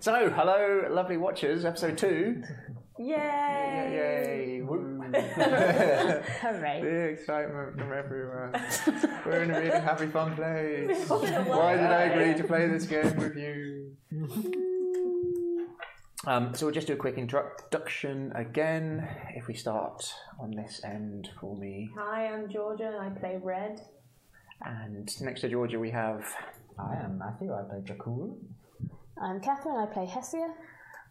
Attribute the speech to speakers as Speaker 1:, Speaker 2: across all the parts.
Speaker 1: So, hello, lovely watchers, episode two.
Speaker 2: Yay!
Speaker 1: Yay! Woo.
Speaker 2: Hooray.
Speaker 3: The excitement from everywhere. We're in a really happy, fun place. Why
Speaker 2: Why
Speaker 3: did I agree to play this game with you?
Speaker 1: Um, so we'll just do a quick introduction again. If we start on this end for me,
Speaker 2: Hi, I'm Georgia and I play red.
Speaker 1: and next to Georgia we have
Speaker 4: I am Matthew. I play Jakul.
Speaker 5: I'm Um, Catherine, I play Hesia.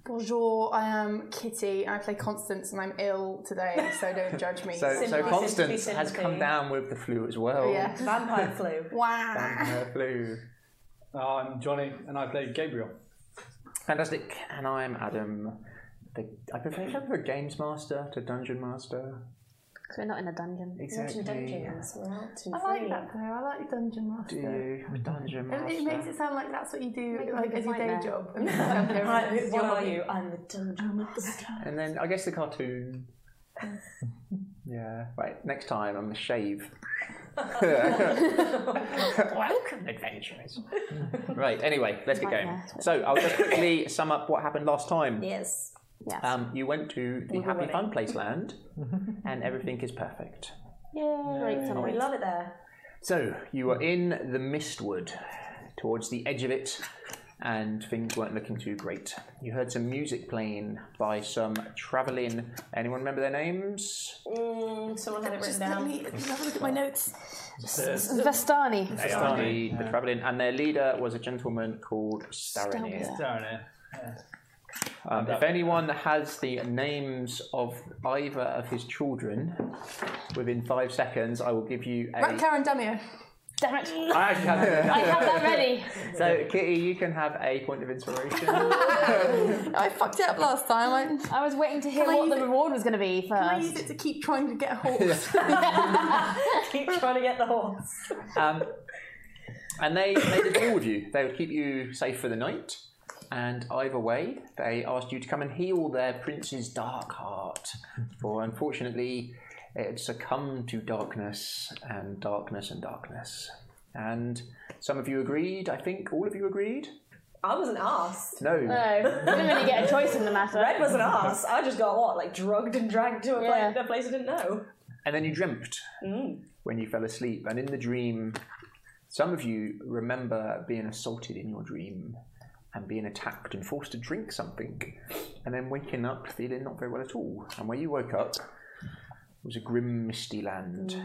Speaker 6: Bonjour, I am Kitty. I play Constance and I'm ill today, so don't judge me.
Speaker 1: so, so
Speaker 2: Sympathy,
Speaker 1: Constance has
Speaker 2: sympathy.
Speaker 1: come down with the flu as well.
Speaker 6: yeah.
Speaker 2: Vampire flu.
Speaker 6: Wow.
Speaker 1: Uh, flu.
Speaker 7: I'm Johnny, and I play Gabriel.
Speaker 1: Fantastic. And I'm Adam. The, I prefer, I prefer Games Master to Dungeon Master.
Speaker 5: Because we're not in a dungeon.
Speaker 1: Exactly.
Speaker 5: We're out in
Speaker 6: I like that though. I like Dungeon Master.
Speaker 1: Do you? Dungeon Master.
Speaker 6: It, it makes it sound like that's what you do
Speaker 5: Make
Speaker 6: like
Speaker 5: it
Speaker 6: as your day
Speaker 5: like that.
Speaker 6: job. And then you
Speaker 2: Hi,
Speaker 6: go,
Speaker 2: what are you? I'm the dungeon.
Speaker 1: And then I guess the cartoon. yeah. Right. Next time I'm gonna shave. Welcome, adventurers. right. Anyway, let's get
Speaker 5: Right
Speaker 1: going.
Speaker 5: now.
Speaker 1: So I'll just quickly sum up what happened last time.
Speaker 2: Yes.
Speaker 5: Yes.
Speaker 1: Um, you went to the
Speaker 2: were
Speaker 1: Happy
Speaker 2: winning.
Speaker 1: Fun Place land, and everything is perfect.
Speaker 5: Yay. Great
Speaker 2: We
Speaker 5: summary.
Speaker 2: love it there.
Speaker 1: So you are in the Mistwood, towards the edge of it, and things weren't looking too great. You heard some music playing by some travelling. Anyone remember their names?
Speaker 2: Mm, someone had it written
Speaker 6: Just let
Speaker 2: down.
Speaker 6: me have a look at my notes.
Speaker 5: Vestani.
Speaker 1: They are indeed the travelling, and their leader was a gentleman called Starinir.
Speaker 7: Darren,
Speaker 1: Um, if anyone has the names of either of his children within five seconds, I will give you a.
Speaker 6: Rat Karen Damio.
Speaker 5: Damn it.
Speaker 1: I actually have it.
Speaker 5: I have that ready.
Speaker 1: So, Kitty, you can have a point of inspiration.
Speaker 6: I fucked it up last time. I,
Speaker 5: I was waiting to hear
Speaker 6: Can I
Speaker 5: what
Speaker 6: use
Speaker 5: the
Speaker 6: it-
Speaker 5: reward was going to be
Speaker 6: I
Speaker 5: first.
Speaker 6: used it to keep trying to get a horse.
Speaker 2: Keep trying to get the horse.
Speaker 1: Um, and they they did deal with you. They would keep you safe for the night. And either way, they asked you to come and heal their prince's dark heart. For unfortunately, it had succumbed to darkness and darkness and darkness. And some of you agreed. I think all of you agreed.
Speaker 2: I wasn't asked.
Speaker 1: No.
Speaker 5: No, you didn't really get a choice in the matter.
Speaker 2: Red wasn't asked. I just got what? Like drugged and dragged to a,
Speaker 5: Yeah.
Speaker 2: place, a place I didn't know.
Speaker 1: And then you dreamt when you fell asleep. And in the dream, some of you remember being assaulted in your dream and being attacked and forced to drink something. And then waking up feeling not very well at all. And when you woke up, it was a grim, misty land.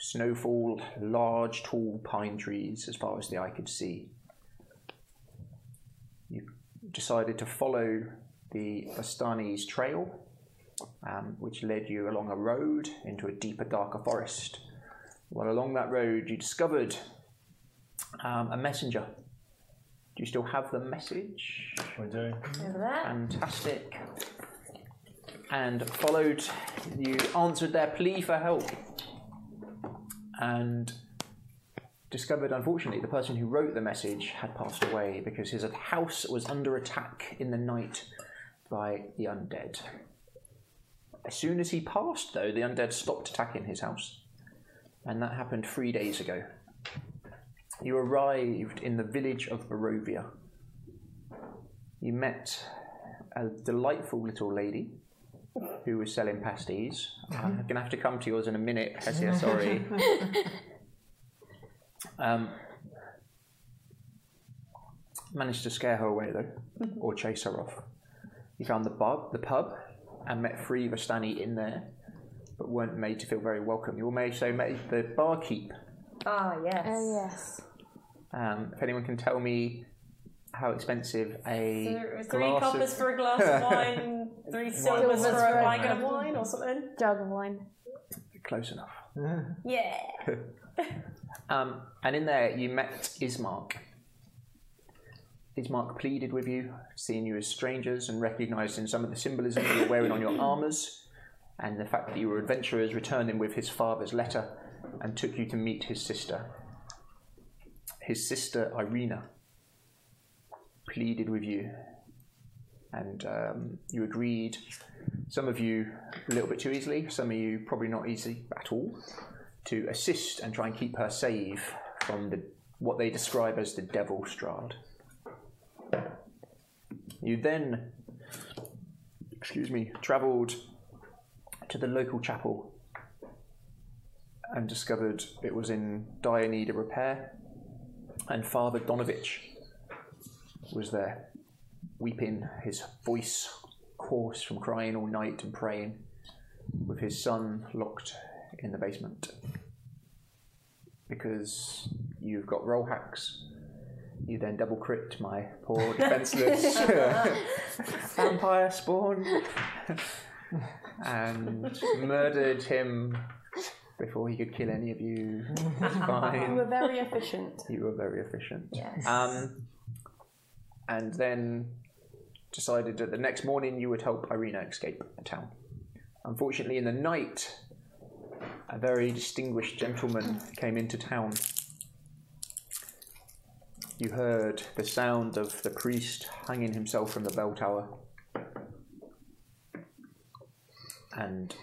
Speaker 1: Snowfall, large, tall pine trees as far as the eye could see. You decided to follow the Bastani's trail um, which led you along a road into a deeper, darker forest. Well, along that road, you discovered um, a messenger. Do you still have the message?
Speaker 7: we do.
Speaker 2: Over there.
Speaker 1: Fantastic. And followed, you answered their plea for help. And discovered, unfortunately, the person who wrote the message had passed away because his house was under attack in the night by the undead. As soon as he passed, though, the undead stopped attacking his house. And that happened three days ago. You arrived in the village of Barovia. You met a delightful little lady who was selling pasties. I'm going to have to come to yours in a minute, Hesia, sorry. um, managed to scare her away, though, or chase her off. You found the pub, the pub and met three Vastani in there, but weren't made to feel very welcome. You also met the barkeep.
Speaker 2: Ah, yes.
Speaker 5: Oh, yes.
Speaker 1: Um, if anyone can tell me how expensive a
Speaker 2: Three
Speaker 1: glass of-
Speaker 2: coppers for a glass of wine, three silvers for a flagon of wine or something.
Speaker 5: Jug of wine.
Speaker 1: close enough.
Speaker 2: Yeah.
Speaker 1: Um, and in there, you met Ismark. Ismark pleaded with you, seeing you as strangers and recognising some of the symbolism you were wearing on your armours, and the fact that you were adventurers, returning with his father's letter, and took you to meet his sister. His sister Irina pleaded with you, and um, you agreed. Some of you a little bit too easily, some of you probably not easy at all to assist and try and keep her safe from the what they describe as the Devil Strad. You then, excuse me, travelled to the local chapel and discovered it was in dire need of repair. And Father Donovich was there, weeping, his voice hoarse from crying all night and praying, with his son locked in the basement. Because you've got roll hacks, you then double crit my poor defenseless vampire spawn and murdered him before he could kill any of you. It's
Speaker 6: You
Speaker 1: fine.
Speaker 6: were very efficient.
Speaker 1: You were very efficient.
Speaker 6: Yes.
Speaker 1: Um, and then decided that the next morning you would help Irina escape the town. Unfortunately, in the night, a very distinguished gentleman came into town. You heard the sound of the priest hanging himself from the bell tower and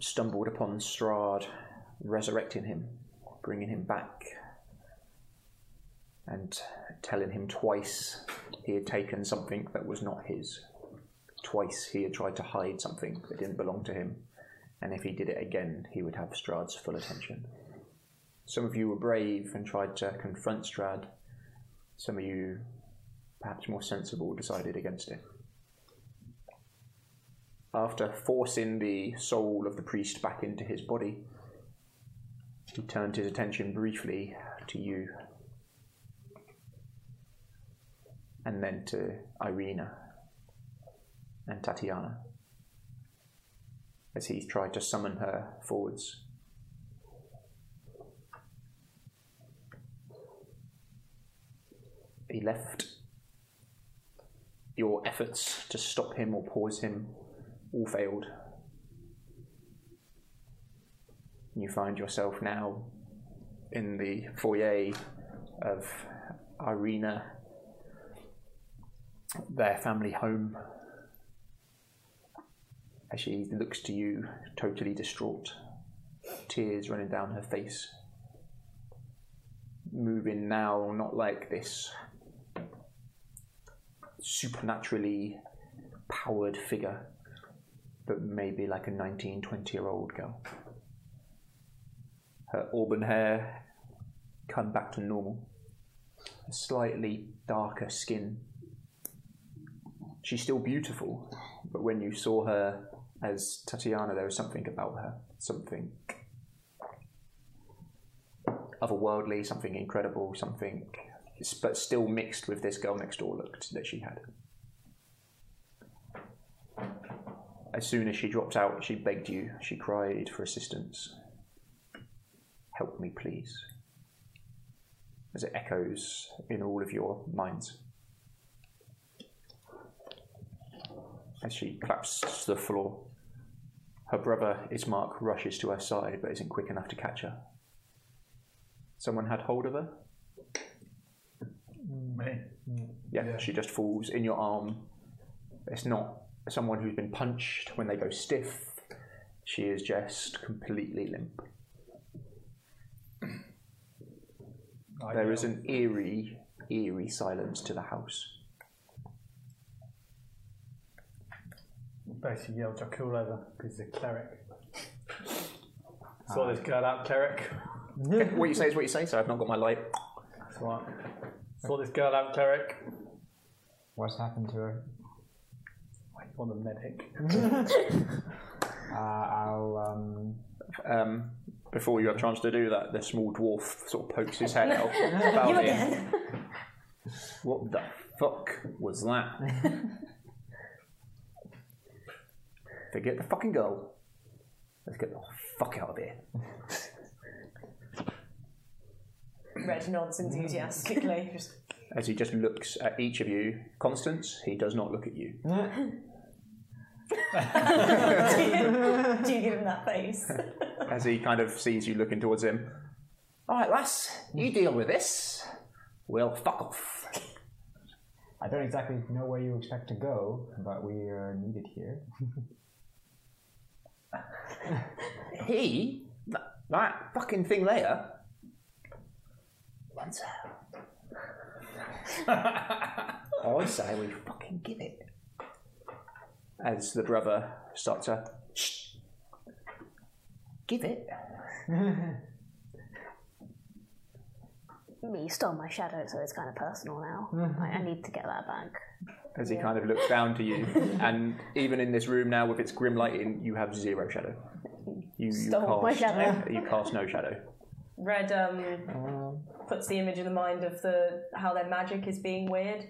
Speaker 1: stumbled upon Strahd, resurrecting him, bringing him back and telling him twice he had taken something that was not his. Twice he had tried to hide something that didn't belong to him, and if he did it again, he would have Strad's full attention. Some of you were brave and tried to confront Strad. Some of you, perhaps more sensible, decided against it. After forcing the soul of the priest back into his body, he turned his attention briefly to you and then to Irina and Tatiana as he tried to summon her forwards. He left. Your efforts to stop him or pause him all failed. You find yourself now in the foyer of Irina their family home as she looks to you totally distraught, tears running down her face. Moving now, not like this supernaturally powered figure, but maybe like a 19, 20 year old girl. Her auburn hair come back to normal, a slightly darker skin she's still beautiful, but when you saw her as Tatiana, there was something about her, something otherworldly, something incredible, something, but still mixed with this girl next door look that she had. As soon as she dropped out, she begged you, she cried for assistance. Help me, please. As it echoes in all of your minds. as she claps to the floor. Her brother Ismark rushes to her side but isn't quick enough to catch her. Someone had hold of her?
Speaker 7: Me.
Speaker 1: Yeah, she just falls in your arm. It's not someone who's been punched when they go stiff. She is just completely limp.
Speaker 7: I
Speaker 1: There
Speaker 7: yell.
Speaker 1: is an eerie, eerie silence to the house.
Speaker 7: Basically yelled Jakul over because he's a cleric. Saw this girl out, cleric.
Speaker 1: what you say is what you say, so I've not got my light.
Speaker 7: That's right. Saw this girl out, cleric.
Speaker 4: What's happened to her?
Speaker 7: I want the medic.
Speaker 4: Uh, I'll um,
Speaker 1: Um, before you have a chance to do that, the small dwarf sort of pokes his head out. about
Speaker 2: You
Speaker 1: it.
Speaker 2: again.
Speaker 1: What the fuck was that? Forget the fucking girl. Let's get the fuck out of here.
Speaker 2: Red nods enthusiastically. Just
Speaker 1: As he just looks at each of you. Constance, he does not look at you.
Speaker 2: do you give him that face?
Speaker 1: As he kind of sees you looking towards him. Alright, lass, you deal with this. We'll fuck off.
Speaker 4: I don't exactly know where you expect to go, but we are needed here.
Speaker 1: He, that, that fucking thing there, runs out. Oh, I say we fucking fucking give it. As the brother starts to. "Shh. Give it.
Speaker 8: You stole my shadow, so it's kind of personal now.
Speaker 6: Mm-hmm.
Speaker 8: Like, I need to get that back.
Speaker 1: As he kind of looks down to you. and even in this room now with its grim lighting, you have zero shadow. You, you
Speaker 5: Stole
Speaker 1: cast,
Speaker 5: my shadow.
Speaker 1: You cast no shadow.
Speaker 2: Red um, puts the image in the mind of the how their magic is being weird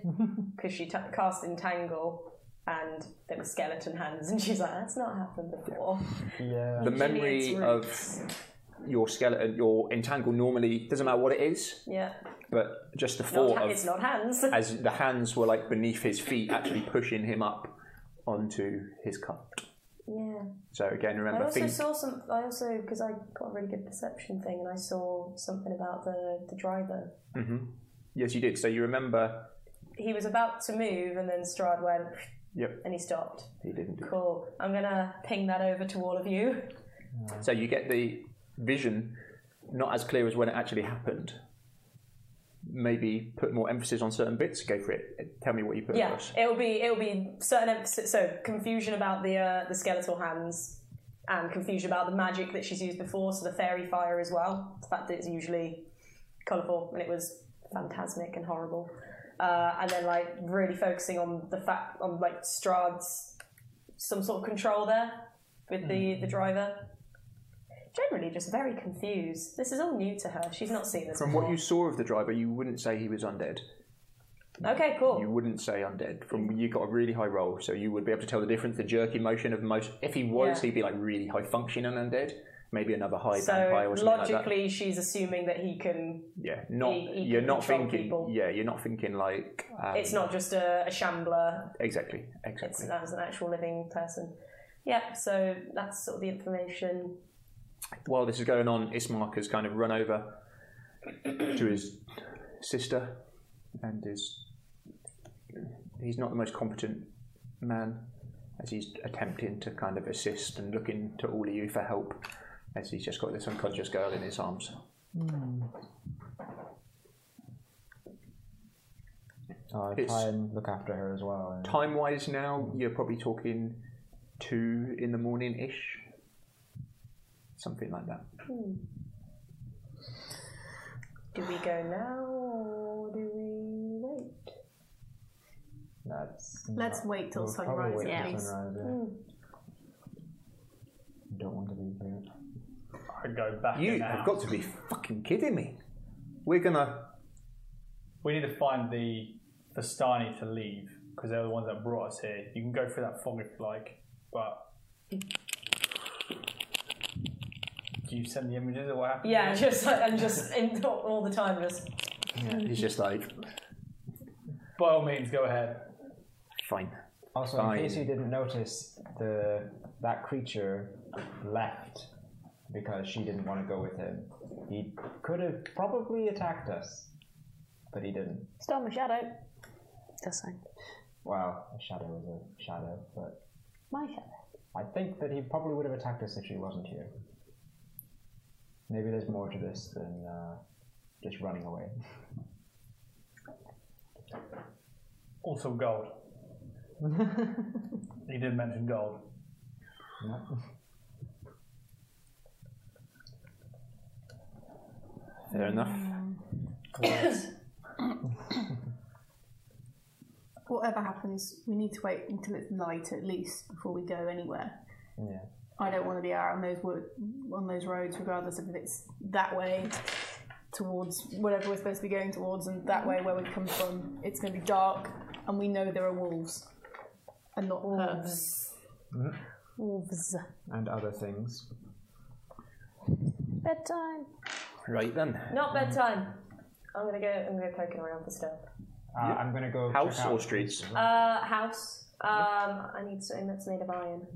Speaker 2: because she t- cast entangle and there were skeleton hands and she's like that's not happened before.
Speaker 7: Yeah.
Speaker 1: The
Speaker 2: Usually it's
Speaker 1: memory of
Speaker 2: roots.
Speaker 1: your skeleton, your entangle normally doesn't matter what it is,
Speaker 2: yeah,
Speaker 1: but just the
Speaker 2: not
Speaker 1: thought
Speaker 2: ha-
Speaker 1: of
Speaker 2: it's not hands.
Speaker 1: as the hands were like beneath his feet, actually pushing him up onto his cot.
Speaker 2: yeah.
Speaker 1: So again,
Speaker 2: I
Speaker 1: remember,
Speaker 2: also
Speaker 1: think
Speaker 2: saw some. I also because I got a really good perception thing, and I saw something about the the driver.
Speaker 1: yes, you did. So you remember,
Speaker 2: He was about to move, and then Strad went,
Speaker 1: yep,
Speaker 2: and he stopped.
Speaker 1: he didn't. Do.
Speaker 2: Cool. I'm gonna ping that over to all of you.
Speaker 1: So you get the vision not as clear as when it actually happened. Maybe put more emphasis on certain bits. Go for it. Tell me what you put
Speaker 2: Yeah,
Speaker 1: across.
Speaker 2: it'll be it'll be certain emphasis. So confusion about the uh, the skeletal hands, and confusion about the magic that she's used before. So the fairy fire as well. The fact that it's usually colourful and it was phantasmic and horrible. Uh, and then like really focusing on the fact on like Strad's some sort of control there with
Speaker 1: Hmm.
Speaker 2: the the driver. Generally, just very confused. This is all new to her. She's not seen this.
Speaker 1: From what you saw of the driver, you wouldn't say he was undead.
Speaker 2: okay, cool.
Speaker 1: You wouldn't say undead. From you got a really high roll, so you would be able to tell the difference. The jerky motion of most. If he was,
Speaker 2: Yeah.
Speaker 1: he'd be like really high functioning undead. Maybe another high vampire
Speaker 2: so
Speaker 1: or something like that.
Speaker 2: logically, she's assuming that he can
Speaker 1: Yeah, not
Speaker 2: He- he
Speaker 1: you're
Speaker 2: can
Speaker 1: not
Speaker 2: control
Speaker 1: thinking.
Speaker 2: people.
Speaker 1: Yeah, you're not thinking like um,
Speaker 2: It's not just a, a shambler.
Speaker 1: exactly
Speaker 2: It's
Speaker 1: exactly.
Speaker 2: as an actual living person. Yeah. So that's sort of the information.
Speaker 1: While this is going on, Ismark has kind of run over to his sister and is he's not the most competent man as he's attempting to kind of assist and looking to all of you for help as he's just got this unconscious girl in his arms.
Speaker 4: I'll
Speaker 1: It's-
Speaker 4: try and look after her as well. and-
Speaker 1: Time wise now, you're probably talking two in the morning ish. Something like that.
Speaker 2: Do we go now or do we wait?
Speaker 4: That's
Speaker 6: Let's wait till
Speaker 4: we'll
Speaker 6: sunrise,
Speaker 4: probably wait till
Speaker 5: please.
Speaker 4: sunrise, yeah. Don't want to be here.
Speaker 7: I go back.
Speaker 1: You
Speaker 7: in the
Speaker 1: have
Speaker 7: house.
Speaker 1: got to be fucking kidding me. We're gonna.
Speaker 7: We need to find the the Stani to leave because they're the ones that brought us here. You can go through that fog if you like, but do you send the images or what happened?
Speaker 2: Yeah. Just like and just in, all the time. Just
Speaker 1: He's just like,
Speaker 7: By all means, go ahead.
Speaker 1: fine.
Speaker 4: Also,
Speaker 1: Fine.
Speaker 4: in case you didn't notice, the that creature left because she didn't want to go with him. He could have probably attacked us, but he didn't.
Speaker 8: Stole my shadow. Just saying.
Speaker 4: Well, a shadow is a shadow, but
Speaker 8: My shadow.
Speaker 4: I think that he probably would have attacked us if she wasn't here. Maybe there's more to this than uh, just running away.
Speaker 7: Also, gold. you did mention gold.
Speaker 4: No?
Speaker 1: Fair enough.
Speaker 6: Whatever happens, we need to wait until it's night at least before we go anywhere.
Speaker 4: Yeah.
Speaker 6: I don't want to be out on those wo- on those roads, regardless of if it's that way towards whatever we're supposed to be going towards, and that way where we come from. It's going to be dark, and we know there are wolves, and not wolves.
Speaker 8: Wolves.
Speaker 4: And other things.
Speaker 8: Bedtime.
Speaker 1: Right then.
Speaker 2: not bedtime. I'm gonna go. I'm gonna go poking around for stuff.
Speaker 4: Uh, I'm gonna go
Speaker 1: House
Speaker 4: check out
Speaker 1: or streets?
Speaker 2: Uh, house. Um, I need something that's made of iron.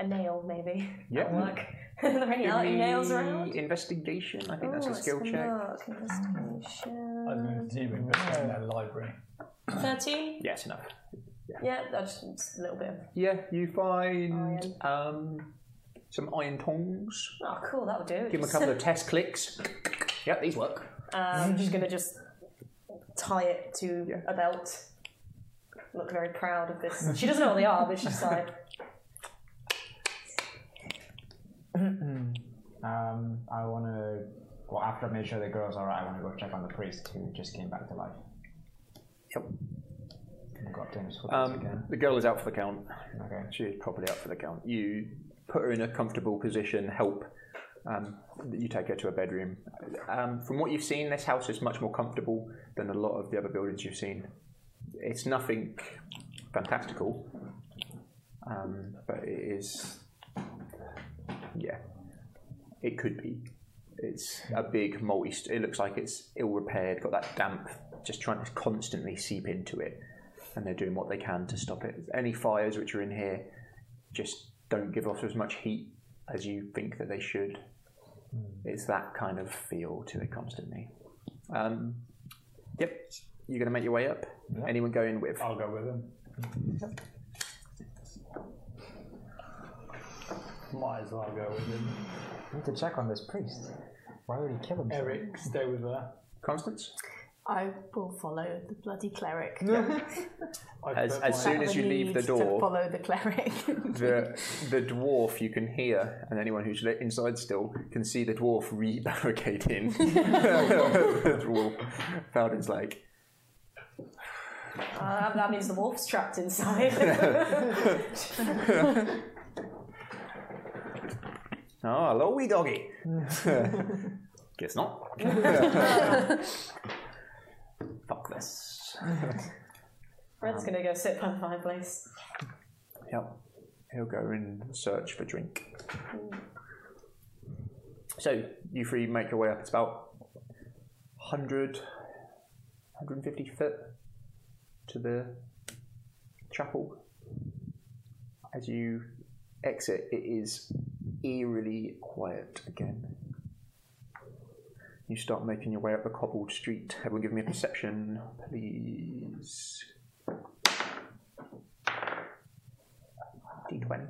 Speaker 2: A nail, maybe.
Speaker 1: Yeah.
Speaker 2: That'll work. Are there any iron nails around?
Speaker 1: Investigation. I think that's
Speaker 2: Oh,
Speaker 1: a
Speaker 2: let's
Speaker 1: skill
Speaker 2: have a
Speaker 1: check.
Speaker 2: look. Investigation.
Speaker 7: I was going to do it, but it's in their library.
Speaker 2: 13?
Speaker 1: Yes, enough.
Speaker 2: Yeah, that's just a little bit of.
Speaker 1: Yeah, you find um, some iron tongs.
Speaker 2: Oh, cool, that'll do.
Speaker 1: Give them a couple of test clicks. Yep, these work.
Speaker 2: um, Uh, I'm just going to just tie it to
Speaker 1: Yeah.
Speaker 2: a belt. look very proud of this. She doesn't know what they are, but she's just like,
Speaker 4: Um, I want to. Well, after I made sure the girl's alright, I want to go check on the priest who just came back to life.
Speaker 1: Yep.
Speaker 4: I've got things for this
Speaker 1: Um,
Speaker 4: again.
Speaker 1: the girl is out for the count.
Speaker 4: Okay.
Speaker 1: She's probably out for the count. You put her in a comfortable position, help. Um, you take her to a bedroom. Um, from what you've seen, this house is much more comfortable than a lot of the other buildings you've seen. It's nothing fantastical, um, but it is. Yeah, it could be. It's a big multi. It looks like it's ill repaired, got that damp just trying to constantly seep into it and they're doing what they can to stop it. Any fires which are in here just don't give off as much heat as you think that they should. It's that kind of feel to it constantly. Um, yep, you're going to make your way up. Anyone going with?
Speaker 7: I'll go with him. Might as well go with him.
Speaker 4: I need to check on this priest. Why would he kill himself?
Speaker 7: Eric, stay with her.
Speaker 1: Constance?
Speaker 6: I will follow the bloody cleric.
Speaker 7: I
Speaker 1: As-
Speaker 7: put
Speaker 1: as
Speaker 7: my-
Speaker 1: soon
Speaker 6: I
Speaker 1: as you leave
Speaker 6: need
Speaker 1: the door-
Speaker 6: to follow the cleric.
Speaker 1: The, the dwarf you can hear, and anyone who's li- inside still can see the dwarf re barricade in. the dwarf. Paladin's like,
Speaker 2: uh, that means the wolf's trapped inside.
Speaker 1: Oh, hello, wee doggy. Guess not. Fuck this.
Speaker 2: Red's gonna go sit by the fireplace.
Speaker 1: Yep. He'll go and search for drink. So, you three make your way up. It's about 100, 150 foot to the chapel. As you exit, it is eerily quiet again. You start making your way up the cobbled street. Everyone give me a perception, please. D20.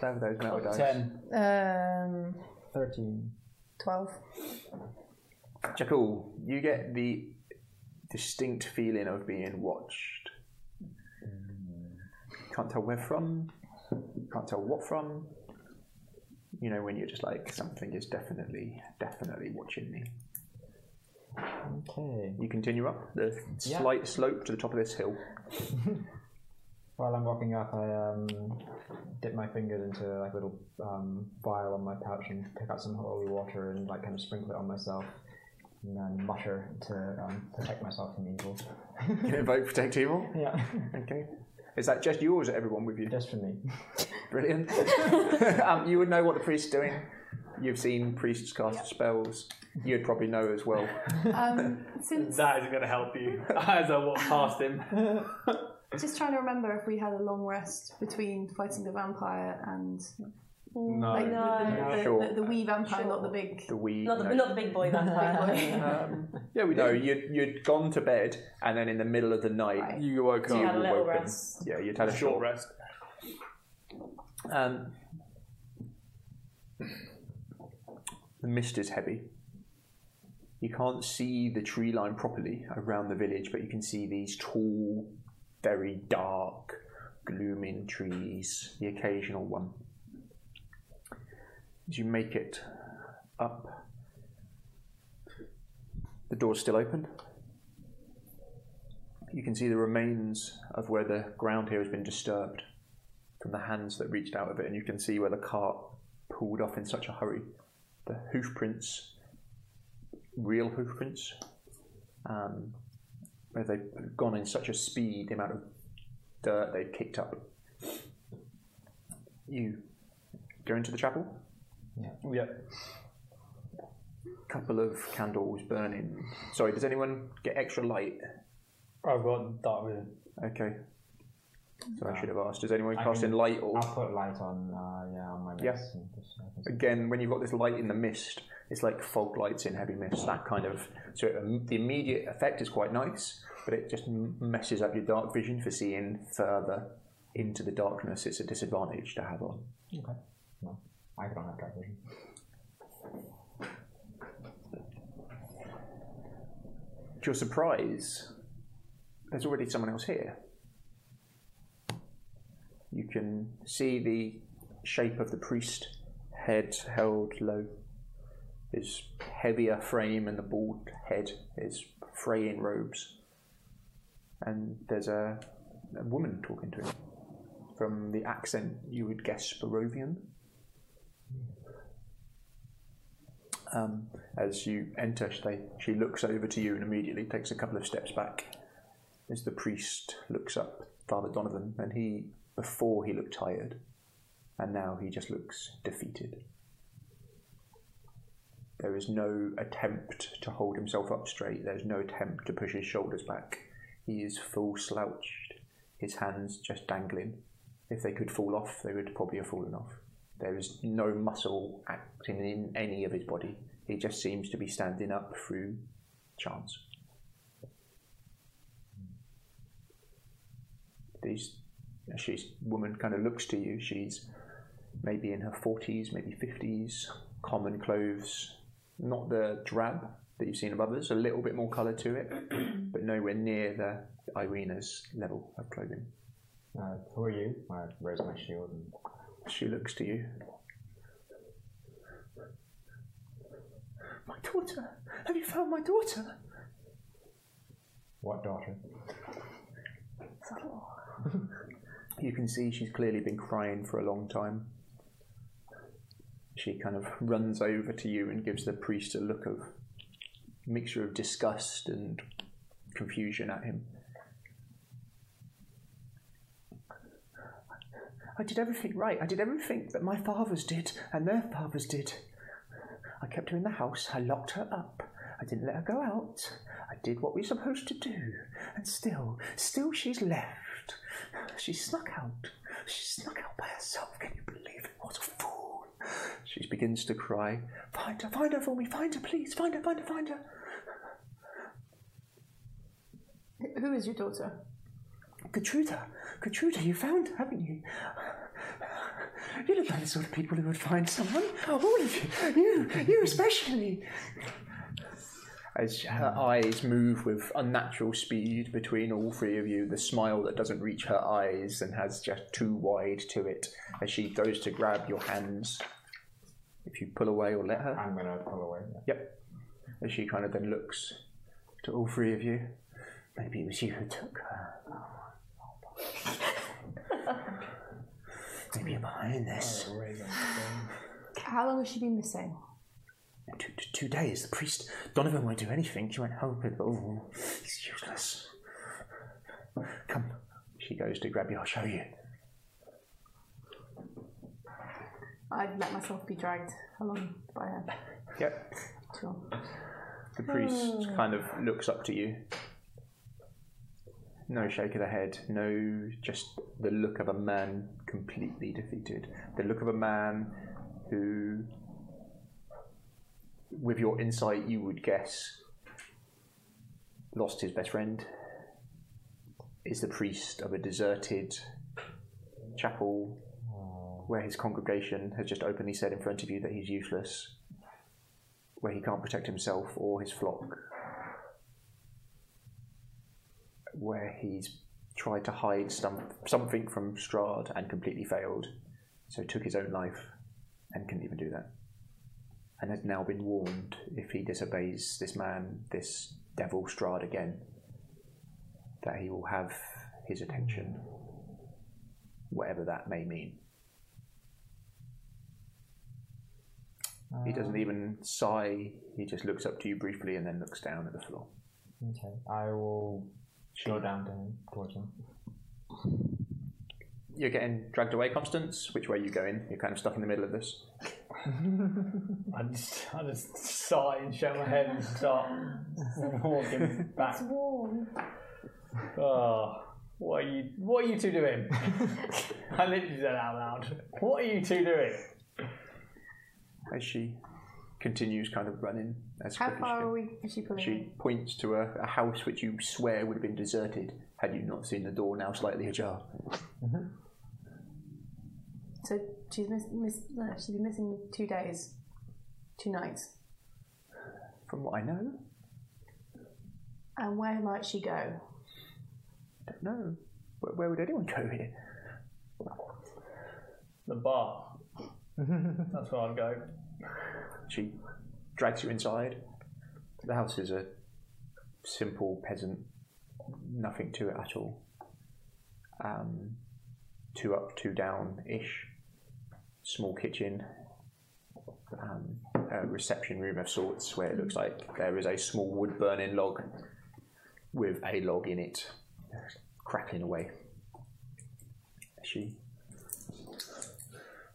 Speaker 1: Whatever those metal dice.
Speaker 7: Ten.
Speaker 6: um,
Speaker 4: 13.
Speaker 6: twelve.
Speaker 1: Jackal, you get the distinct feeling of being watched.
Speaker 4: Mm.
Speaker 1: Can't tell where from, can't tell what from. You know, when you're just like, something is definitely, definitely watching me.
Speaker 4: Okay.
Speaker 1: You continue up the
Speaker 4: Yeah.
Speaker 1: slight slope to the top of this hill.
Speaker 4: While I'm walking up, I um, dip my fingers into like a little um, vial on my pouch and pick out some holy water and like kind of sprinkle it on myself and then mutter to um, protect myself from evil.
Speaker 1: You invoke protect evil.
Speaker 4: Yeah,
Speaker 1: Okay. Is that just you or is it everyone with you?
Speaker 4: just for me.
Speaker 1: Brilliant. um, you would know what the priest's doing. You've seen priests cast spells. You'd probably know as well.
Speaker 6: Um, since
Speaker 7: That is going to help you. As I walk past him,
Speaker 6: just trying to remember if we had a long rest between fighting the vampire and
Speaker 7: no.
Speaker 6: like the, the, the,
Speaker 1: Oh, Sure.
Speaker 6: the, the wee vampire, not the big.
Speaker 1: The wee.
Speaker 2: Not the,
Speaker 1: no.
Speaker 2: not the big boy, that
Speaker 6: big boy.
Speaker 1: Yeah, we no, you'd, you'd gone to bed, and then in the middle of the night,
Speaker 6: Right.
Speaker 1: you woke
Speaker 2: big boy.
Speaker 1: up.
Speaker 2: Had a little
Speaker 1: woken.
Speaker 2: rest.
Speaker 1: Yeah, you'd had a
Speaker 7: short
Speaker 1: short
Speaker 7: rest.
Speaker 1: rest. Um, the mist is heavy. You can't see the tree line properly around the village, but you can see these tall, very dark, glooming trees, the occasional one. As you make it up, the door's still open. You can see the remains of where the ground here has been disturbed from the hands that reached out of it, and you can see where the cart pulled off in such a hurry. The hoof prints, real hoof prints, um, where they've gone in such a speed, the amount of dirt they've kicked up. You go into the chapel,
Speaker 7: Yep.
Speaker 1: couple of candles burning. Sorry, does anyone get extra light?
Speaker 7: I've got dark vision.
Speaker 1: Okay. So I should have asked. Does anyone cast in light or
Speaker 4: I'll put light on, uh, yeah, on my
Speaker 1: Yeah.
Speaker 4: wrist. and just- I can see.
Speaker 1: again, when you've got this light in the mist, it's like fog lights in heavy mist, that kind of. So it, um, the immediate effect is quite nice, but it just m- messes up your dark vision for seeing further into the darkness. It's a disadvantage to have on.
Speaker 4: Okay. No, I don't have dark vision.
Speaker 1: To your surprise, there's already someone else here. You can see the shape of the priest, head held low. His heavier frame and the bald head, his fraying robes. And there's a, a woman talking to him. From the accent, you would guess Barovian. Um, as you enter, they, she looks over to you and immediately takes a couple of steps back as the priest looks up Father Donovan, and he, before he looked tired, and now he just looks defeated. There is no attempt to hold himself up straight, there's no attempt to push his shoulders back. He is full slouched, his hands just dangling. If they could fall off, they would probably have fallen off. There is no muscle acting in any of his body. He just seems to be standing up through chance. these she's woman kind of looks to you she's maybe in her 40s maybe 50s common clothes not the drab that you've seen of others a little bit more colour to it but nowhere near the Irina's level of clothing
Speaker 4: Uh, who are you? I raise my shield and
Speaker 1: she looks to you my daughter have you found my daughter
Speaker 4: what daughter?
Speaker 1: You can see she's clearly been crying for a long time. She kind of runs over to you and gives the priest a look of mixture of disgust and confusion at him. I did everything right. I did everything that my fathers did and their fathers did. I kept her in the house. I locked her up. I didn't let her go out. I did what we were supposed to do. And still, still she's left. She snuck out. She snuck out by herself. Can you believe it? What a fool. She begins to cry. Find her, find her for me. Find her, please. Find her, find her, find her.
Speaker 6: Who is your daughter?
Speaker 1: Gertruda, Gertruda, you found, haven't you? You look like the sort of people who would find someone. All of you, you, you especially. As her eyes move with unnatural speed between all three of you, the smile that doesn't reach her eyes and has just too wide to it, as she goes to grab your hands. If you pull away or let her.
Speaker 4: I'm gonna pull away.
Speaker 1: Yep. As she kind of then looks to all three of you. Maybe it was you who took her. Maybe you're behind this.
Speaker 6: How long has she been missing?
Speaker 1: Two, two- two days. The priest Donovan won't do anything. She won't help him. Oh, he's useless. Come. She goes to grab you. I'll show you.
Speaker 6: I'd let myself be dragged along by her.
Speaker 1: Yep.
Speaker 6: Sure.
Speaker 1: The priest kind of looks up to you. No shake of the head, no just the look of a man completely defeated. The look of a man who, with your insight, you would guess lost his best friend, is the priest of a deserted chapel where his congregation has just openly said in front of you that he's useless where he can't protect himself or his flock, where he's tried to hide some, something from Strahd and completely failed, so took his own life and couldn't even do that, and has now been warned if he disobeys this man, this devil Strahd again, that he will have his attention, whatever that may mean. He doesn't even sigh. He just looks up to you briefly and then looks down at the floor.
Speaker 4: Okay, I will go down to him towards him.
Speaker 1: You're getting dragged away, Constance. Which way are you going? You're kind of stuck in the middle of this.
Speaker 7: I just, I just sigh and shake my head and start walking back. It's warm. Oh, what are you? What are you two doing? I literally said out loud. What are you two doing?
Speaker 1: As she continues kind of running as
Speaker 6: How
Speaker 1: quick as she
Speaker 6: far
Speaker 1: can.
Speaker 6: are we? Is she pulling?
Speaker 1: She
Speaker 6: me?
Speaker 1: points to a, a house which you swear would have been deserted had you not seen the door now slightly ajar.
Speaker 6: So she's miss, miss, no, she's been missing two days, two nights.
Speaker 1: From what I know,
Speaker 6: And where might she go?
Speaker 1: don't know. Where, where would anyone go here?
Speaker 7: The bar. That's where I'd go.
Speaker 1: She drags you inside. The house is a simple peasant, nothing to it at all. Um, two up, two down ish. Small kitchen, um, a reception room of sorts where it looks like there is a small wood burning log with a log in it, crackling away. She.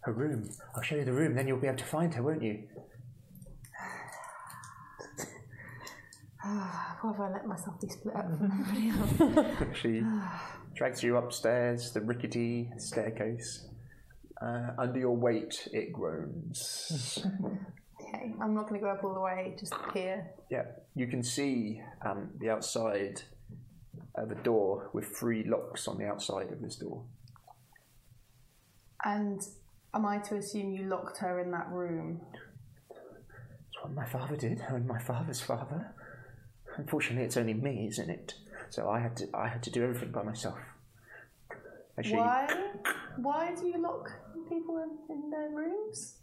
Speaker 1: Her room. I'll show you the room, then you'll be able to find her, won't you?
Speaker 6: Why have I let myself be split up?
Speaker 1: She drags you upstairs the rickety staircase. Uh, under your weight, it groans.
Speaker 6: Okay, I'm not going to go up all the way, just here.
Speaker 1: yeah, you can see um, the outside of a door with three locks on the outside of this door.
Speaker 6: And am I to assume you locked her in that room?
Speaker 1: That's what my father did, and my father's father. Unfortunately, it's only me, isn't it? So I had to, I had to do everything by myself. And she,
Speaker 6: Why? Why do you lock people in, in their rooms?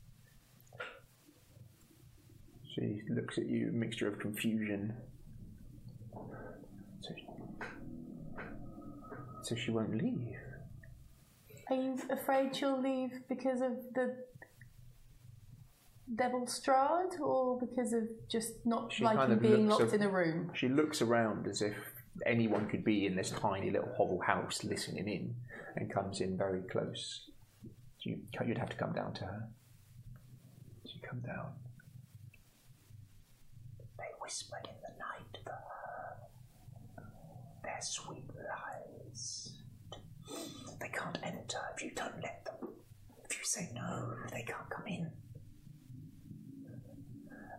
Speaker 1: She looks at you, mixture of confusion. So, so she won't leave.
Speaker 6: Are you afraid she'll leave because of the Devil Strad, or because of just not
Speaker 1: She kind
Speaker 6: liking
Speaker 1: of
Speaker 6: being
Speaker 1: looks
Speaker 6: locked
Speaker 1: a-
Speaker 6: in a room?
Speaker 1: She looks around as if anyone could be in this tiny little hovel house listening in and comes in very close. So you, you'd have to come down to her. So you come down. They whispered in the night for her their sweet lies. They can't enter if you don't let them. If you say no, they can't come in.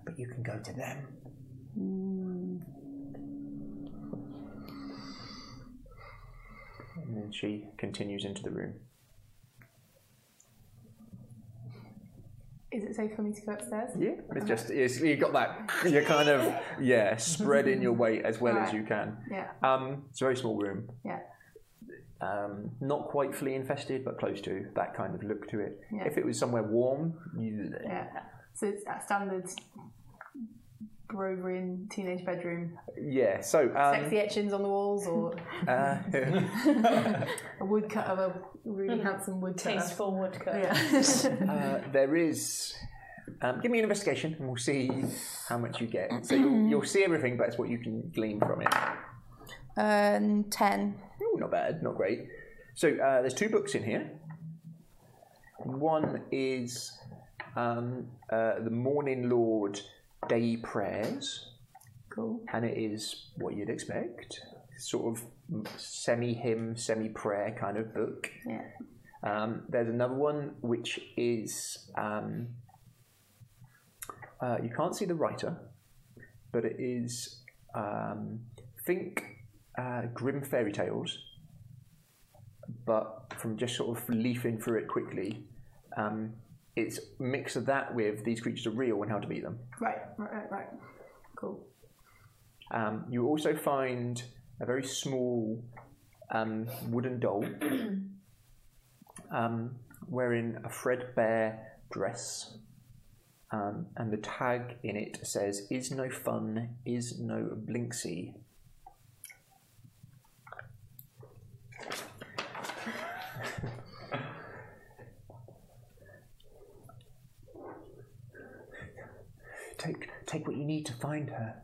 Speaker 1: But you can go to them And then she continues into the room.
Speaker 6: Is it safe for me to go upstairs?
Speaker 1: Yeah, it's just it's, you got that. You're kind of yeah spreading your weight as well as you can.
Speaker 6: Yeah,
Speaker 1: Um, it's a very small room.
Speaker 6: yeah.
Speaker 1: Um, not quite flea infested, but close to that kind of look to it.
Speaker 6: Yeah.
Speaker 1: If it was somewhere warm, you,
Speaker 6: Yeah. So it's a standard Grovery and teenage bedroom.
Speaker 1: yeah. So um,
Speaker 6: Sexy etchings on the walls or
Speaker 1: uh,
Speaker 6: a woodcut of a really handsome woodcut.
Speaker 2: Tasteful woodcut.
Speaker 6: Yeah.
Speaker 1: uh, there is. Um, give me an investigation, and we'll see how much you get. So you'll, you'll see everything, but it's what you can glean from it.
Speaker 6: um, 10.
Speaker 1: Ooh, not bad, not great. So uh, there's two books in here. One is um, uh, the Morning Lord Day Prayers,
Speaker 6: Cool.
Speaker 1: and it is what you'd expect, sort of semi hymn, semi prayer kind of book.
Speaker 6: Yeah.
Speaker 1: Um, there's another one which is um, uh, you can't see the writer, but it is um, think uh, grim fairy tales, but from just sort of leafing through it quickly, um, it's a mix of that with these creatures are real and how to beat them.
Speaker 6: Right, right, right, right. Cool.
Speaker 1: Um, you also find a very small um, wooden doll um, wearing a threadbare dress. Um, and the tag in it says, Is no fun, is no blinksy. take, take what you need to find her.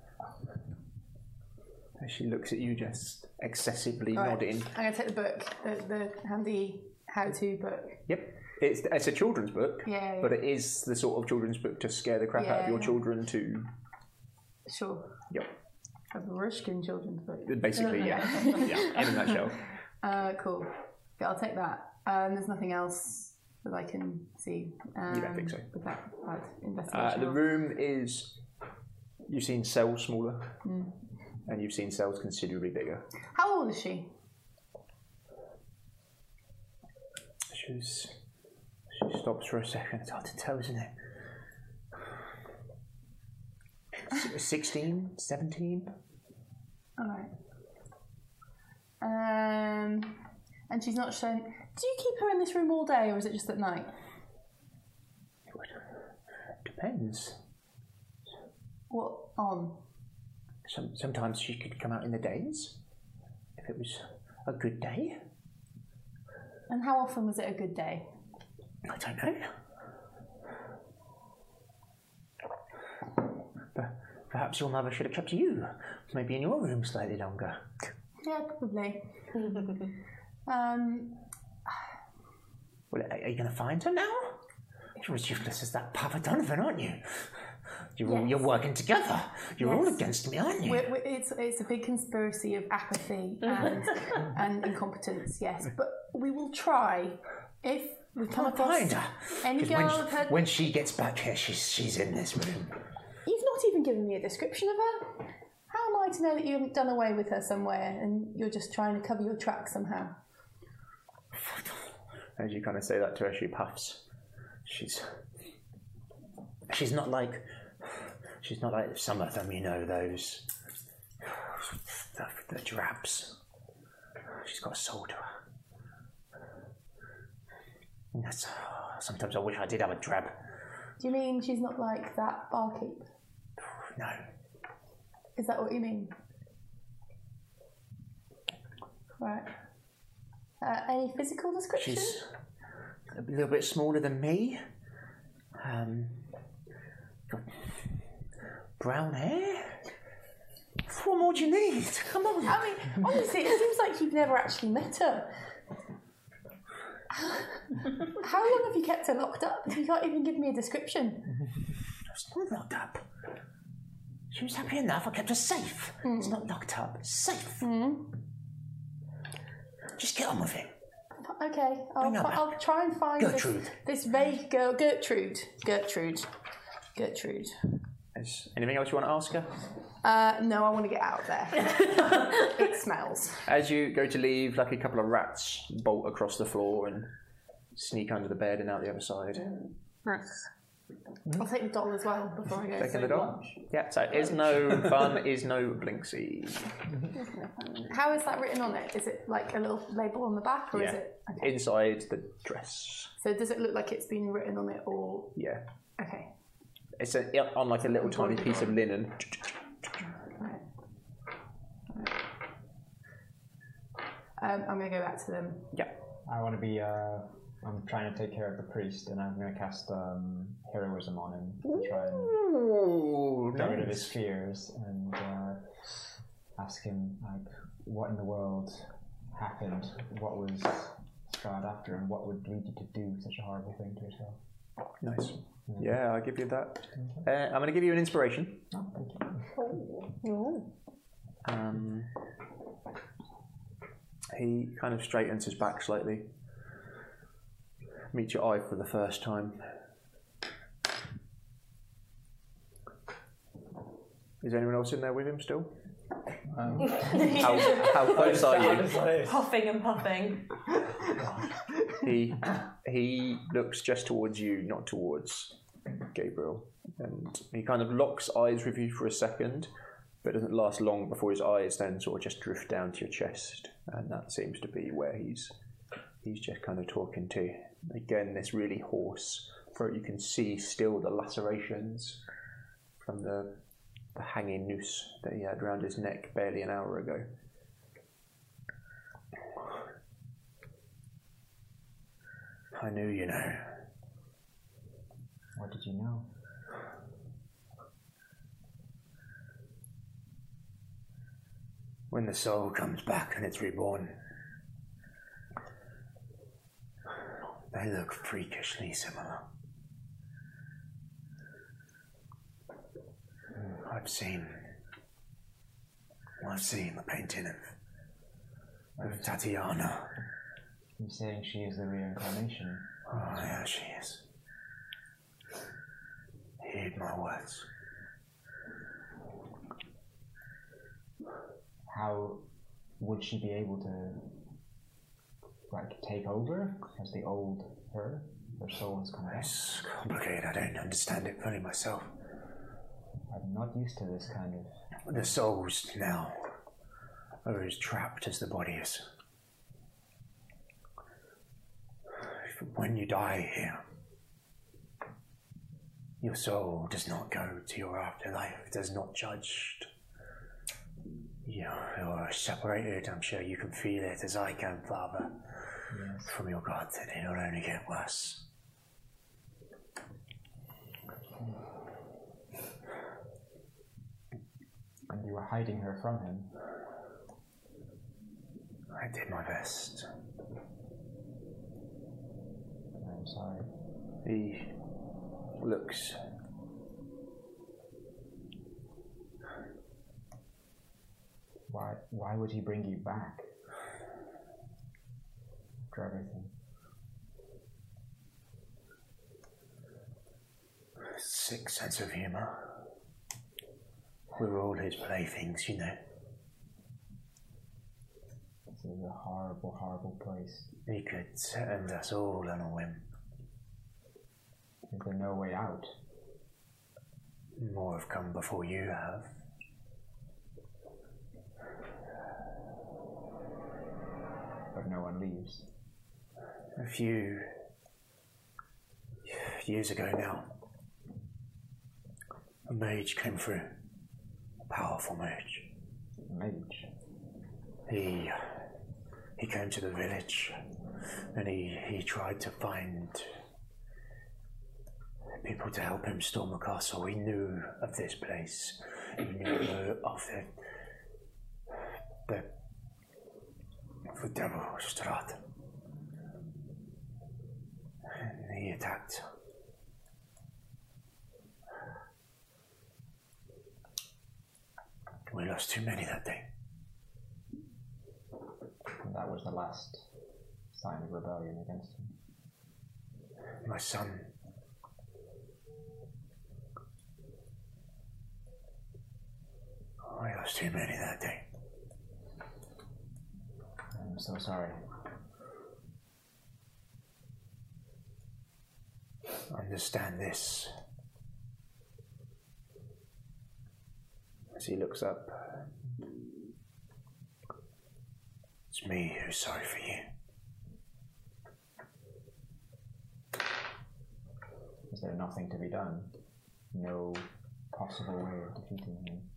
Speaker 1: And she looks at you just excessively
Speaker 6: All right.
Speaker 1: nodding.
Speaker 6: I'm going to take the book, uh, the, the handy how to book.
Speaker 1: Yep. It's, it's a children's book,
Speaker 6: Yeah, yeah.
Speaker 1: but it is the sort of children's book to scare the crap out of
Speaker 6: Yeah,
Speaker 1: your
Speaker 6: yeah.
Speaker 1: children to.
Speaker 6: Sure.
Speaker 1: Yep.
Speaker 6: A Rushkin children's book.
Speaker 1: Basically, yeah. yeah. In a nutshell.
Speaker 6: Uh, cool. Yeah, I'll take that. Um, there's nothing else that I can see. Um,
Speaker 1: don't think so.
Speaker 6: With that, that
Speaker 1: Uh,
Speaker 6: investigation.
Speaker 1: the room is. You've seen cells smaller,
Speaker 6: Hmm.
Speaker 1: and you've seen cells considerably bigger.
Speaker 6: How old is she?
Speaker 1: She's. She stops for a second. It's hard to tell, isn't it? S- 16? 17?
Speaker 6: All right. Um, And she's not shown. Do you keep her in this room all day, or is it just at night?
Speaker 1: Depends.
Speaker 6: What on?
Speaker 1: Some, sometimes she could come out in the days, if it was a good day.
Speaker 6: And how often was it a good day?
Speaker 1: I don't know. Per- Perhaps your mother should have kept you, maybe in your room slightly longer.
Speaker 6: Yeah, probably. um,
Speaker 1: Well, are, are you going to find her now? You're as useless as that Papa Donovan, aren't you? You're, all, you're working together. You're all against me, aren't you?
Speaker 6: we're, we're, it's it's a big conspiracy of apathy and and incompetence. Yes, but we will try. If we come
Speaker 1: I'll
Speaker 6: across
Speaker 1: find her.
Speaker 6: any
Speaker 1: 'Cause
Speaker 6: girl
Speaker 1: when,
Speaker 6: of her,
Speaker 1: when she gets back here, she's, she's in this room.
Speaker 6: you've not even given me a description of her. How am I to know that you haven't done away with her somewhere and you're just trying to cover your tracks somehow?
Speaker 1: As you kind of say that to her, she puffs. She's she's not like she's not like some of them, you know those the, the drabs. She's got a soul to her. And that's sometimes I wish I did have a drab.
Speaker 6: Do you mean she's not like that barkeep?
Speaker 1: No,
Speaker 6: Is that what you mean? Right. Uh, any physical description?
Speaker 1: she's a little bit smaller than me. Um, got brown hair. What more do you need? Come on.
Speaker 6: I mean, honestly, it seems like you've never actually met her. How long have you kept her locked up? You can't even give me a description.
Speaker 1: It's not locked up. She was happy enough. I kept her safe.
Speaker 6: Mm.
Speaker 1: It's not locked up. It's safe. Just get on with it.
Speaker 6: Okay, I'll,
Speaker 1: Bring her
Speaker 6: fi- I'll try and find this-
Speaker 1: Gertrude.
Speaker 6: This, vague girl, Gertrude. Gertrude. Gertrude.
Speaker 1: Anything else you want to ask her?
Speaker 6: Uh, no, I want to get out of there. it smells.
Speaker 1: As you go to leave, like a couple of rats bolt across the floor and sneak under the bed and out the other side.
Speaker 6: Mm. I'll take the doll as well before I go.
Speaker 1: Taking the door. Yeah. So is no fun. Is no blinksy.
Speaker 6: How is that written on it? Is it like a little label on the back, or Oh, is
Speaker 1: Yeah.
Speaker 6: it? Okay.
Speaker 1: Inside the dress.
Speaker 6: So does it look like it's been written on it, or
Speaker 1: Yeah.
Speaker 6: okay?
Speaker 1: It's a, yeah, on like a little tiny piece of linen.
Speaker 6: Um, I'm gonna go back to them.
Speaker 1: Yeah.
Speaker 4: I want to be. Uh, I'm trying to take care of the priest, and I'm going to cast um, heroism on him to try and
Speaker 1: Ooh,
Speaker 4: get rid of his fears and uh, ask him like, what in the world happened? What was God after, and what would lead you to do such a horrible thing to yourself?
Speaker 1: Nice. Yeah, I'll give you that. Uh, I'm going to give you an inspiration.
Speaker 4: Oh, thank you.
Speaker 1: Um, he kind of straightens his back slightly, meets your eye for the first time. Is anyone else in there with him still? Um, How, how close are you?
Speaker 2: Puffing and puffing.
Speaker 1: He he looks just towards you, not towards Gabriel, and he kind of locks eyes with you for a second, but it doesn't last long before his eyes then sort of just drift down to your chest, and that seems to be where he's he's just kind of talking to. Again, this really hoarse throat. You can see still the lacerations from the the hanging noose that he had round his neck barely an hour ago. I knew, you know.
Speaker 4: What did you know?
Speaker 1: when the soul comes back and it's reborn. They look freakishly similar. Hmm, I've seen. I've seen the painting of, of Tatiana.
Speaker 4: You're saying she is the reincarnation.
Speaker 1: Oh, there she is. Heed my words.
Speaker 4: How would she be able to like take over as the old her? Her soul has come back.
Speaker 1: It's complicated. I don't understand it fully myself.
Speaker 4: I'm not used to this kind of
Speaker 1: The souls now are as trapped as the body is.
Speaker 9: When you die here, your soul does not go to your afterlife, it is not judged. You're, you're separated, I'm sure you can feel it as I can, Father, from your God, and it'll only get worse.
Speaker 4: And you were hiding her from him.
Speaker 9: I did my best.
Speaker 4: I'm sorry.
Speaker 1: He looks.
Speaker 4: Why? Why would he bring you back? After everything.
Speaker 9: Sick sense of humour. We were all his playthings, you know.
Speaker 4: This is a horrible, horrible place.
Speaker 9: He could end us all on a whim.
Speaker 4: Is there no way out?
Speaker 9: More have come before you have.
Speaker 4: But no one leaves.
Speaker 9: A few years ago now, a mage came through. A powerful mage.
Speaker 4: Mage.
Speaker 9: He he came to the village and he, he tried to find people to help him storm the castle. He knew of this place. He knew of the the, the devil Strad. And he attacked. We lost too many that day.
Speaker 4: And that was the last sign of rebellion against him.
Speaker 9: My son. I lost too many that day.
Speaker 4: I'm so sorry.
Speaker 9: Understand this.
Speaker 1: As he looks up,
Speaker 9: It's me who's sorry for you.
Speaker 4: Is there nothing to be done? No possible way of defeating him.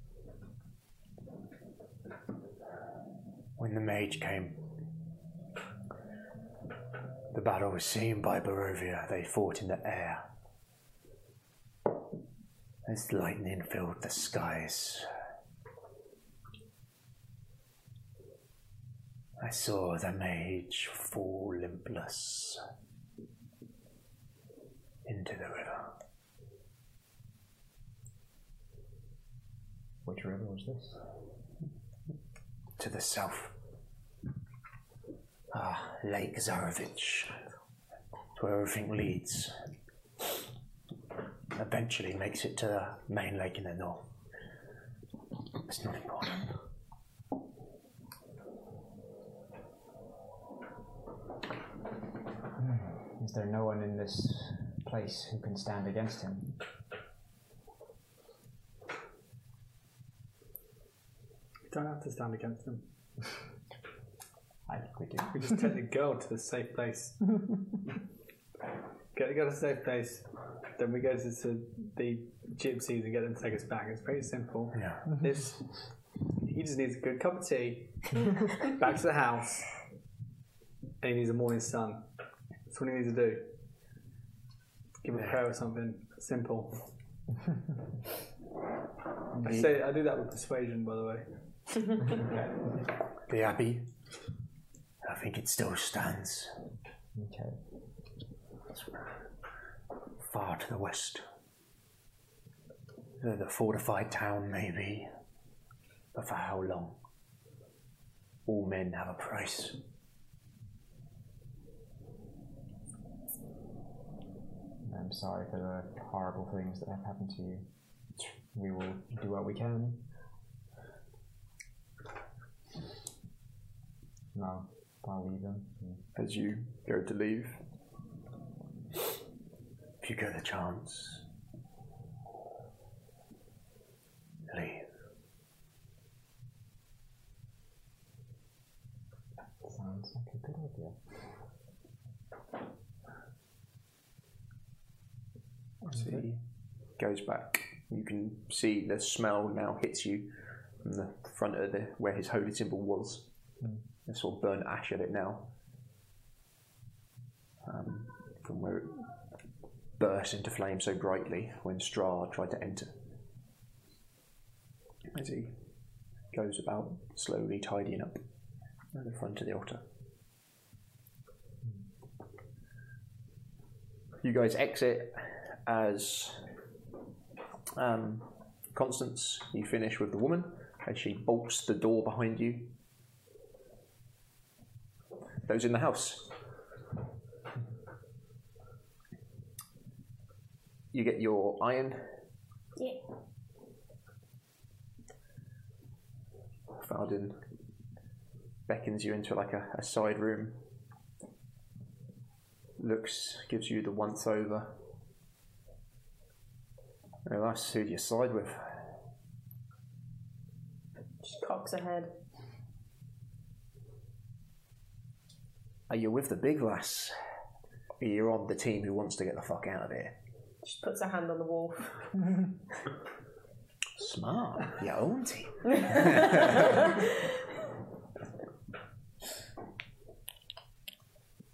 Speaker 9: When the mage came, the battle was seen by Barovia. They fought in the air. As lightning filled the skies, I saw the mage fall limpless into the river.
Speaker 4: Which river was this?
Speaker 9: to the south. Ah, Lake Zarevich. It's where everything leads. Eventually makes it to the main lake in the north. It's not important.
Speaker 4: Hmm, Is there no one in this place who can stand against him?
Speaker 7: We don't have to stand against them.
Speaker 4: I think we do.
Speaker 7: We just take the girl to the safe place. get, get a safe place. Then we go to the, the gypsies and get them to take us back. It's pretty simple.
Speaker 9: Yeah.
Speaker 7: This, he just needs a good cup of tea, back to the house, and he needs a morning sun. That's all he needs to do. Give him a prayer or something simple. I say I do that with persuasion, by the way.
Speaker 9: The abbey. I think it still stands
Speaker 4: Okay.
Speaker 9: far to the west. The the fortified town, maybe. But for how long? All men have a price.
Speaker 4: I'm sorry for the horrible things that have happened to you. We will do what we can. No, I'll leave them. Hmm,
Speaker 1: as you go to leave,
Speaker 9: If you get the chance, leave.
Speaker 4: Sounds like a good idea.
Speaker 9: So he goes back. You can see the smell now hits you from the front of the where his holy symbol was. There's sort of burnt ash at it now. Um, from where it burst into flame so brightly when Strahd tried to enter. As he goes about slowly tidying up at the front of the altar. You guys exit as um, Constance. You finish with the woman as she bolts the door behind you. Those in the house. You get your iron.
Speaker 10: Yeah.
Speaker 9: Falden beckons you into like a, a side room. Looks, gives you the once over. Now that's who do you side with?
Speaker 2: She cocks her head.
Speaker 9: Are you with the big lass? Or You're on the team who wants to get the fuck out of here.
Speaker 2: She puts her hand on the wall.
Speaker 9: Smart. Your own team.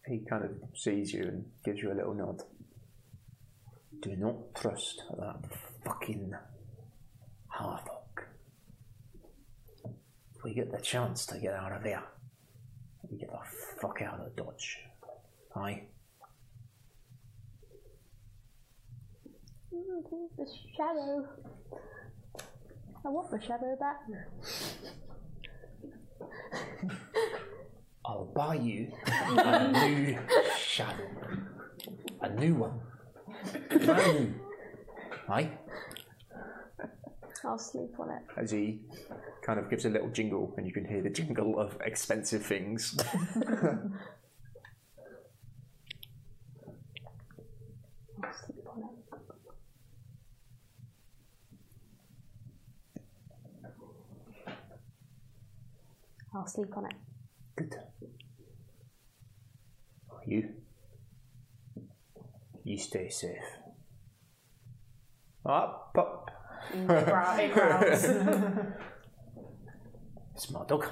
Speaker 9: he kind of sees you and gives you a little nod. Do not trust that fucking Harthog. If we get the chance to get out of here, we get the fuck out of Dodge. Aye.
Speaker 5: The shadow. I want the shadow back.
Speaker 9: I'll buy you a new shadow. A new one. Brand new. Aye.
Speaker 5: I'll sleep on it.
Speaker 9: As he kind of gives a little jingle, and you can hear the jingle of expensive things.
Speaker 5: I'll sleep on it. I'll sleep on it.
Speaker 9: Good. You. You stay safe. Ah, Up, up.
Speaker 2: Growl- It growls.
Speaker 9: It's my dog.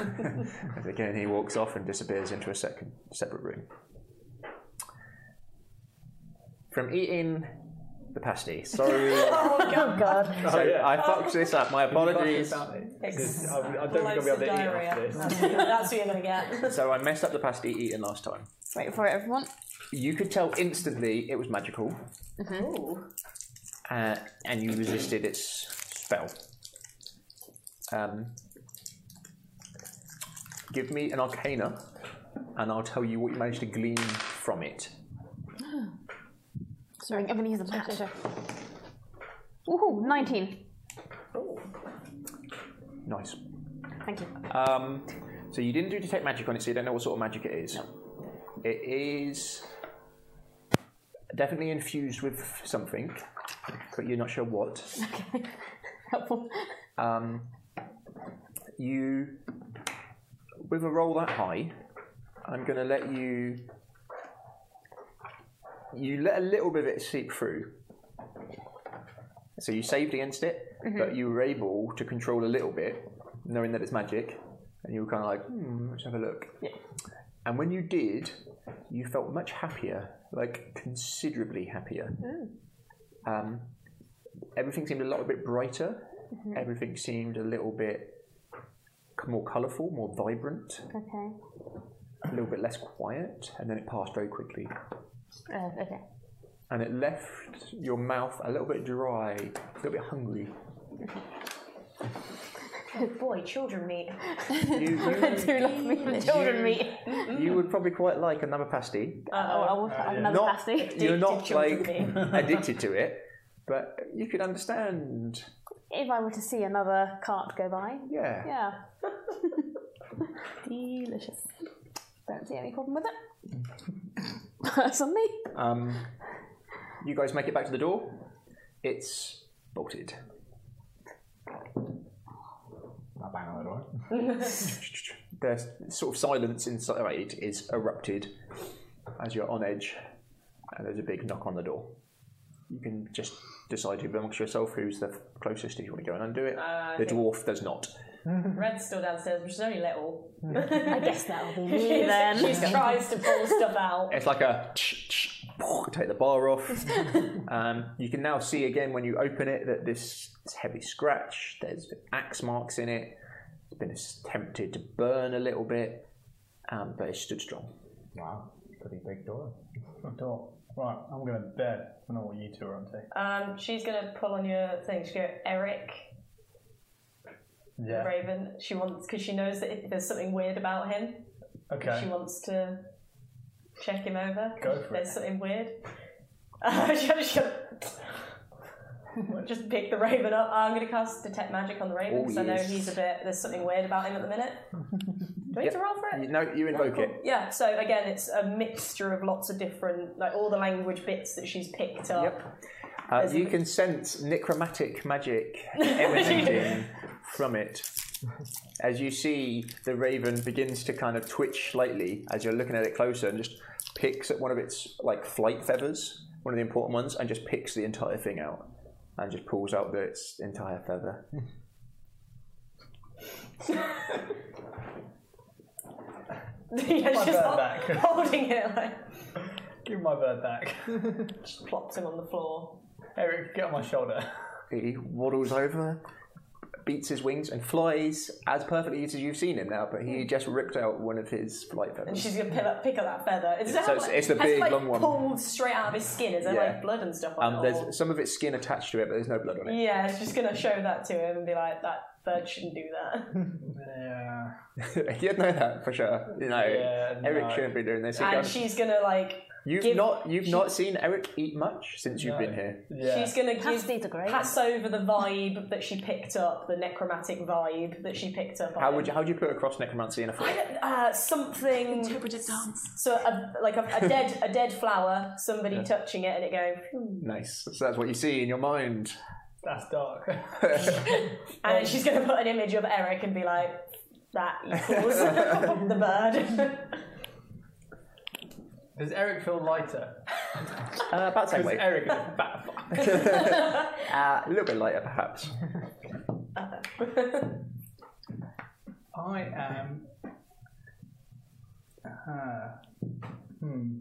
Speaker 9: and again, he walks off and disappears into a second separate room. From eating the pasty. Sorry. So I fucked this up. My apologies.
Speaker 2: It's
Speaker 11: I, I don't think I'll be able to eat
Speaker 2: diarrhea.
Speaker 11: after this.
Speaker 2: That's, that's what you're going to get.
Speaker 9: So I messed up the pasty eaten last time.
Speaker 5: Wait for it, everyone.
Speaker 9: You could tell instantly it was magical,
Speaker 2: Ooh.
Speaker 9: uh, and you resisted its spell. Um, give me an arcana, and I'll tell you what you managed to glean from it.
Speaker 5: Sorry, I'm gonna use the blaster. Woohoo, 19.
Speaker 9: Nice.
Speaker 5: Thank you.
Speaker 9: Um, so you didn't do detect magic on it, so you don't know what sort of magic it is. It is definitely infused with something, but you're not sure what. Um,
Speaker 5: Helpful.
Speaker 9: You, with a roll that high, I'm going to let you. You let a little bit of it seep through. So you saved against it, but you were able to control a little bit, knowing that it's magic, and you were kind of like, hmm, let's have a look. Yeah. And when you did, you felt much happier, like considerably happier. Um, everything seemed a little bit brighter. Everything seemed a little bit c- more colourful, more vibrant,
Speaker 5: Okay.
Speaker 9: a little bit less quiet, and then it passed very quickly.
Speaker 5: Uh, okay.
Speaker 9: And it left your mouth a little bit dry, a little bit hungry.
Speaker 10: Good boy, children meat.
Speaker 9: You, you,
Speaker 5: Do love me the children meat.
Speaker 9: you would probably quite like another pasty.
Speaker 5: Oh, I will put another
Speaker 9: Uh, Not-
Speaker 5: pasty.
Speaker 9: You're not
Speaker 2: children
Speaker 9: like addicted to it, but you could understand.
Speaker 5: If I were to see another cart go by.
Speaker 9: Yeah.
Speaker 5: Yeah. Delicious. Don't see any problem with it. Personally.
Speaker 9: Um, you guys make it back to the door. It's bolted.
Speaker 4: I bang on the door.
Speaker 9: the sort of silence inside is erupted as you're on edge, and there's a big knock on the door. You can just decide who amongst yourself who's the closest if you want to go and undo it.
Speaker 2: Uh,
Speaker 9: the
Speaker 2: okay.
Speaker 9: dwarf does not.
Speaker 2: Red's still downstairs, which is only little.
Speaker 5: I guess that'll be me
Speaker 2: she
Speaker 5: then.
Speaker 2: tries to pull stuff out.
Speaker 9: It's like a take the bar off. um, you can now see again when you open it that this is heavy scratch. There's axe marks in it. It's been attempted to burn a little bit, um, but it stood strong.
Speaker 4: Wow, pretty big door.
Speaker 11: Door. Right, I'm going to bed. I know what you two are on to.
Speaker 2: Um, she's gonna pull on your thing. She go, Eric, the
Speaker 11: Yeah.
Speaker 2: Raven. She wants because she knows that if there's something weird about him. She
Speaker 11: Okay.
Speaker 2: wants to check him over.
Speaker 11: Go for
Speaker 2: there's
Speaker 11: it.
Speaker 2: something weird. She'll- she'll- Just pick the Raven up. I'm gonna cast detect magic on the Raven
Speaker 9: Oh,
Speaker 2: because I know
Speaker 9: yes.
Speaker 2: he's a bit. There's something weird about him at the minute. Do we need to roll for it?
Speaker 9: You- No, you invoke it.
Speaker 2: Yeah, so again, it's a mixture of lots of different, like all the language bits that she's picked up.
Speaker 9: Yep. Uh, you can sense necromantic magic emanating from it. As you see, the raven begins to kind of twitch slightly as you're looking at it closer, and just picks at one of its like flight feathers, one of the important ones, and just picks the entire thing out, and just pulls out the, its entire feather.
Speaker 2: yeah, she's
Speaker 11: bird
Speaker 2: hol-
Speaker 11: back.
Speaker 2: holding it, like,
Speaker 11: Give my bird back.
Speaker 2: just plops him on the floor.
Speaker 11: Eric, get on my shoulder.
Speaker 9: He waddles over, beats his wings, and flies as perfectly as you've seen him now. But he just ripped out one of his flight feathers.
Speaker 2: And she's gonna pick up, pick up that feather. It's,
Speaker 9: So it's- it's the big,
Speaker 2: like,
Speaker 9: long one.
Speaker 2: pulled straight out of his skin. Is there
Speaker 9: Yeah.
Speaker 2: like blood and stuff on
Speaker 9: Um,
Speaker 2: it? or-
Speaker 9: there's some of its skin attached to it, but there's no blood on it.
Speaker 2: Yeah, she's gonna show that to him and be like, that bird shouldn't do that.
Speaker 11: Yeah.
Speaker 9: You'd know that for sure. You know,
Speaker 11: Yeah,
Speaker 9: Eric
Speaker 11: no.
Speaker 9: shouldn't be doing this. He
Speaker 2: and
Speaker 9: goes-
Speaker 2: she's gonna like,
Speaker 9: you've
Speaker 2: give-
Speaker 9: not you've
Speaker 2: she-
Speaker 9: not seen Eric eat much since you've
Speaker 11: No.
Speaker 9: been here.
Speaker 11: Yeah.
Speaker 2: she's gonna give,
Speaker 5: Pasties are great.
Speaker 2: pass over the vibe that she picked up, the necromantic vibe that she picked up.
Speaker 9: How
Speaker 2: on
Speaker 9: would
Speaker 2: him.
Speaker 9: you, how would you put across necromancy in a
Speaker 2: I
Speaker 9: fight?
Speaker 2: don't- uh, something
Speaker 12: Interpreted dance.
Speaker 2: So a, like a, a dead a dead flower, somebody touching it and it going, "Hmm."
Speaker 9: Nice. So that's what you see in your mind.
Speaker 11: That's dark.
Speaker 2: and she's going to put an image of Eric and be like, that equals the bird.
Speaker 11: Does Eric feel lighter?
Speaker 9: Uh, about same
Speaker 11: Because
Speaker 9: weight.
Speaker 11: Eric is a fat fuck.
Speaker 9: Uh, a little bit lighter, perhaps.
Speaker 11: I am.
Speaker 13: uh-huh.
Speaker 11: Uh, hmm.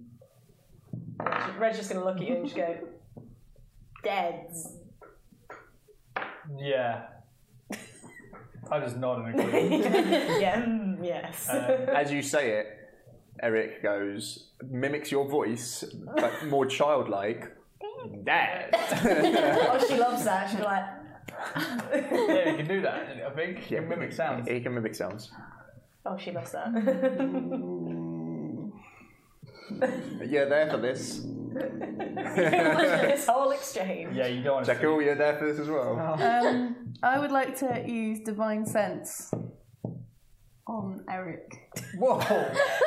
Speaker 2: Red's just going to look at you and just go, deads.
Speaker 11: Yeah. I just nod and agree.
Speaker 2: Yeah, mm, yes.
Speaker 9: As you say it, Eric goes mimics your voice, but more childlike. Dad.
Speaker 2: oh, she loves that. She'll be like,
Speaker 11: yeah, you can do that, I think. You can mimic sounds.
Speaker 9: He can mimic sounds.
Speaker 2: oh, she loves that.
Speaker 9: You're there for this.
Speaker 2: this whole exchange.
Speaker 11: Yeah, you don't want to.
Speaker 9: Cool, you're there for this as well.
Speaker 6: Um, I would like to use divine sense on Eric.
Speaker 9: Whoa!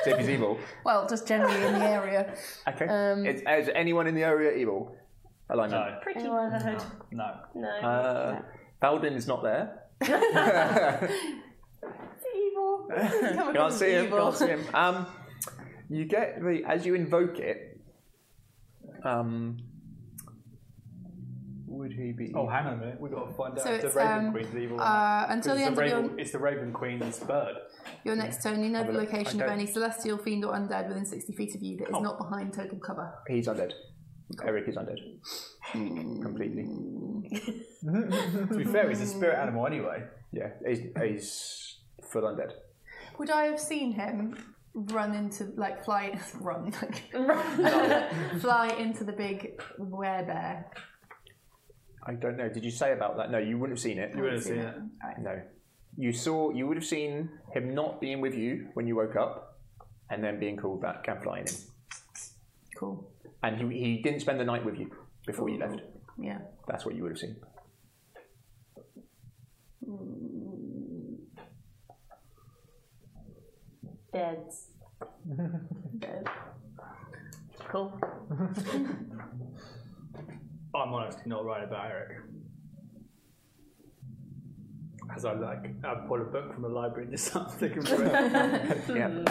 Speaker 9: See if he's evil.
Speaker 6: Well, just generally in the area.
Speaker 9: Okay.
Speaker 6: Um,
Speaker 9: is, is anyone in the area evil? Alignment.
Speaker 11: No,
Speaker 2: Pretty.
Speaker 5: Anyone in the hood?
Speaker 11: no.
Speaker 2: No.
Speaker 9: Uh, Baldwin is not there.
Speaker 6: Evil.
Speaker 9: Can't see him. Can't see him. Um, you get the as you invoke it. Um, would he be?
Speaker 13: Oh, hang on a minute. We've got to find out
Speaker 6: So
Speaker 13: if the
Speaker 6: it's,
Speaker 13: Raven
Speaker 6: um,
Speaker 13: Queen's evil. or not.
Speaker 6: Uh, until the
Speaker 13: it's,
Speaker 6: end
Speaker 13: the
Speaker 6: of your,
Speaker 13: Raven, it's the Raven Queen's bird.
Speaker 6: your next turn, you know the location of
Speaker 9: Okay.
Speaker 6: any celestial, fiend, or undead within 60 feet of you that is not behind total cover.
Speaker 9: He's undead. Eric is undead. Completely.
Speaker 13: To be fair, he's a spirit animal anyway.
Speaker 9: Yeah, he's, he's full undead.
Speaker 6: Would I have seen him run into, like, fly, run, fly into the big werebear?
Speaker 9: I don't know. Did you say about that? No, you wouldn't have seen it. You
Speaker 13: Would have seen it.
Speaker 9: No. You saw. You would have seen him not being with you when you woke up, and then being called back and flying in.
Speaker 6: Cool.
Speaker 9: And he, he didn't spend the night with you before you left.
Speaker 6: Yeah.
Speaker 9: That's what you would have seen.
Speaker 2: Deads.
Speaker 5: Cool.
Speaker 13: I'm honestly not right about Eric. As I like, I bought a book from the library and just started thinking through it.
Speaker 9: Yeah.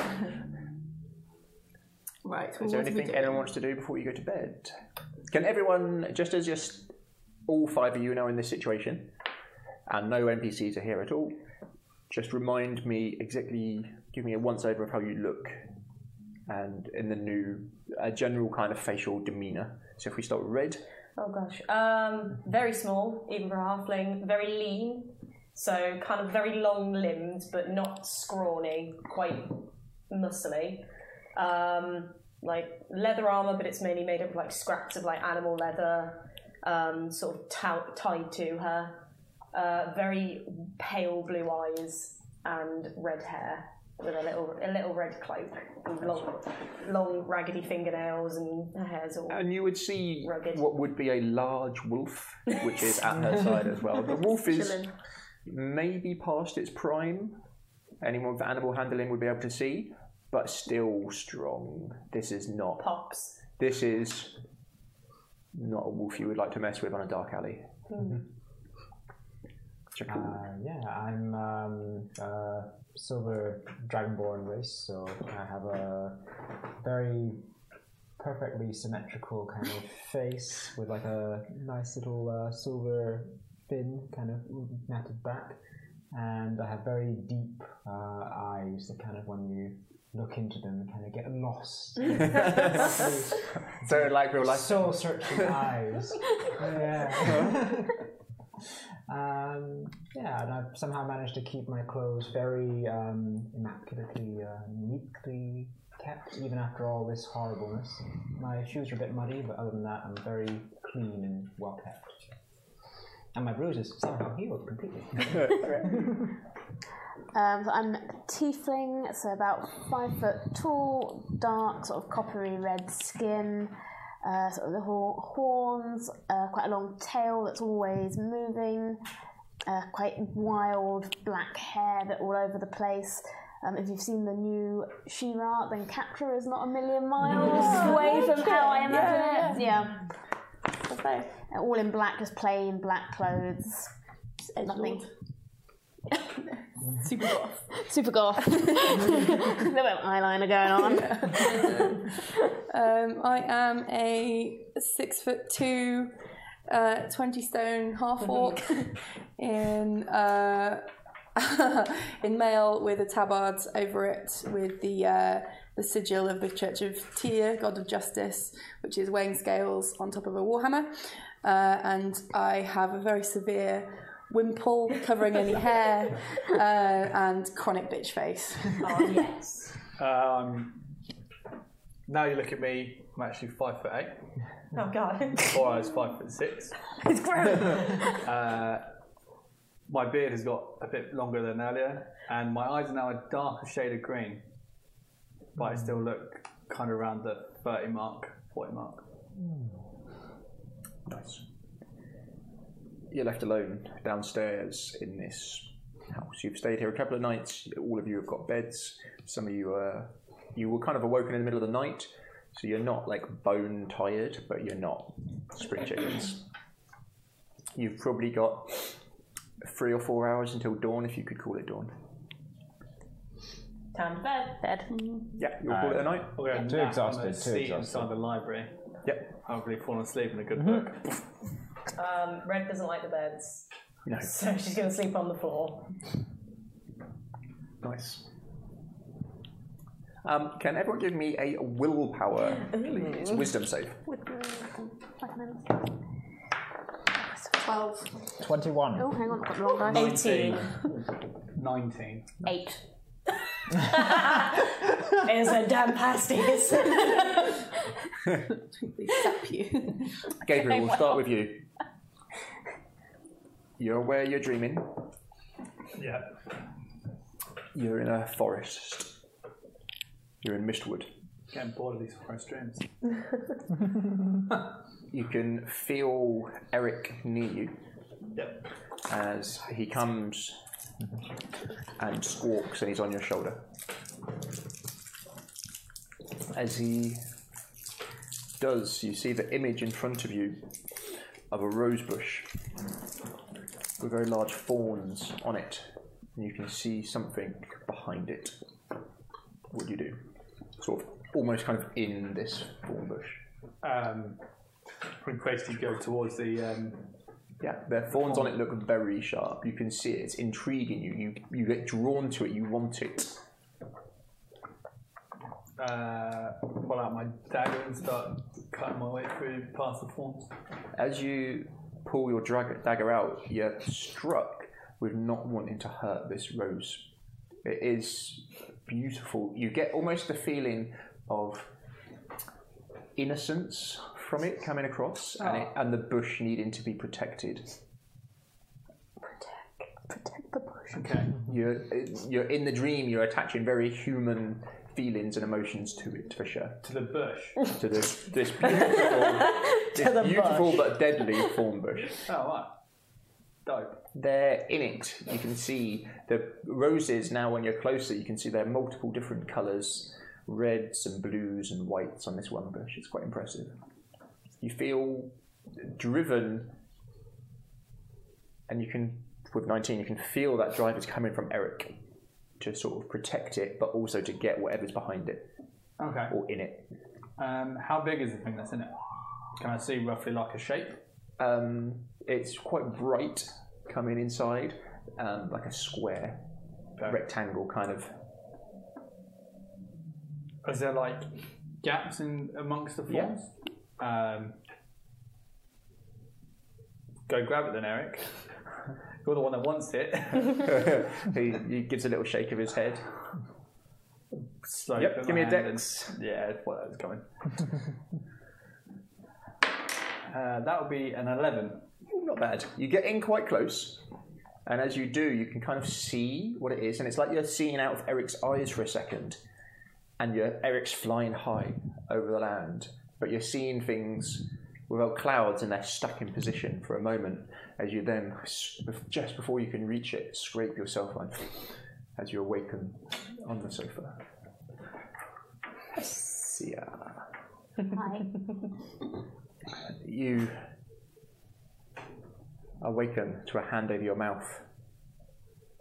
Speaker 6: Right. well, what
Speaker 9: Is there
Speaker 6: do we
Speaker 9: anything
Speaker 6: do?
Speaker 9: anyone wants to do before you go to bed? Can everyone, just as you're s- all five of you now in this situation, and no NPCs are here at all, just remind me exactly, give me a once over of how you look and in the new, a general kind of facial demeanour. So if we start with red,
Speaker 2: Oh gosh. Um, very small, even for a halfling. Very lean, so kind of very long limbed, but not scrawny. Quite muscly. Um, like leather armor, but it's mainly made up of like scraps of like animal leather, um, sort of tou- tied to her. Uh, very pale blue eyes and red hair with a little a little red cloak and long long raggedy fingernails and her hair's all
Speaker 9: and you would see
Speaker 2: Rugged.
Speaker 9: what would be a large wolf, which is at her side as well. The wolf is
Speaker 2: Chilling.
Speaker 9: maybe past its prime. Anyone with animal handling would be able to see, but still strong. This is not
Speaker 2: pops.
Speaker 9: this is not a wolf you would like to mess with on a dark alley.
Speaker 14: Hmm. Ah.
Speaker 9: Jackal.
Speaker 4: Uh, yeah, I'm um, uh, silver dragonborn race, so I have a very perfectly symmetrical kind of face with like a nice little uh, silver fin kind of matted back, and I have very deep uh, eyes, the kind of when you look into them and kind of get lost.
Speaker 14: So like real life.
Speaker 4: soul searching eyes. Yeah. um, yeah, and I've somehow managed to keep my clothes very um, immaculately, uh, neatly kept, even after all this horribleness. My shoes are a bit muddy, but other than that, I'm very clean and well kept. And my bruises somehow healed completely.
Speaker 5: Um, so I'm tiefling, so about five foot tall, dark, sort of coppery red skin, uh, sort of the hor- horns, uh, quite a long tail that's always moving, uh, quite wild black hair that all over the place. Um, if you've seen the new She-Ra, then Catra is not a million miles away from how I imagine it. Yeah. So, uh, all in black, just plain black clothes. Nothing. Super goth. A little bit of eyeliner going on.
Speaker 6: Um, I am a six foot two, uh, 20 stone half orc in, uh, in mail with a tabard over it with the, uh, the sigil of the Church of Tyr, God of Justice, which is weighing scales on top of a warhammer. Uh, and I have a very severe wimple covering any hair uh, and chronic bitch face.
Speaker 2: Oh, yes.
Speaker 11: Um, now you look at me. I'm actually five foot eight.
Speaker 2: Oh god.
Speaker 11: Or I was five foot six.
Speaker 2: it's gross.
Speaker 11: Uh, my beard has got a bit longer than earlier, and my eyes are now a darker shade of green, but I still look kind of around the 30 mark, 40 mark.
Speaker 9: Nice. You're left alone downstairs in this house. You've stayed here a couple of nights. All of you have got beds. Some of you are you were kind of awoken in the middle of the night, so you're not like bone tired, but you're not spring chickens. You've probably got three or four hours until dawn, if you could call it dawn.
Speaker 2: Time to bed.
Speaker 5: Bed.
Speaker 9: Yeah, you'll call it a night.
Speaker 11: We're going
Speaker 4: Too exhausted,
Speaker 11: On a
Speaker 4: too
Speaker 11: seat
Speaker 4: exhausted.
Speaker 11: inside the library.
Speaker 9: Yep.
Speaker 11: Hopefully, fallen asleep in a good book.
Speaker 2: Um, Red doesn't like the beds,
Speaker 9: No.
Speaker 2: so she's gonna sleep on the floor.
Speaker 9: Nice. Um, can everyone give me a willpower, please? Wisdom save.
Speaker 5: um, Twelve.
Speaker 4: 21.
Speaker 5: Oh, hang on, I've got the wrong dice.
Speaker 2: 18.
Speaker 11: 19.
Speaker 5: Eight.
Speaker 2: It's a damn pasties.
Speaker 6: They sap you.
Speaker 9: Gabriel, we'll
Speaker 14: Oh.
Speaker 9: start with you. You're aware you're dreaming.
Speaker 11: Yeah.
Speaker 9: You're in a forest. You're in Mistwood.
Speaker 11: Getting bored of these forest dreams.
Speaker 9: You can feel Eric near you
Speaker 11: Yep.
Speaker 9: as he comes and squawks and he's on your shoulder. As he does, you see the image in front of you of a rose bush with very large thorns on it, and you can see something behind it. What do you do? Sort of almost kind of in this thorn bush.
Speaker 11: Um,
Speaker 7: Request you go towards the. Um,
Speaker 1: Yeah, their thorns on it look very sharp. You can see it. It's intriguing you. You you get drawn to it. You want it.
Speaker 7: uh, pull out my dagger and start cutting my way through past the thorns.
Speaker 1: As you pull your drag- dagger out, you're struck with not wanting to hurt this rose. It is beautiful. You get almost the feeling of innocence from it coming across, and,
Speaker 5: Ah.
Speaker 1: it, and the bush needing to be protected.
Speaker 5: Protect the bush.
Speaker 7: Okay.
Speaker 1: You're you're in the dream. You're attaching very human feelings and emotions to it for sure.
Speaker 7: To the bush. Oh,
Speaker 1: to this this beautiful, this
Speaker 2: the
Speaker 1: beautiful but deadly thorn bush.
Speaker 7: Oh, right. Dope.
Speaker 1: They're in it. You can see the roses now. When you're closer, you can see they're multiple different colours: reds and blues and whites on this one bush. It's quite impressive. You feel driven, and you can with 19, you can feel that drive is coming from Eric to sort of protect it, but also to get whatever's behind it
Speaker 7: Okay.
Speaker 1: or in it.
Speaker 7: Um, how big is the thing that's in it? Can I see roughly like a shape?
Speaker 1: Um, it's quite bright coming inside, um, like a square,
Speaker 7: Okay.
Speaker 1: rectangle kind of.
Speaker 7: Is there like gaps in amongst the
Speaker 1: Yeah.
Speaker 7: forms? Um, go grab it then, Eric. You're the one that wants it.
Speaker 1: he, he gives a little shake of his head.
Speaker 7: Slowly
Speaker 1: Yep,
Speaker 7: put
Speaker 1: give
Speaker 7: my
Speaker 1: me a
Speaker 7: hand
Speaker 1: dex.
Speaker 7: in. yeah, that's what that was coming. uh, that would be an 11.
Speaker 1: Ooh, not bad. You get in quite close, and as you do, you can kind of see what it is, and it's like you're seeing out of Eric's eyes for a second, and you're, Eric's flying high over the land, but you're seeing things without clouds, and they're stuck in position for a moment. As you then, s- bef- just before you can reach it, scrape yourself on as you awaken on the sofa. Yeah.
Speaker 5: Hi.
Speaker 1: you awaken to a hand over your mouth.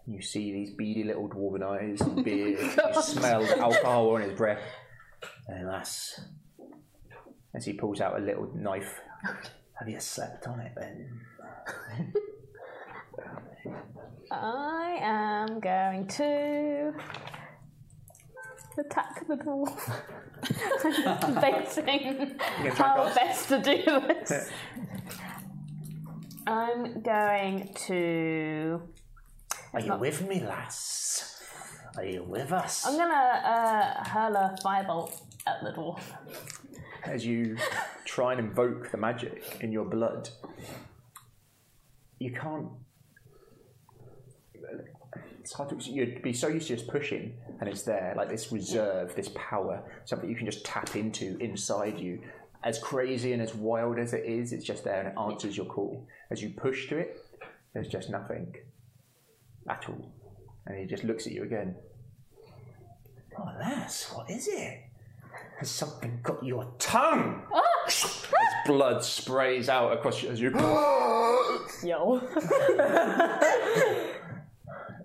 Speaker 1: You see these beady little dwarven eyes and beard. you smell the alcohol on his breath. And that's as he pulls out a little knife. Have you slept on it then?
Speaker 5: I am going to attack the dwarf. I'm debating how best to do this. I'm going to.
Speaker 9: Are you with me, lass? Are you with us?
Speaker 5: I'm gonna uh, hurl a firebolt at the dwarf.
Speaker 1: As you try and invoke the magic in your blood, you can't. It's hard to. You'd be so used to just pushing, and it's there, like this reserve, this power, something you can just tap into inside you. As crazy and as wild as it is, it's just there and it answers your call. As you push to it, there's just nothing at all. And he just looks at you again.
Speaker 9: Oh, lass, what is it? Has something got your tongue?
Speaker 1: Blood sprays out across you as you.
Speaker 2: Yo.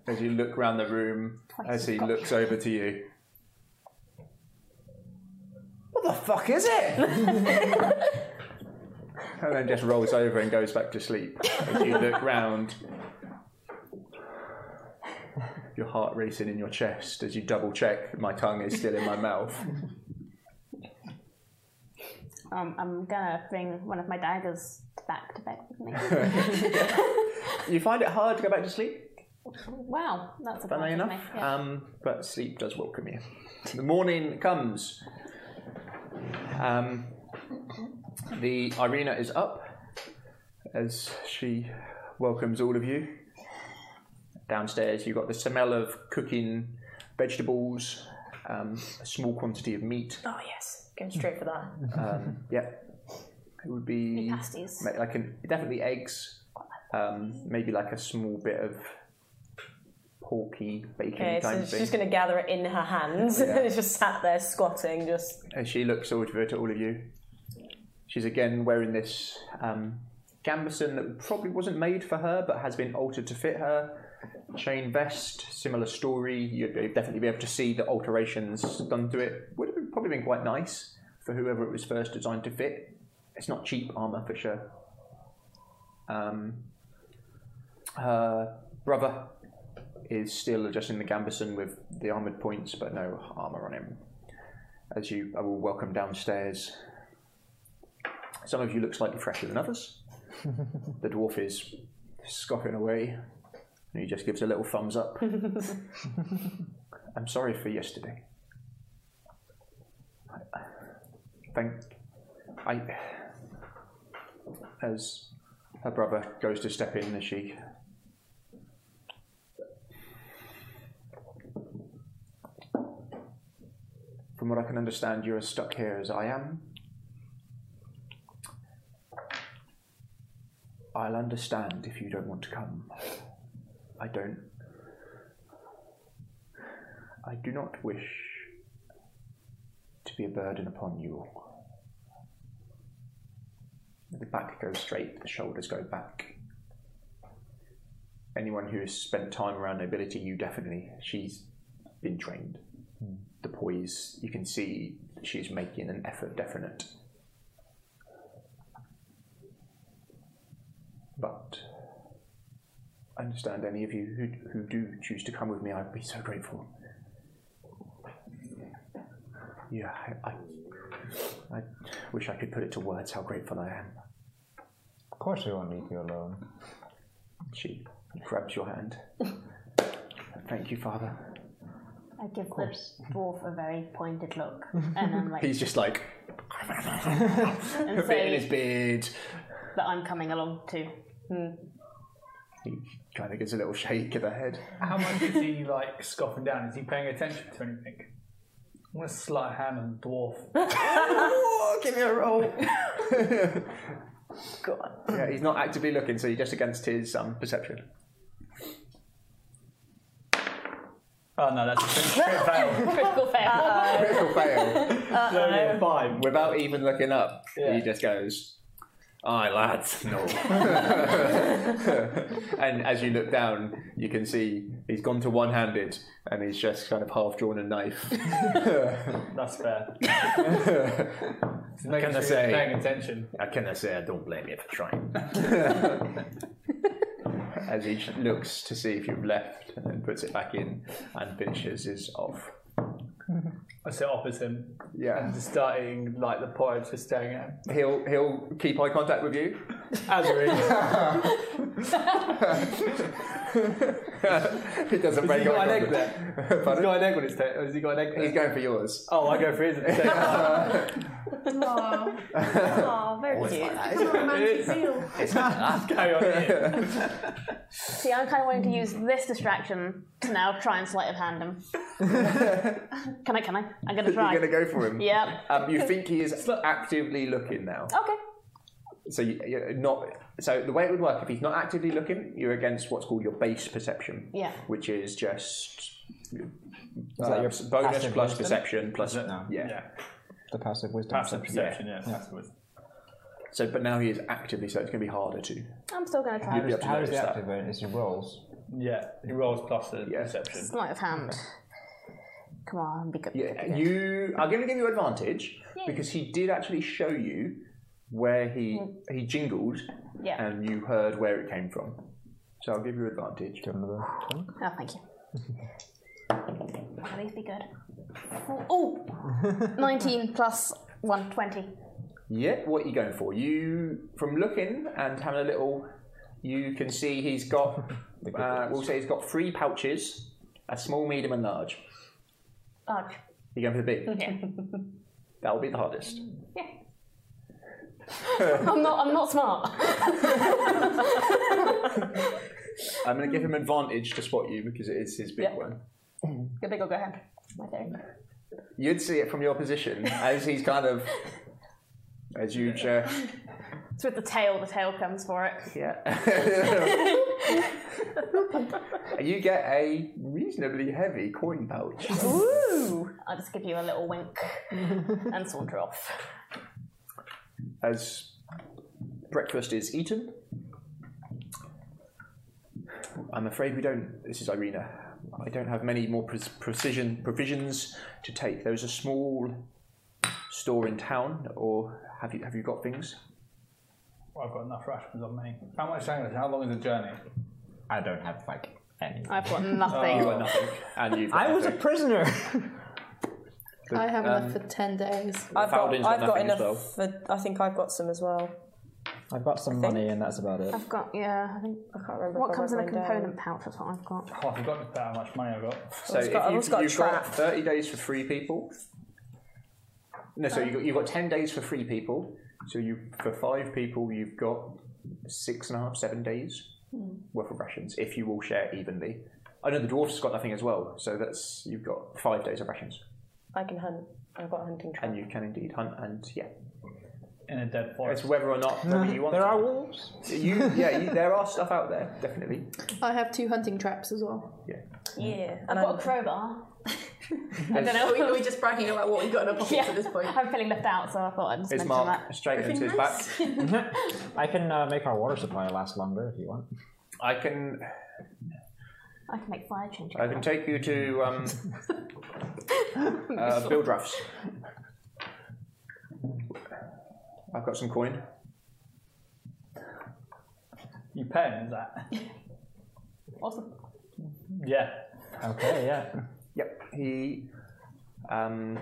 Speaker 1: as you look round the room as he looks over to you. What the fuck is it? and then just rolls over and goes back to sleep. As you look round, your heart racing in your chest as you double check my tongue is still in my mouth.
Speaker 5: Um, I'm gonna bring one of my daggers back to bed with me.
Speaker 1: You find it hard to go back to sleep,
Speaker 5: wow, that's a bad
Speaker 1: funnily
Speaker 5: of
Speaker 1: enough,
Speaker 5: me. Yeah.
Speaker 1: um, but sleep does welcome you. The morning comes. Um, the Irina is up as she welcomes all of you. Downstairs, you've got the smell of cooking vegetables, um, a small quantity of meat.
Speaker 2: Oh yes, going straight for that.
Speaker 1: Yeah, it would be
Speaker 5: pasties.
Speaker 1: ma- like an, definitely eggs. Um, maybe like a small bit of porky bacon
Speaker 2: Okay,
Speaker 1: kind of
Speaker 2: so she's
Speaker 1: thing.
Speaker 2: just going to gather it in her hands and it's just sat there squatting. Just
Speaker 1: As she looks over to all of you, she's again wearing this um, gambeson that probably wasn't made for her but has been altered to fit her. Chain vest, similar story. You'd be- definitely be able to see the alterations done to it. Would have been, probably been quite nice for whoever it was first designed to fit. it's not cheap armor for sure. Um, her brother is still adjusting the gambeson with the armored points, but no armor on him. As you are all welcome downstairs, some of you look slightly fresher than others. the dwarf is scoffing away, and he just gives a little thumbs up. I'm sorry for yesterday. I, thank. I. As her brother goes to step in, as she. From what I can understand, you're as stuck here as I am. I'll understand if you don't want to come. I don't. I do not wish to be a burden upon you. The back goes straight, the shoulders go back. Anyone who has spent time around nobility, you definitely, she's been trained. The poise, you can see she's making an effort, definite. But I understand any of you who, who do choose to come with me, I'd be so grateful. Yeah, I, I, I wish I could put it to words how grateful I am.
Speaker 4: Of course, we won't leave you alone.
Speaker 1: She grabs your hand. Thank you, Father.
Speaker 5: I give the dwarf a very pointed look, and I'm like,
Speaker 1: He's just like,
Speaker 5: and
Speaker 1: a bit in his
Speaker 5: say
Speaker 1: beard.
Speaker 5: that I'm coming along too.
Speaker 1: He kind of gives a little shake of the head.
Speaker 7: How much is he like scoffing down? Is he paying attention to anything? I want to slight hand on the dwarf.
Speaker 1: give me a roll. God. Yeah, he's not actively looking, so you're just against his um, perception.
Speaker 7: Oh no, that's a crit fail.
Speaker 5: Critical fail.
Speaker 1: Critical fail.
Speaker 7: It's only a five.
Speaker 1: Without even looking up,
Speaker 7: Yeah.
Speaker 1: he just goes, Aye, lads, no. and as you look down, you can see he's gone to one handed and he's just kind of half drawn a knife.
Speaker 7: That's fair. It's making
Speaker 9: Can I
Speaker 7: sure
Speaker 9: say-
Speaker 7: he's paying attention.
Speaker 9: I cannot say I don't blame you for trying.
Speaker 1: as he looks to see if you've left and then puts it back in and finishes his off.
Speaker 7: I sit opposite him
Speaker 1: Yeah.
Speaker 7: and just starting like the poet just staring at him.
Speaker 1: He'll he'll keep eye contact with you.
Speaker 7: As a reason.
Speaker 1: He doesn't
Speaker 7: Has
Speaker 1: break
Speaker 7: he got
Speaker 1: eye
Speaker 7: an egg
Speaker 1: contact.
Speaker 7: there? Has he got an egg on his tail? Or has he got an egg there?
Speaker 1: He's going for yours.
Speaker 7: Oh, I go for his instead.
Speaker 6: Aw,
Speaker 2: Oh, very cute.
Speaker 6: it's a romantic deal.
Speaker 7: Carry on. Ian.
Speaker 5: See, I'm kind of wanting to use this distraction to now try and sleight of hand him. can I? Can I? I'm gonna try.
Speaker 1: You're going to go for him.
Speaker 5: Yep.
Speaker 1: Um, you think he is actively looking now.
Speaker 5: Okay.
Speaker 1: So you, you're not. So the way it would work, if he's not actively looking, you're against what's called your base perception.
Speaker 5: Yeah.
Speaker 1: Which is just. uh,
Speaker 4: that your
Speaker 1: bonus
Speaker 4: passive
Speaker 1: plus
Speaker 4: wisdom?
Speaker 1: perception plus
Speaker 4: No.
Speaker 1: yeah.
Speaker 4: The passive wisdom.
Speaker 7: Passive
Speaker 4: section.
Speaker 7: perception, yeah. Passive wisdom.
Speaker 1: So, but now he is actively, so it's going to be harder to.
Speaker 5: I'm still gonna try.
Speaker 1: You'd be able to
Speaker 4: How does
Speaker 1: notice
Speaker 4: it
Speaker 1: that.
Speaker 4: activate? Is your rolls?
Speaker 7: Yeah, he rolls plus the
Speaker 1: Yeah.
Speaker 7: perception.
Speaker 5: Sleight of hand. Come on, be good. be good, be
Speaker 1: Yeah,
Speaker 5: good.
Speaker 1: you are going to give you advantage because he did actually show you where he he jingled,
Speaker 5: Yeah.
Speaker 1: and you heard where it came from. So I'll give you advantage.
Speaker 4: Another twenty?
Speaker 5: Oh, thank you. Please be good. Oh, 19 plus 1, 20.
Speaker 1: Yeah, what are you going for? You from looking and having a little, you can see he's got. Uh, we'll say he's got three pouches, a small, medium, and large.
Speaker 5: Large.
Speaker 1: You're going for the big.
Speaker 5: Yeah.
Speaker 1: That will be the hardest.
Speaker 5: yeah. I'm not. I'm not smart.
Speaker 1: I'm going to give him advantage to spot you because it is his big
Speaker 5: Yeah.
Speaker 1: one.
Speaker 5: Go big or go home. My theory.
Speaker 1: You'd see it from your position as he's kind of. As you just.
Speaker 5: It's with the tail. The tail comes for it.
Speaker 1: Yeah. you get a reasonably heavy coin pouch.
Speaker 5: I'll just give you a little wink and saunter off.
Speaker 1: As breakfast is eaten, I'm afraid we don't. This is Irina. I don't have many more pre- precision provisions to take. There's a small store in town, or have you have you got things?
Speaker 11: Well, I've got enough rations on me. How much time is it? How long is the journey?
Speaker 15: I don't have like any.
Speaker 8: I've got nothing.
Speaker 15: You got nothing, and you.
Speaker 4: I was a prisoner.
Speaker 16: I have enough for ten days.
Speaker 2: I've got,
Speaker 15: Paladin's got
Speaker 2: I've got
Speaker 15: nothing as
Speaker 2: enough.
Speaker 1: Oh.
Speaker 2: For, I think I've got some as well.
Speaker 4: I've got some money, and that's about it.
Speaker 5: I've got yeah. I think
Speaker 2: I can't remember.
Speaker 5: what
Speaker 2: if I
Speaker 5: comes in a
Speaker 2: wrote mine down.
Speaker 5: component pouch. That's what I've got.
Speaker 11: Oh, I forgot just about how much money I got.
Speaker 1: So
Speaker 2: I've
Speaker 1: if
Speaker 2: got- I've
Speaker 1: you,
Speaker 2: also got a
Speaker 1: you've got
Speaker 2: trap.
Speaker 1: 30 days for three people. No, so you got, you've got 10 days for three people. So you for five people, you've got six and a half, seven days
Speaker 2: Hmm.
Speaker 1: worth of rations if you all share evenly. I know the dwarf's got nothing as well, so that's you've got five days of rations,
Speaker 2: I can hunt. I've got a hunting trap.
Speaker 1: and you can indeed hunt. And yeah,
Speaker 11: In a dead
Speaker 1: it's
Speaker 11: forest.
Speaker 1: whether or not whether you want.
Speaker 4: Um, There
Speaker 1: to.
Speaker 4: are wolves.
Speaker 1: You, yeah, you, there are stuff out there definitely.
Speaker 16: I have two hunting traps as well.
Speaker 1: Yeah,
Speaker 2: yeah, and
Speaker 8: I've
Speaker 2: I'm,
Speaker 8: got a crowbar.
Speaker 6: I don't know. Are we, are we just bragging about what we've got in our pockets
Speaker 8: Yeah.
Speaker 6: at this point?
Speaker 8: I'm feeling left out, so I thought I'd just
Speaker 1: it's
Speaker 8: mention
Speaker 1: Mark
Speaker 8: that.
Speaker 1: straight into his back.
Speaker 4: I can uh, make our water supply last longer if you want.
Speaker 1: I can
Speaker 8: I can make fire change.
Speaker 1: I can take you to um, uh, Bill Drafts. I've got some coin.
Speaker 11: You paying with that?
Speaker 8: Awesome.
Speaker 11: Yeah.
Speaker 4: Okay, yeah.
Speaker 1: Yep, he. Um,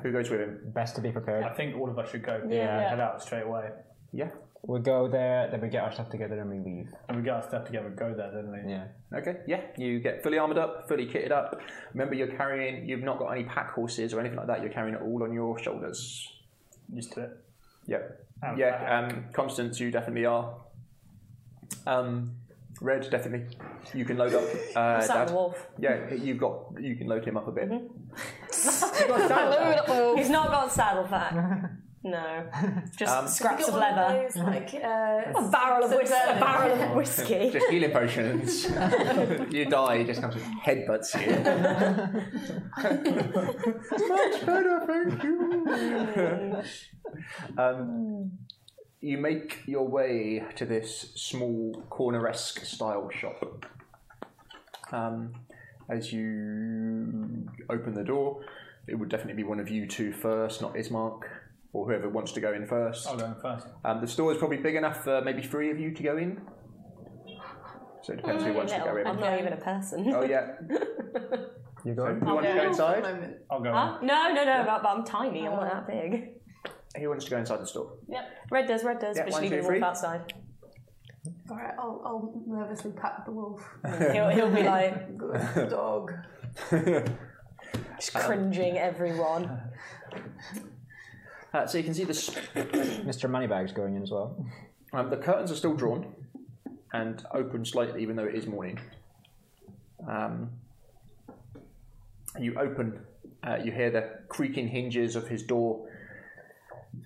Speaker 1: who goes with him?
Speaker 4: Best to be prepared.
Speaker 11: I think all of us should go.
Speaker 2: Yeah.
Speaker 11: Head out straight away.
Speaker 1: Yeah.
Speaker 4: We go there, then we get our stuff together, and we leave.
Speaker 11: And we got our stuff together. Go there, didn't we?
Speaker 4: Yeah.
Speaker 1: Okay. Yeah, you get fully armored up, fully kitted up. Remember, you're carrying. You've not got any pack horses or anything like that. You're carrying it all on your shoulders.
Speaker 11: Used to it.
Speaker 1: Yep.
Speaker 11: And
Speaker 1: Yeah. Um, Constance, you definitely are. Um, Red, definitely. You can load up. Uh,
Speaker 2: sat on
Speaker 1: Dad.
Speaker 2: the wolf.
Speaker 1: Yeah, you've got. You can load him up a bit.
Speaker 2: He's not got a saddleback. No, just scraps of
Speaker 6: One of
Speaker 2: leather,
Speaker 6: those, like, uh,
Speaker 2: a barrel of whiskey, a barrel of whiskey.
Speaker 1: Just healing potions. you die, he just comes with headbutts you. Much better, thank you. um, you make your way to this small corner-esque style shop. Um, as you open the door, it would definitely be one of you two first, not Ismark, or whoever wants to go in first.
Speaker 11: I'll go in first.
Speaker 1: Um, the store is probably big enough for maybe three of you to go in. So it depends who wants to go in.
Speaker 2: I'm not even a person.
Speaker 1: Oh yeah.
Speaker 4: You go.
Speaker 1: Who wants to go inside?
Speaker 6: moment.
Speaker 11: I'll go.
Speaker 2: Huh? No, no, no, but, but I'm tiny. I'm
Speaker 8: Uh,
Speaker 2: not that big.
Speaker 1: Who wants to go inside the store?
Speaker 2: Red does, red does,
Speaker 1: Yeah,
Speaker 2: but
Speaker 1: one,
Speaker 2: she
Speaker 1: two,
Speaker 2: can
Speaker 1: three.
Speaker 2: walk outside.
Speaker 6: All right, I'll, I'll nervously pat the wolf.
Speaker 2: He'll, he'll be like
Speaker 6: Good dog.
Speaker 2: just cringing everyone.
Speaker 1: Uh, so you can see the s-
Speaker 4: Mr. Moneybags going in as well.
Speaker 1: um, the curtains are still drawn and open slightly, even though it is morning. Um, you open. Uh, you hear the creaking hinges of his door,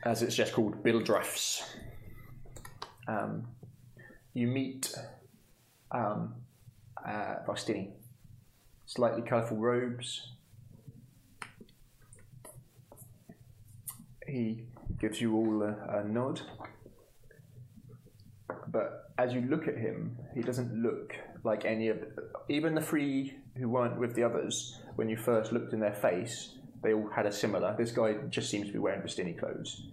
Speaker 1: as it's just called Bill Drafts. Um, you meet um, uh, Vostini. Slightly colourful robes. He gives you all a, a nod. But as you look at him, he doesn't look like any of. Even the three who weren't with the others, when you first looked in their face, they all had a similar. This guy just seems to be wearing Bastini clothes.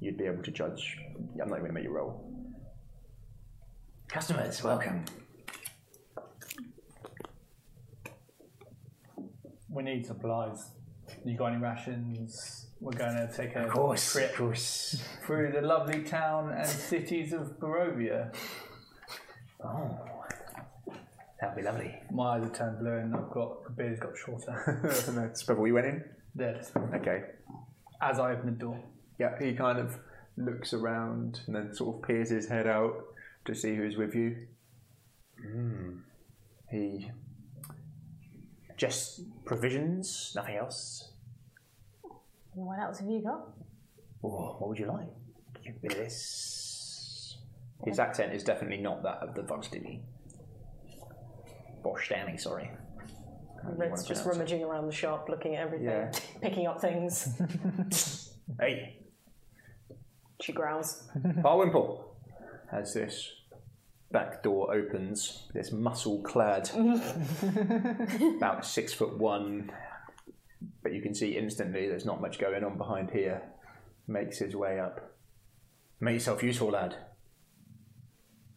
Speaker 1: You'd be able to judge. I'm not even going to make you roll.
Speaker 9: Customers, welcome.
Speaker 11: We need supplies. You got any rations? We're going to take a
Speaker 9: Of course,
Speaker 11: trip
Speaker 9: of course.
Speaker 11: through the lovely town and cities of Barovia.
Speaker 9: Oh, that'd be lovely.
Speaker 11: My eyes have turned blue and I've got the beard's got shorter.
Speaker 1: That's probably where you went in.
Speaker 11: there,
Speaker 1: Okay.
Speaker 11: as I open the door.
Speaker 1: Yeah, he kind of looks around and then sort of peers his head out to see who's with you. Hmm. He
Speaker 9: Just provisions, nothing else.
Speaker 8: What else have you got?
Speaker 9: Or what would you like? A bit of this.
Speaker 1: his accent is definitely not that of the Vostini.
Speaker 9: Bosh Danny, sorry.
Speaker 2: Red's just
Speaker 1: pronounce
Speaker 2: rummaging around the shop, looking at everything,
Speaker 1: Yeah.
Speaker 2: picking up things.
Speaker 9: Hey,
Speaker 2: She growls.
Speaker 1: Parwimple, as this back door opens, this muscle clad, about six foot one, but you can see instantly there's not much going on behind here, makes his way up. Make yourself useful, lad.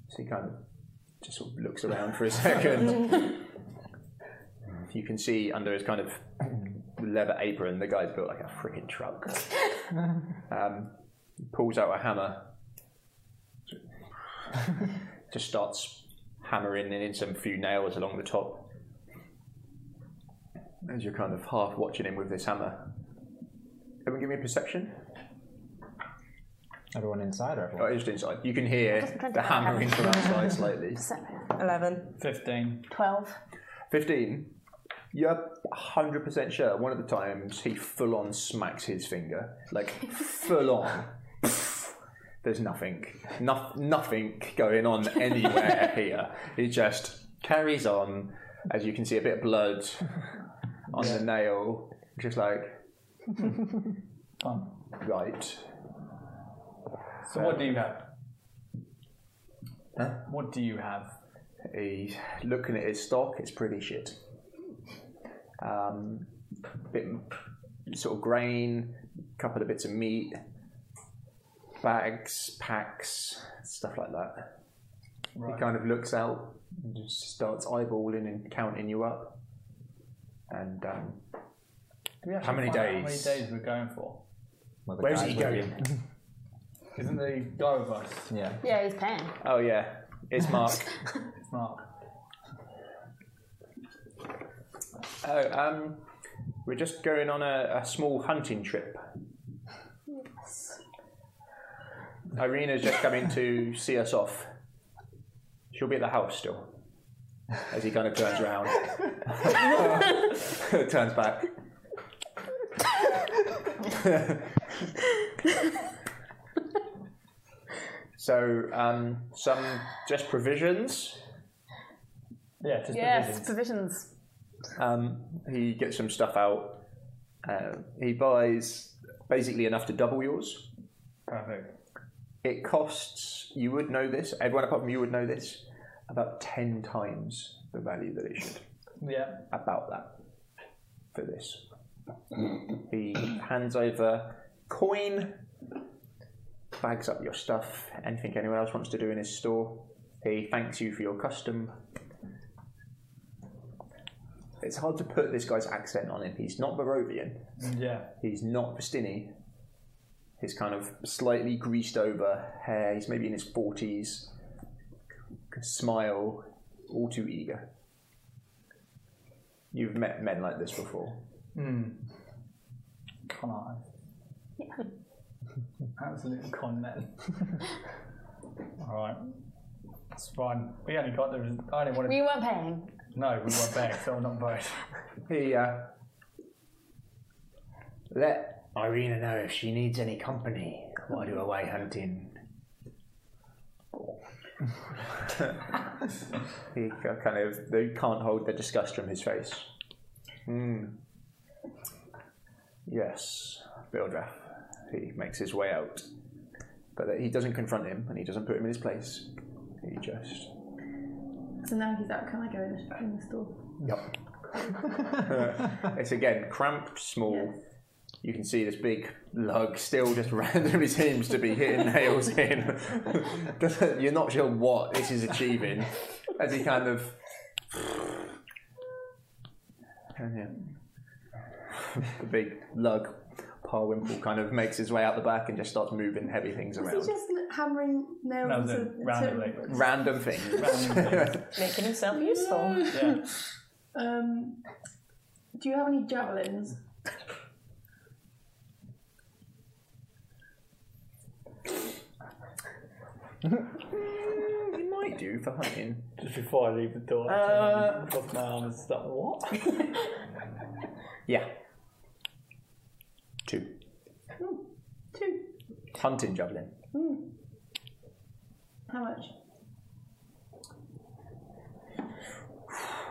Speaker 1: So he kind of just sort of looks around for a second. you can see under his kind of leather apron, the guy's built like a freaking truck. Um, pulls out a hammer, just starts hammering in some few nails along the top. As you're kind of half watching him with this hammer. Everyone give me a perception.
Speaker 4: Everyone inside or everyone?
Speaker 1: Oh, just inside. You can hear the hammering from outside slightly.
Speaker 2: 11.
Speaker 11: 15.
Speaker 5: 12.
Speaker 1: 15. You're 100% sure one of the times he full on smacks his finger. Like, full on. There's nothing. No- nothing going on anywhere here. He just carries on. As you can see, a bit of blood on the nail. Just like,
Speaker 11: Fun.
Speaker 1: right.
Speaker 11: So what do you have? What do you have?
Speaker 1: He's looking at his stock. It's pretty shit. Um, bit sort of grain, couple of bits of meat, bags, packs, stuff like that. He kind of looks out, and just starts eyeballing and counting you up. And um,
Speaker 11: Do we actually
Speaker 1: How many
Speaker 11: find out
Speaker 1: days?
Speaker 11: How many days we're going for?
Speaker 1: the Where's guys he with going?
Speaker 11: Isn't the guy with us?
Speaker 4: Yeah.
Speaker 5: Yeah, he's paying.
Speaker 1: oh yeah, it's Mark.
Speaker 11: Mark.
Speaker 1: oh, um, we're just going on a, a small hunting trip. Irina's just coming to see us off. She'll be at the house still. As he kind of turns around, turns back. so, um, some just provisions.
Speaker 11: Yeah, just
Speaker 5: Yes, provisions.
Speaker 1: Um, he gets some stuff out. Uh, he buys basically enough to double yours.
Speaker 11: Perfect.
Speaker 1: It costs, you would know this, everyone apart from you would know this, about 10 times the value that it should.
Speaker 11: Yeah.
Speaker 1: About that. For this. he hands over coin, bags up your stuff, anything anyone else wants to do in his store. He thanks you for your custom. It's hard to put this guy's accent on him. He's not Barovian.
Speaker 11: Yeah.
Speaker 1: He's not Vistini. His kind of slightly greased over hair. He's maybe in his 40s. Can smile, all too eager. You've met men like this before.
Speaker 11: Mm. Con eyes. Absolute con men. Alright. It's fine. We only got the. res- I only wanted.
Speaker 5: We weren't paying.
Speaker 11: no, we went back, so I'm not both.
Speaker 1: He, uh, let
Speaker 9: Irina know if she needs any company while you're away hunting.
Speaker 1: he kind of they can't hold the disgust from his face. Hmm. Yes, Bildraff. He makes his way out, but he doesn't confront him and he doesn't put him in his place. He just
Speaker 6: So now he's out. Can I go in the, in the store?
Speaker 1: Yep. Uh, it's again cramped, small. You can see this big lug still just randomly seems to be hitting nails in. Doesn't- You're not sure what this is achieving as he kind of. And yeah. Mm-hmm. the big lug Parwimple kind of makes his way out the back and just starts moving heavy things
Speaker 6: Was he
Speaker 1: around.
Speaker 6: just hammering nails
Speaker 11: No,
Speaker 6: into,
Speaker 11: no,
Speaker 6: into
Speaker 11: randomly.
Speaker 1: Random things.
Speaker 2: Making himself useful.
Speaker 11: Yeah.
Speaker 6: Um, do you have any javelins?
Speaker 1: you might do for hunting.
Speaker 11: Just before I leave the door,
Speaker 4: Uh,
Speaker 11: I turn off my arm and start. What?
Speaker 1: Yeah. Two.
Speaker 6: Two.
Speaker 1: Hunting javelin.
Speaker 6: How much?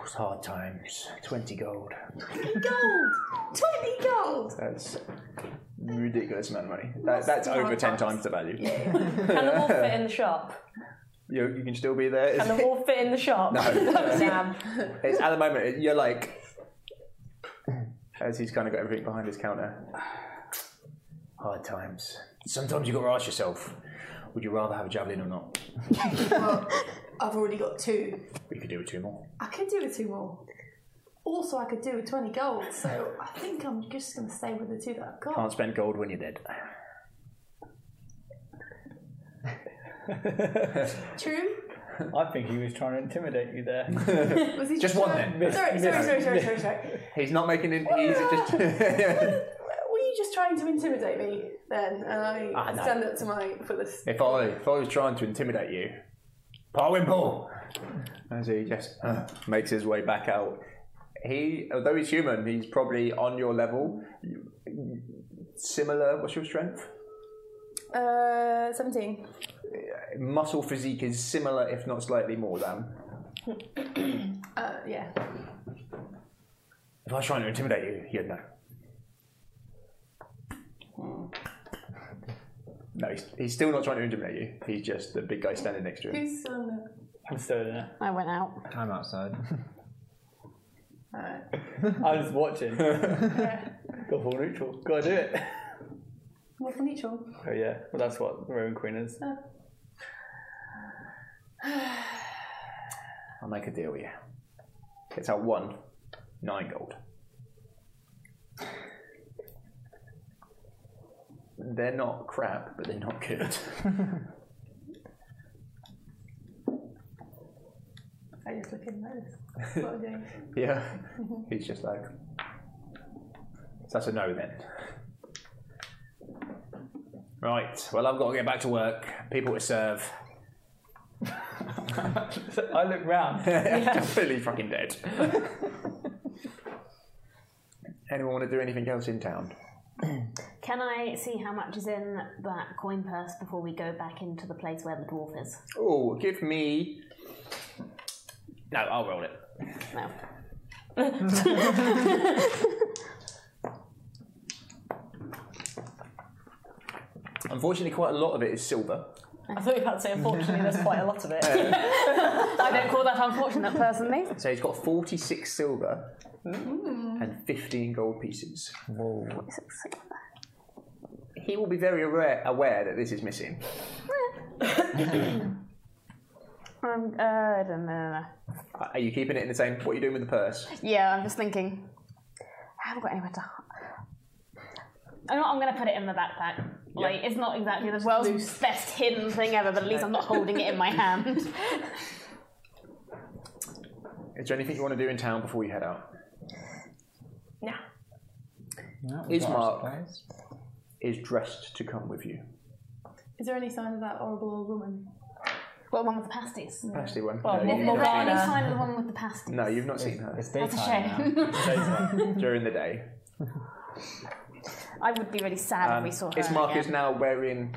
Speaker 9: It's hard times. 20 gold.
Speaker 6: Gold! 20 gold!
Speaker 1: That's ridiculous amount of money. That, that's over ten times the value.
Speaker 2: Can them all fit in the shop?
Speaker 1: You, you can still be there.
Speaker 2: Can them
Speaker 1: It's,
Speaker 2: all fit in the shop?
Speaker 1: No.
Speaker 2: Damn.
Speaker 1: it's at the moment it- you're like, as he's kind of got everything behind his counter.
Speaker 9: Hard times. Sometimes you gotta ask yourself,
Speaker 1: Would you rather have a javelin or not?
Speaker 6: I've already got two.
Speaker 1: We could do with two more.
Speaker 6: I could do with two more. Also, I could do with 20 gold, so I think I'm just going to stay with the two that I've got.
Speaker 1: Can't spend gold when you're dead.
Speaker 6: True.
Speaker 11: I think he was trying to intimidate you there.
Speaker 6: Was he trying- Sorry, sorry, sorry, sorry, sorry, sorry.
Speaker 1: He's not making it easy. Just
Speaker 6: Uh, Were you just trying to intimidate me then? And I
Speaker 1: Ah, no.
Speaker 6: stand up to my fullest.
Speaker 1: if I if I was trying to intimidate you, Parwimple, as he just uh, makes his way back out. He, although he's human, he's probably on your level. Similar. What's your strength?
Speaker 16: Uh, 17.
Speaker 1: Muscle physique is similar, if not slightly more than.
Speaker 6: Uh, yeah.
Speaker 1: If I was trying to intimidate you, you'd know. No, he's, he's still not trying to intimidate you. He's just the big guy standing next to him.
Speaker 6: Who's still in there?
Speaker 11: I'm still in there.
Speaker 5: I went out.
Speaker 4: I'm outside.
Speaker 6: Alright.
Speaker 11: I was watching. Go for neutral. Gotta do it.
Speaker 6: What for neutral?
Speaker 11: Oh yeah. Well, that's what the Roman Queen is.
Speaker 6: Oh.
Speaker 1: I'll make a deal with you. It's out one, nine gold. They're not crap, but they're not good.
Speaker 6: I just look in those. That's what I'm doing.
Speaker 1: yeah. He's just like. So that's a no then. Right, well, I've got to get back to work. People to serve.
Speaker 11: I look round.
Speaker 1: Completely fucking dead. Anyone want to do anything else in town?
Speaker 5: Can I see how much is in that coin purse before we go back into the place where the dwarf is?
Speaker 1: Oh, give me. No, I'll roll it.
Speaker 5: No.
Speaker 1: Unfortunately, quite a lot of it is silver.
Speaker 2: I thought you were about to say, unfortunately, there's quite a lot of it. I don't call that unfortunate personally.
Speaker 1: So he's got 46 silver and 15 gold pieces. Whoa. He will be very aware, aware that this is missing.
Speaker 5: Um, uh, I don't know.
Speaker 1: Are you keeping it in the same? What are you doing with the purse?
Speaker 5: Yeah, I'm just thinking. I haven't got anywhere to. I know what, I'm going to put it in my backpack. Like, it's not exactly the world's best hidden thing ever, but at least I'm not holding it in my hand.
Speaker 1: Is there anything you want to do in town before you head out?
Speaker 2: No.
Speaker 1: Ismark is dressed to come with you.
Speaker 6: Is there any sign of that horrible old woman?
Speaker 5: What one with the pasties?
Speaker 1: Pasty one.
Speaker 2: Oh.
Speaker 6: Well,
Speaker 1: no,
Speaker 6: Mo-
Speaker 1: you've not
Speaker 5: I
Speaker 1: seen
Speaker 5: only
Speaker 1: her.
Speaker 5: find the one with the pasties.
Speaker 1: No, you've not seen her. It's
Speaker 5: That's a daytime shame.
Speaker 1: During the day.
Speaker 5: I would be really sad if
Speaker 1: Um,
Speaker 5: we saw her.
Speaker 1: Ismark
Speaker 5: again.
Speaker 1: is now wearing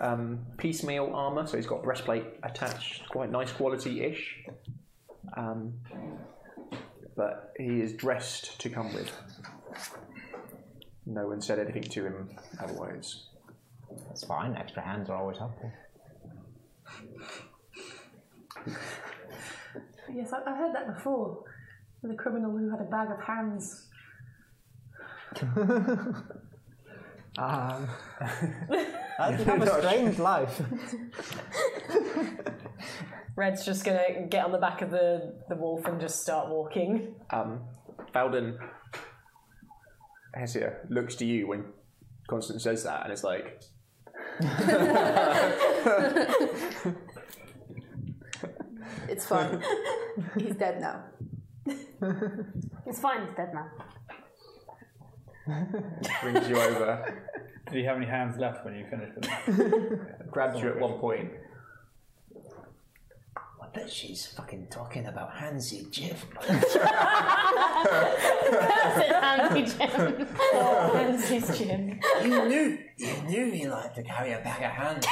Speaker 1: um, piecemeal armour, so he's got breastplate attached, quite nice quality ish. Um, but he is dressed to come with. No one said anything to him otherwise.
Speaker 4: That's fine. Extra hands are always helpful.
Speaker 6: Yes, I, I heard that before. The criminal who had a bag of hands.
Speaker 4: Um, I have a strange life.
Speaker 2: Red's just gonna get on the back of the, the wolf and just start walking.
Speaker 1: Um, Bowden Hesia looks to you when Constance says that, and it's like,
Speaker 16: It's fine.
Speaker 6: He's dead now.
Speaker 5: It's fine, it's dead now.
Speaker 1: brings you over,
Speaker 11: Did he have any hands left when you finished with him?
Speaker 1: grabs you at one point.
Speaker 9: I bet she's fucking talking about Hansy Jim.
Speaker 2: Lindsay's gym.
Speaker 9: you knew, you knew he liked to carry a bag of hands.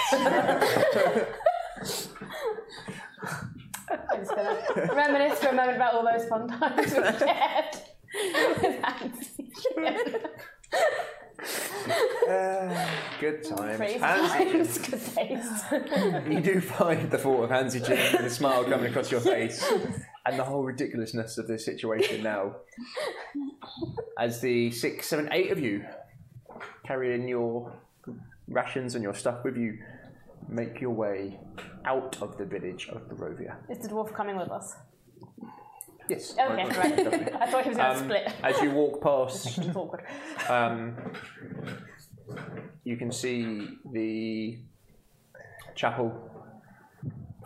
Speaker 5: I'm just going to reminisce for a moment about all those fun times we shared. with Nancy.
Speaker 1: Good times.
Speaker 5: Crazy
Speaker 1: Hands-
Speaker 5: times, good days.
Speaker 1: You do find the thought of Hansy Jim and the smile coming across your face and the whole ridiculousness of this situation now. As the six, seven, eight of you carrying your rations and your stuff with you make your way out of the village of Barovia.
Speaker 5: Is the dwarf coming with us?
Speaker 1: Yes.
Speaker 5: Okay, right. I thought he was going to
Speaker 1: Um,
Speaker 5: split.
Speaker 1: As you walk past,
Speaker 5: It's awkward.
Speaker 1: um, you can see the chapel.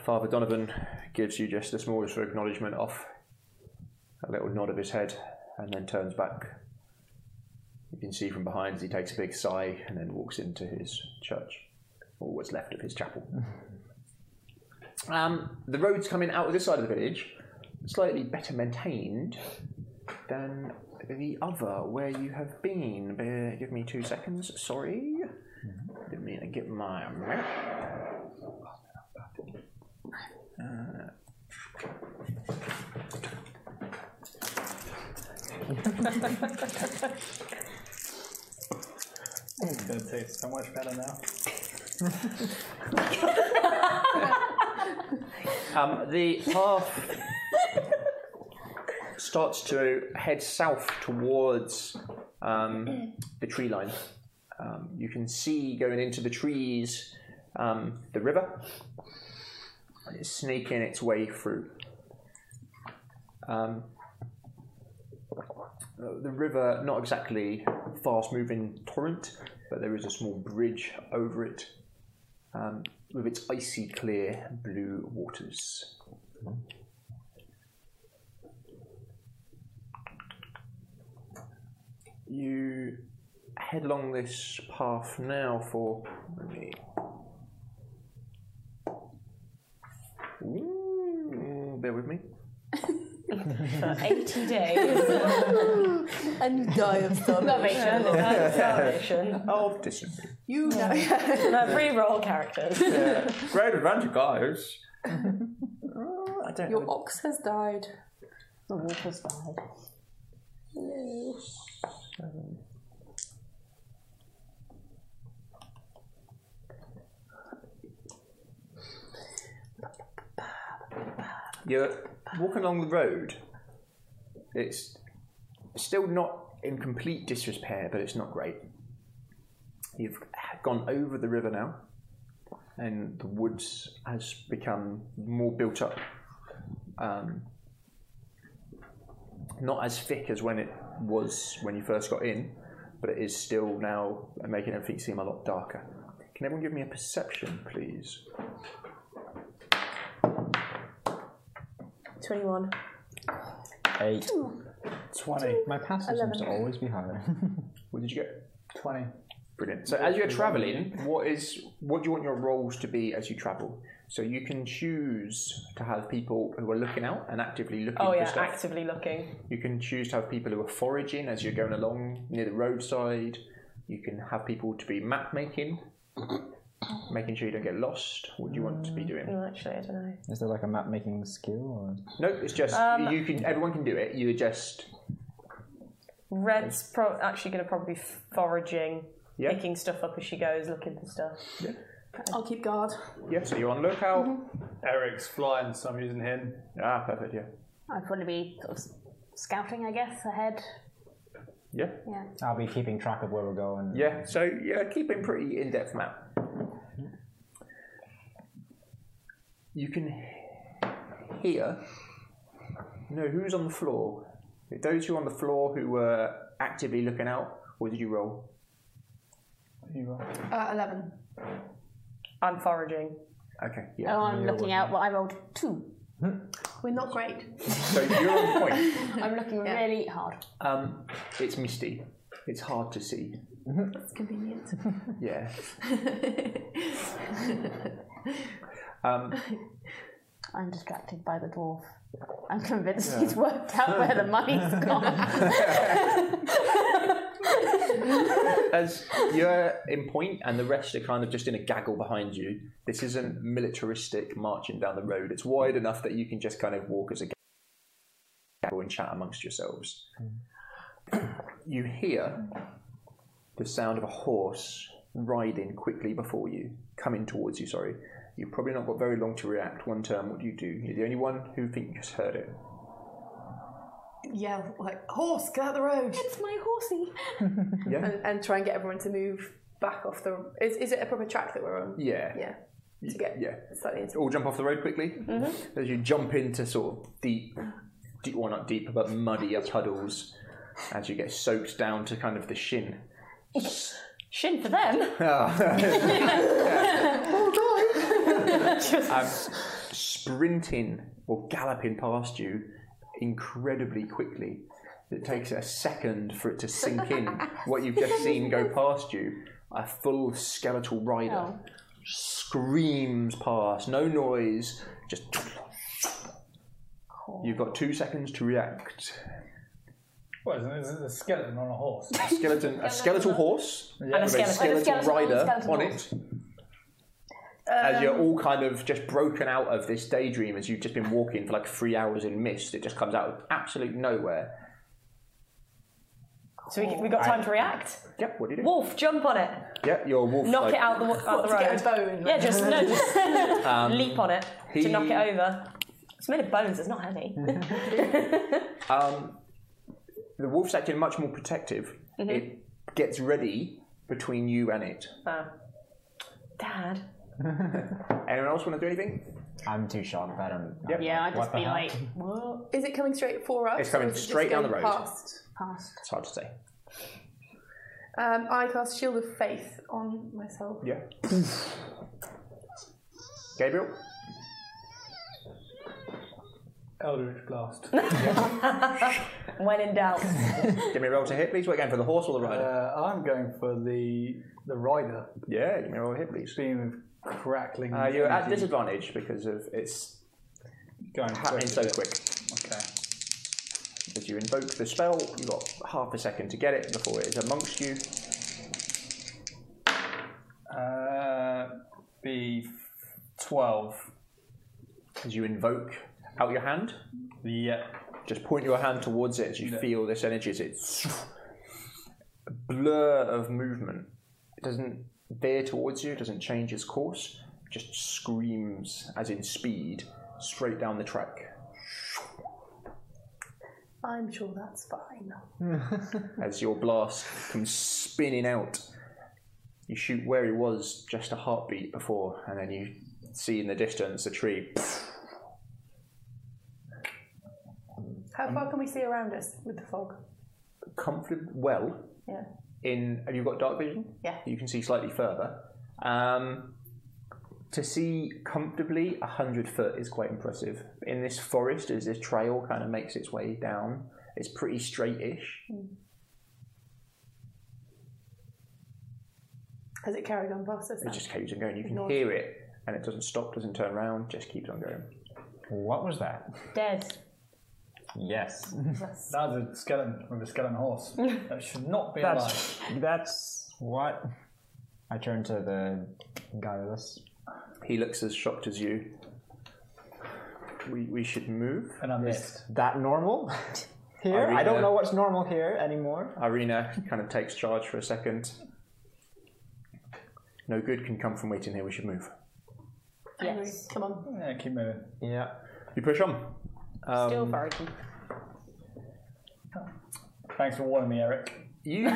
Speaker 1: Father Donovan gives you just the smallest for acknowledgement off a little nod of his head and then turns back. You can see from behind as he takes a big sigh and then walks into his church, or what's left of his chapel. Um, the roads coming out of this side of the village slightly better maintained than the other where you have been. Bear, give me two seconds. Sorry, didn't mean to get my map. Uh,
Speaker 11: It's going to taste so much better now.
Speaker 1: Um, the path starts to head south towards um, the tree line. Um, you can see going into the trees um, the river. And It's sneaking its way through. Um, the the river, not exactly fast moving torrent, but there is a small bridge over it um, with its icy clear blue waters. You head along this path now for. Let me. Ooh, bear with me.
Speaker 2: For 80 days.
Speaker 16: and you die of
Speaker 2: starvation. Starvation.
Speaker 1: Oh, disagree.
Speaker 16: You
Speaker 2: know. re-roll characters.
Speaker 15: Great adventure, guys.
Speaker 1: I don't
Speaker 16: Your ox has died.
Speaker 5: The wolf has died.
Speaker 16: No.
Speaker 1: You're walking along the road. It's still not in complete disrepair, but it's not great. You've gone over the river now, and the woods has become more built up. Um, not as thick as when it was when you first got in, but it is still now making everything seem a lot darker. Can everyone give me a perception, please?
Speaker 2: 21.
Speaker 15: Eight.
Speaker 11: 20.
Speaker 4: My passive seems to
Speaker 2: Eleven.
Speaker 4: always be higher.
Speaker 1: What did you get?
Speaker 11: 20.
Speaker 1: Brilliant. So as you're traveling, what is what do you want your roles to be as you travel? So you can choose to have people who are looking out and actively looking
Speaker 2: Oh,
Speaker 1: for
Speaker 2: yeah,
Speaker 1: stuff.
Speaker 2: actively looking.
Speaker 1: You can choose to have people who are foraging as you're going along near the roadside. You can have people to be map making, making sure you don't get lost. What do you want to be doing?
Speaker 2: No, actually, I don't know.
Speaker 4: Is there like a map making skill
Speaker 1: No, it's just
Speaker 2: Um,
Speaker 1: you can. Everyone can do it. You're just
Speaker 2: Red's pro- actually going to probably be foraging,
Speaker 1: Yeah.
Speaker 2: picking stuff up as she goes, looking for stuff.
Speaker 1: Yeah.
Speaker 6: I'll keep guard.
Speaker 1: yeah. So you're on lookout.
Speaker 11: Eric's flying, so I'm using him.
Speaker 1: Ah, perfect. Yeah.
Speaker 5: I'd probably be sort of scouting, I guess, ahead.
Speaker 1: Yeah.
Speaker 5: Yeah.
Speaker 4: or? I'll be keeping track of where we're going.
Speaker 1: Yeah, so yeah, keeping pretty in depth map. You can he- hear. No, who's on the floor? Those who are on the floor who were actively looking out, or did you roll?
Speaker 11: You are.
Speaker 6: Uh, 11.
Speaker 2: I'm foraging.
Speaker 1: Okay, yeah.
Speaker 5: Oh, I'm looking out. Well, I rolled two.
Speaker 6: We're not great.
Speaker 1: So you're on point.
Speaker 5: I'm looking really hard.
Speaker 1: Um, it's misty. It's hard to see.
Speaker 6: That's convenient.
Speaker 1: Yeah. Um,
Speaker 5: I'm distracted by the dwarf. I'm convinced he's worked out where the money's gone.
Speaker 1: as you're in point and the rest are kind of just in a gaggle behind you, this isn't militaristic marching down the road. It's wide enough that you can just kind of walk as a gaggle and chat amongst yourselves. You hear the sound of a horse riding quickly before you, coming towards you, sorry. You've probably not got very long to react. One turn, what do you do? You're the only one who thinks heard it.
Speaker 6: Yell, like, horse, get out the road.
Speaker 8: It's my horsey.
Speaker 1: Yeah?
Speaker 6: and, and try and get everyone to move back off the. Is, is it a proper track that we're on?
Speaker 1: Yeah.
Speaker 6: Yeah.
Speaker 16: to get
Speaker 1: Yeah.
Speaker 16: slightly into
Speaker 1: All jump off the road quickly.
Speaker 16: Mhm.
Speaker 1: As you jump into sort of deep, deep, well, not deep, but muddier puddles as you get soaked down to kind of the shin.
Speaker 2: Shin for them.
Speaker 1: um, sprinting or galloping past you incredibly quickly. It takes a second for it to sink in what you've just seen go past you. A full skeletal rider
Speaker 5: Oh.
Speaker 1: screams past, no noise, just. You've got two seconds to react.
Speaker 11: Well, isn't it? It's a skeleton on a horse.
Speaker 1: Skeleton, a skeletal horse
Speaker 11: And a
Speaker 1: with
Speaker 11: skeleton.
Speaker 1: skeletal,
Speaker 11: And a skeleton-
Speaker 1: rider
Speaker 11: skeleton
Speaker 1: on it.
Speaker 11: horse. Um,
Speaker 1: as you're all kind of just broken out of this daydream as you've just been walking for like three hours in mist, it just comes out of absolute nowhere.
Speaker 2: So we, we got time to react.
Speaker 1: Yep. What do you do?
Speaker 2: Wolf, jump on it.
Speaker 1: Yep, you're a wolf.
Speaker 2: Knock
Speaker 1: like-
Speaker 2: it out the wa- out
Speaker 6: What,
Speaker 2: the
Speaker 6: to
Speaker 2: road.
Speaker 6: get a bone?
Speaker 2: Yeah, just no, just
Speaker 1: Um,
Speaker 2: leap on it
Speaker 1: he- Hmm.
Speaker 2: to knock it over. It's made of bones. It's not heavy.
Speaker 1: Um, the wolf's acting much more protective.
Speaker 2: Mhm.
Speaker 1: It gets ready between you and it.
Speaker 2: Oh. Dad.
Speaker 1: Anyone else want to do anything?
Speaker 15: I'm too sharp. I don't.
Speaker 1: Yep. Yeah, I'd
Speaker 15: What
Speaker 1: just
Speaker 15: the
Speaker 1: be
Speaker 15: hell?
Speaker 1: like-
Speaker 16: Well, is it coming straight for us?
Speaker 1: It's coming
Speaker 16: or is it just
Speaker 1: straight down
Speaker 16: going
Speaker 1: the road.
Speaker 16: Past?
Speaker 5: Past.
Speaker 1: It's hard to say.
Speaker 16: Um, I cast Shield of Faith on myself.
Speaker 1: Yeah. Gabriel?
Speaker 11: Eldritch Blast.
Speaker 2: when in doubt.
Speaker 1: Give me a roll to hit, please. What again, for the horse or the rider?
Speaker 11: Uh, I'm going for the the rider.
Speaker 1: Yeah, give me a roll to hit, please.
Speaker 11: Beam of crackling.
Speaker 2: Ah,
Speaker 1: Uh, you're at
Speaker 11: energy.
Speaker 1: disadvantage because of it's
Speaker 11: Going
Speaker 1: happening
Speaker 11: quick,
Speaker 1: so
Speaker 11: is it?
Speaker 1: quick.
Speaker 11: Okay.
Speaker 1: As you invoke the spell, you've got half a second to get it before it is amongst you.
Speaker 11: Uh, be 12.
Speaker 1: As you invoke out your hand.
Speaker 11: Yeah.
Speaker 1: Just point your hand towards it as you feel this energy as it blur of movement. It doesn't veer towards you, it doesn't change its course, it just screams as in speed straight down the track.
Speaker 16: I'm sure that's fine.
Speaker 1: as your blast comes spinning out. You shoot where he was just a heartbeat before, and then you see in the distance a tree.
Speaker 16: How far can we see around us with the fog?
Speaker 1: Comfortable, well,
Speaker 16: Yeah.
Speaker 1: in. Have you got dark vision?
Speaker 16: Yeah.
Speaker 1: You can see slightly further. Um, to see comfortably, a hundred foot is quite impressive. In this forest, as this trail kind of makes its way down, it's pretty straight-ish.
Speaker 16: Has it carried on past us?
Speaker 1: It just keeps on going. You can
Speaker 16: Lord.
Speaker 1: hear it, and it doesn't stop, doesn't turn around, just keeps on going.
Speaker 15: What was that?
Speaker 2: Dead.
Speaker 15: Yes.
Speaker 11: That's a skeleton with a skeleton horse. That should not be alive.
Speaker 15: That's that's what. I turn to the guy with us.
Speaker 1: He looks as shocked as you. We, we should move.
Speaker 11: And I missed.
Speaker 15: That normal? Here, I don't know what's normal here anymore.
Speaker 1: Irina kind of takes charge for a second. No good can come from waiting here. We should move.
Speaker 6: Yes. Come on.
Speaker 11: Yeah, keep moving.
Speaker 15: Yeah.
Speaker 1: You push on. Um,
Speaker 2: Still very good.
Speaker 11: Thanks for warning me, Eric.
Speaker 1: You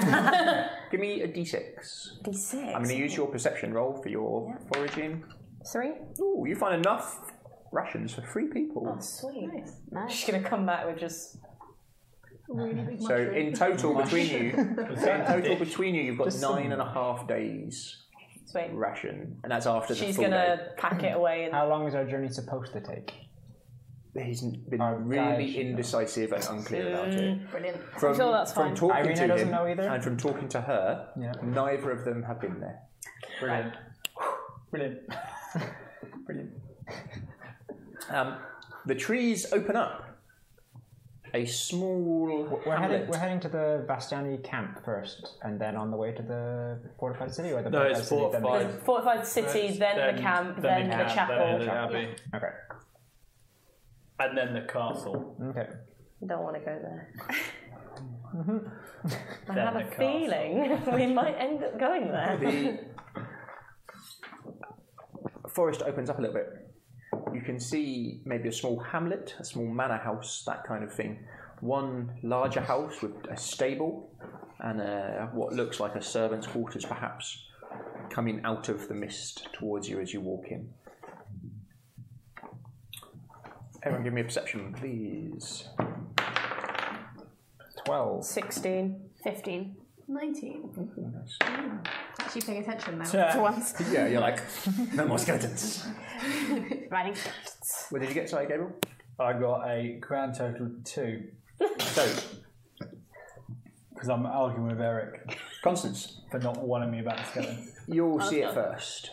Speaker 1: give me a d6.
Speaker 2: D6.
Speaker 1: I'm going to use your perception roll for your foraging.
Speaker 2: Three.
Speaker 1: Ooh, you find enough rations for three people.
Speaker 2: Sweet. She's gonna come back with just
Speaker 6: Really big
Speaker 1: So in total between you, in total between you, you've got
Speaker 2: Just
Speaker 1: nine and a half days
Speaker 2: sweet.
Speaker 1: ration, and that's after the
Speaker 2: She's
Speaker 1: full
Speaker 2: gonna
Speaker 1: day.
Speaker 2: pack it away and
Speaker 15: How long is our journey supposed to take?
Speaker 1: He's been
Speaker 15: Oh,
Speaker 1: really indecisive and unclear about it.
Speaker 6: Brilliant.
Speaker 1: From, from talking
Speaker 15: Irina
Speaker 1: to
Speaker 15: doesn't
Speaker 1: him
Speaker 15: know either.
Speaker 1: and from talking to her, neither of them have been there.
Speaker 11: Brilliant. Brilliant. Brilliant.
Speaker 1: Um, the trees open up. A small
Speaker 15: We're heading,
Speaker 1: hamlet.
Speaker 15: we're heading to the Bastiani camp first, and then on the way to the fortified city, or the
Speaker 7: No,
Speaker 15: fortified
Speaker 7: it's
Speaker 15: city, then the-
Speaker 7: fortified.
Speaker 2: fortified city, then, the camp, then, the chapel.
Speaker 15: Okay.
Speaker 11: And then the castle.
Speaker 15: Okay.
Speaker 2: Don't want to go there. I
Speaker 11: Then
Speaker 2: have
Speaker 11: the
Speaker 2: a
Speaker 11: castle.
Speaker 2: feeling we might end up going
Speaker 1: The
Speaker 2: there.
Speaker 1: forest opens up a little bit. You can see maybe a small hamlet, a small manor house, that kind of thing. One larger house with a stable and a, what looks like a servant's quarters, perhaps. coming out of the mist towards you as you walk in. Everyone, give me a perception, please. 12.
Speaker 2: 16.
Speaker 5: 15.
Speaker 6: 19. Hmm. Actually paying attention now.
Speaker 1: Yeah.
Speaker 6: For once.
Speaker 1: Yeah, you're like, no more skeletons.
Speaker 5: Riding.
Speaker 1: What did you get, sorry, Gabriel?
Speaker 11: I got a grand total of two.
Speaker 1: so,
Speaker 11: because I'm arguing with Eric,
Speaker 1: Constance,
Speaker 11: for not wanting me about the skeleton.
Speaker 1: You'll see it first.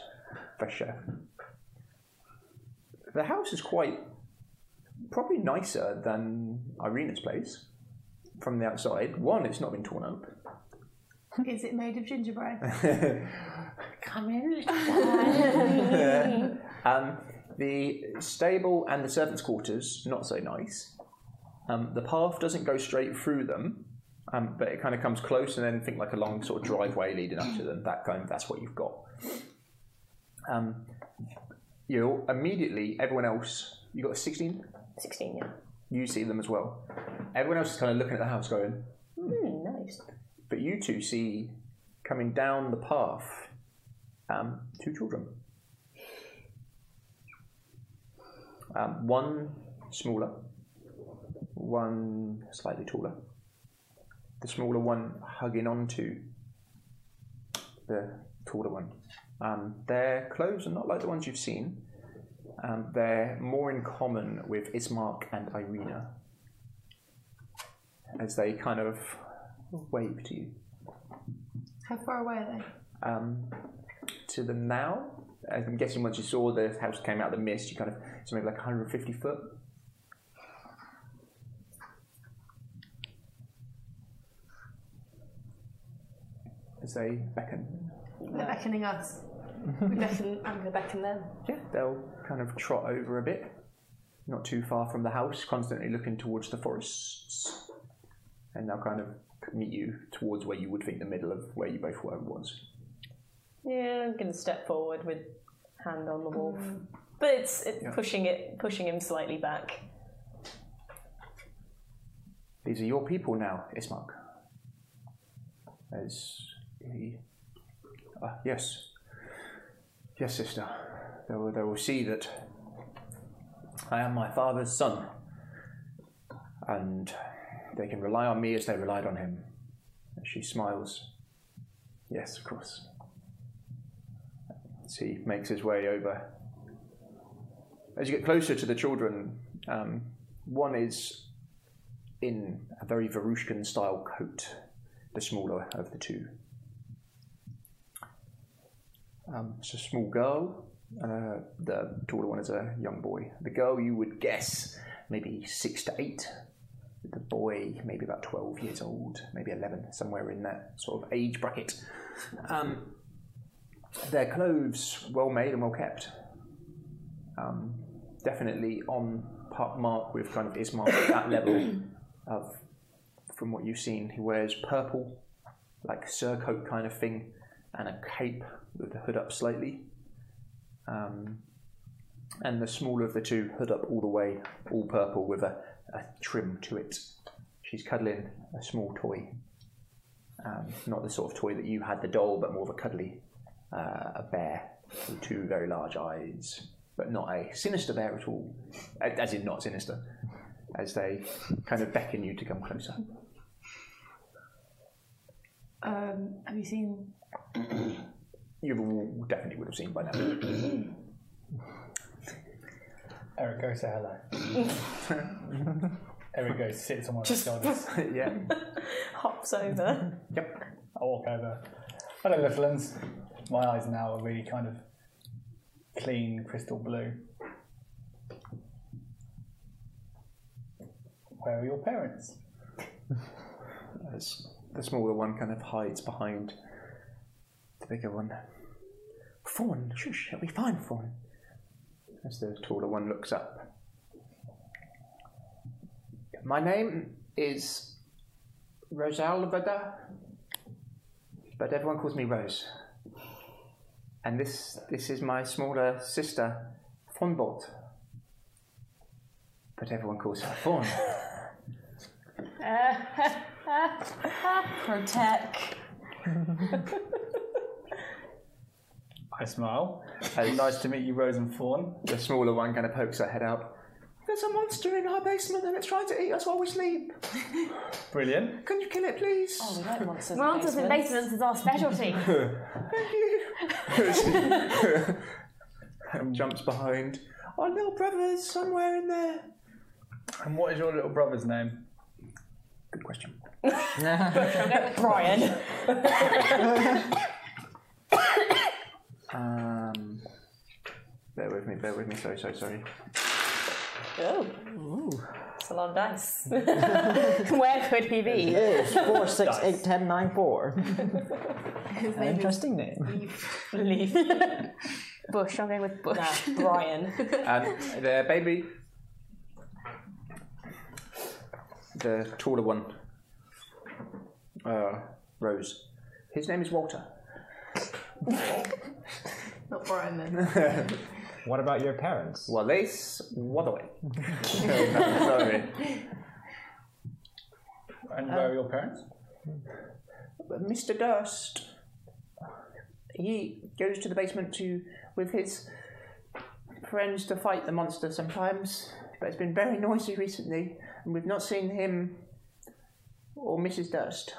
Speaker 1: For sure. The house is quite, probably nicer than Irina's place from the outside. One, it's not been torn up.
Speaker 6: Is it made of gingerbread?
Speaker 1: Come in. um, the stable and the servants' quarters, not so nice. Um, the path doesn't go straight through them, um, but it kind of comes close and then think like a long sort of driveway leading up to them. That kind of, that's what you've got. Um, you immediately, everyone else, you got a 16?
Speaker 2: 16, yeah.
Speaker 1: You see them as well. Everyone else is kind of looking at the house going,
Speaker 2: Hmm, nice.
Speaker 1: but you two see coming down the path um, two children. Um, one smaller, one slightly taller. The smaller one hugging onto the taller one. Um, their clothes are not like the ones you've seen. Um, they're more in common with Ismark and Irina as they kind of wave to you
Speaker 6: How far away are they?
Speaker 1: um, to them now. I'm guessing once you saw the house came out of the mist, you kind of it's maybe like 150 foot. As they beckon,
Speaker 6: They're beckoning us. We beckon, I'm going to beckon them.
Speaker 1: yeah, they'll kind of trot over a bit, not too far from the house, constantly looking towards the forests, and they'll kind of meet you towards where you would think the middle of where you both were was.
Speaker 2: Yeah, I'm gonna step forward with hand on the wolf, but it's it, pushing it, pushing him slightly back.
Speaker 1: These are your people now, Ismark. As he. Ah, yes. Yes, sister. They will, they will see that I am my father's son. And they can rely on me as they relied on him. And she smiles. Yes, of course. As he makes his way over. As you get closer to the children, um, one is in a very Varushkin style coat, the smaller of the two. Um, it's a small girl, and uh, the taller one is a young boy. The girl you would guess maybe six to eight, the boy maybe about 12 years old, maybe 11, somewhere in that sort of age bracket. Um, their clothes well made and well kept. Um, definitely on par- mark with kind of Ismark at that level of from what you've seen. He wears purple, like surcoat kind of thing, and a cape with the hood up slightly. Um, and the smaller of the two, hood up all the way, all purple with a, a trim to it. She's cuddling a small toy. Um, not the sort of toy that you had, the doll, but more of a cuddly, uh, a bear with two very large eyes, but not a sinister bear at all, A- as in not sinister, as they kind of beckon you to come closer.
Speaker 6: Um, have you seen.
Speaker 1: You all definitely would have seen by now.
Speaker 11: Eric, go say hello. Eric goes sits on one of his shoulders.
Speaker 1: yeah.
Speaker 2: Hops over.
Speaker 1: Yep.
Speaker 11: I walk over. Hello, little ones. My eyes now are really kind of clean, crystal blue. Where are your parents?
Speaker 1: As the smaller one kind of hides behind the bigger one. Fawn, shush, it'll be fine, Fawn. As the taller one looks up. My name is Rosalvada, but everyone calls me Rose. And this this is my smaller sister, Fawnbolt. But everyone calls her Fawn.
Speaker 5: Uh,
Speaker 2: Protect.
Speaker 11: I smile. nice to meet you, Rosenthorn.
Speaker 1: The smaller one kind of pokes her head out. There's a monster in our basement and it's trying to eat us while we sleep.
Speaker 11: Brilliant.
Speaker 1: Can you kill it, please?
Speaker 2: Oh, we like monsters.
Speaker 8: Monsters in basements is our specialty.
Speaker 1: Jumps behind. Our little brother's somewhere in there.
Speaker 11: And what is your little brother's name?
Speaker 1: Good question.
Speaker 2: Brian.
Speaker 1: Um, bear with me, bear with me. Sorry, sorry, sorry.
Speaker 2: Oh. It's a lot of dice. Where could he be?
Speaker 17: Yes, four, six, eight, ten, nine, four.
Speaker 2: His
Speaker 17: An interesting name.
Speaker 2: Leaf. Bush. I'm going with Bush. Brian.
Speaker 1: Um, there, baby. The taller one. Uh, Rose. His name is Walter.
Speaker 6: Not Brian then.
Speaker 1: what about your parents? Wallace Wotherway. Sorry.
Speaker 11: And where are your parents?
Speaker 1: Mr. Durst. He goes to the basement to with his friends to fight the monster sometimes, but it's been very noisy recently, and we've not seen him or Mrs. Durst.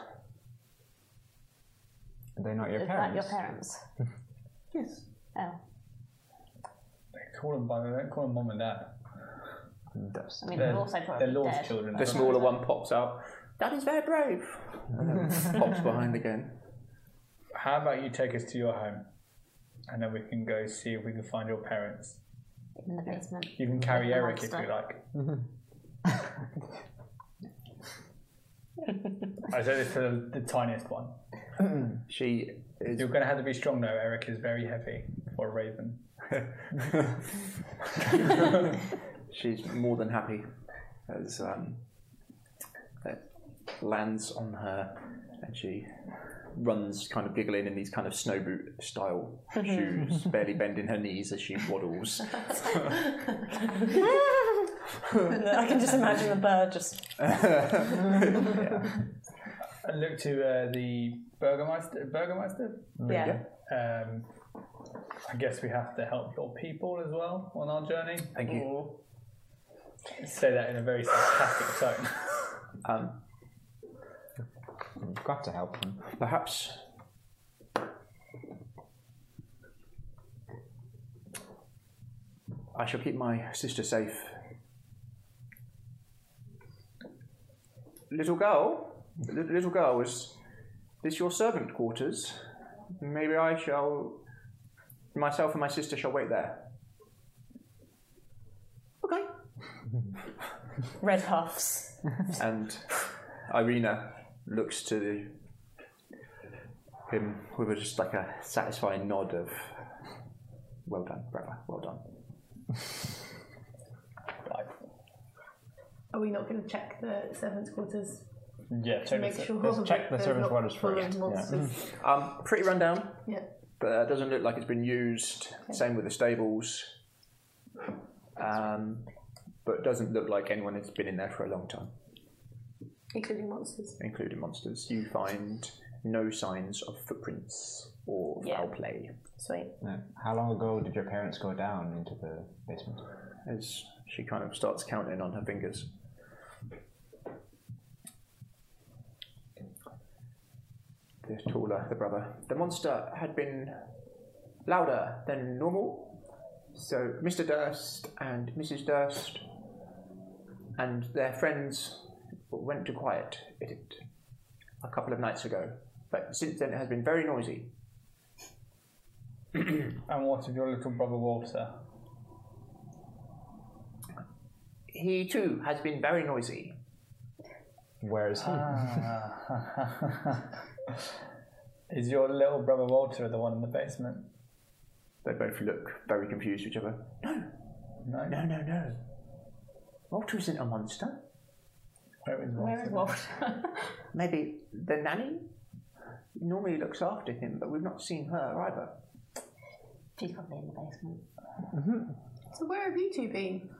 Speaker 4: Are they not your
Speaker 5: Is that
Speaker 4: parents?
Speaker 5: your parents?
Speaker 1: yes.
Speaker 5: Oh,
Speaker 11: Call them by don't call them mum and dad.
Speaker 5: I mean, they're also probably
Speaker 11: they're Lord's
Speaker 5: dead.
Speaker 11: children.
Speaker 1: The smaller one pops out. That is very brave. And then pops behind again.
Speaker 11: How about you take us to your home, and then we can go see if we can find your parents.
Speaker 5: in the basement.
Speaker 11: You can carry Eric if you like. I said this to the, the tiniest one.
Speaker 1: she is.
Speaker 11: You're going to have to be strong though. Eric is very heavy for a raven.
Speaker 1: She's more than happy as um, it lands on her and she runs kind of giggling in these kind of snow boot style shoes, barely bending her knees as she waddles.
Speaker 2: I can just imagine the bird just.
Speaker 11: I look to uh, the Burgermeister. Burgermeister?
Speaker 2: Yeah.
Speaker 11: Um, I guess we have to help your people as well on our journey.
Speaker 1: Thank you.
Speaker 11: Say that in a very sarcastic tone.
Speaker 1: Um,
Speaker 4: You've got to help them.
Speaker 1: Perhaps. I shall keep my sister safe. Little girl? Li- Little girl, is this your servant quarters? Maybe I shall. Myself and my sister shall wait there. Okay.
Speaker 2: Red huffs.
Speaker 1: and Irina looks to him with a- just like a satisfying nod of, "Well done, brother. Well done."
Speaker 6: Are we not going to check the servants' quarters?
Speaker 11: Yeah,
Speaker 6: check make the- sure let's that check the there's servants' not quarters full of first, yeah. Mm. monsters.
Speaker 1: Um, pretty run down,
Speaker 6: Yeah.
Speaker 1: but uh, doesn't look like it's been used. Same with the stables. Um, but doesn't look like anyone has been in there for a long time,
Speaker 6: Including monsters.
Speaker 1: including monsters. You find no signs of footprints or foul play.
Speaker 2: Sweet.
Speaker 4: Yeah. How long ago did your parents go down into the basement?
Speaker 1: As she kind of starts counting on her fingers. The taller, the brother. The monster had been louder than normal. So Mr. Durst and Mrs. Durst and their friends went to quiet it a couple of nights ago. But since then, it has been very noisy.
Speaker 11: and what of your little brother Walter?
Speaker 1: He too has been very noisy.
Speaker 4: Where is he?
Speaker 11: Uh,
Speaker 1: Ah.
Speaker 11: Is your little brother Walter the one in the basement?
Speaker 1: They both look very confused at each other.
Speaker 11: No.
Speaker 1: No, no, no. Walter isn't a monster.
Speaker 11: Where is Walter?
Speaker 1: Where is Walter? Maybe the nanny normally looks after him, but we've not seen her either.
Speaker 5: She's probably in the basement.
Speaker 6: So where have you two been?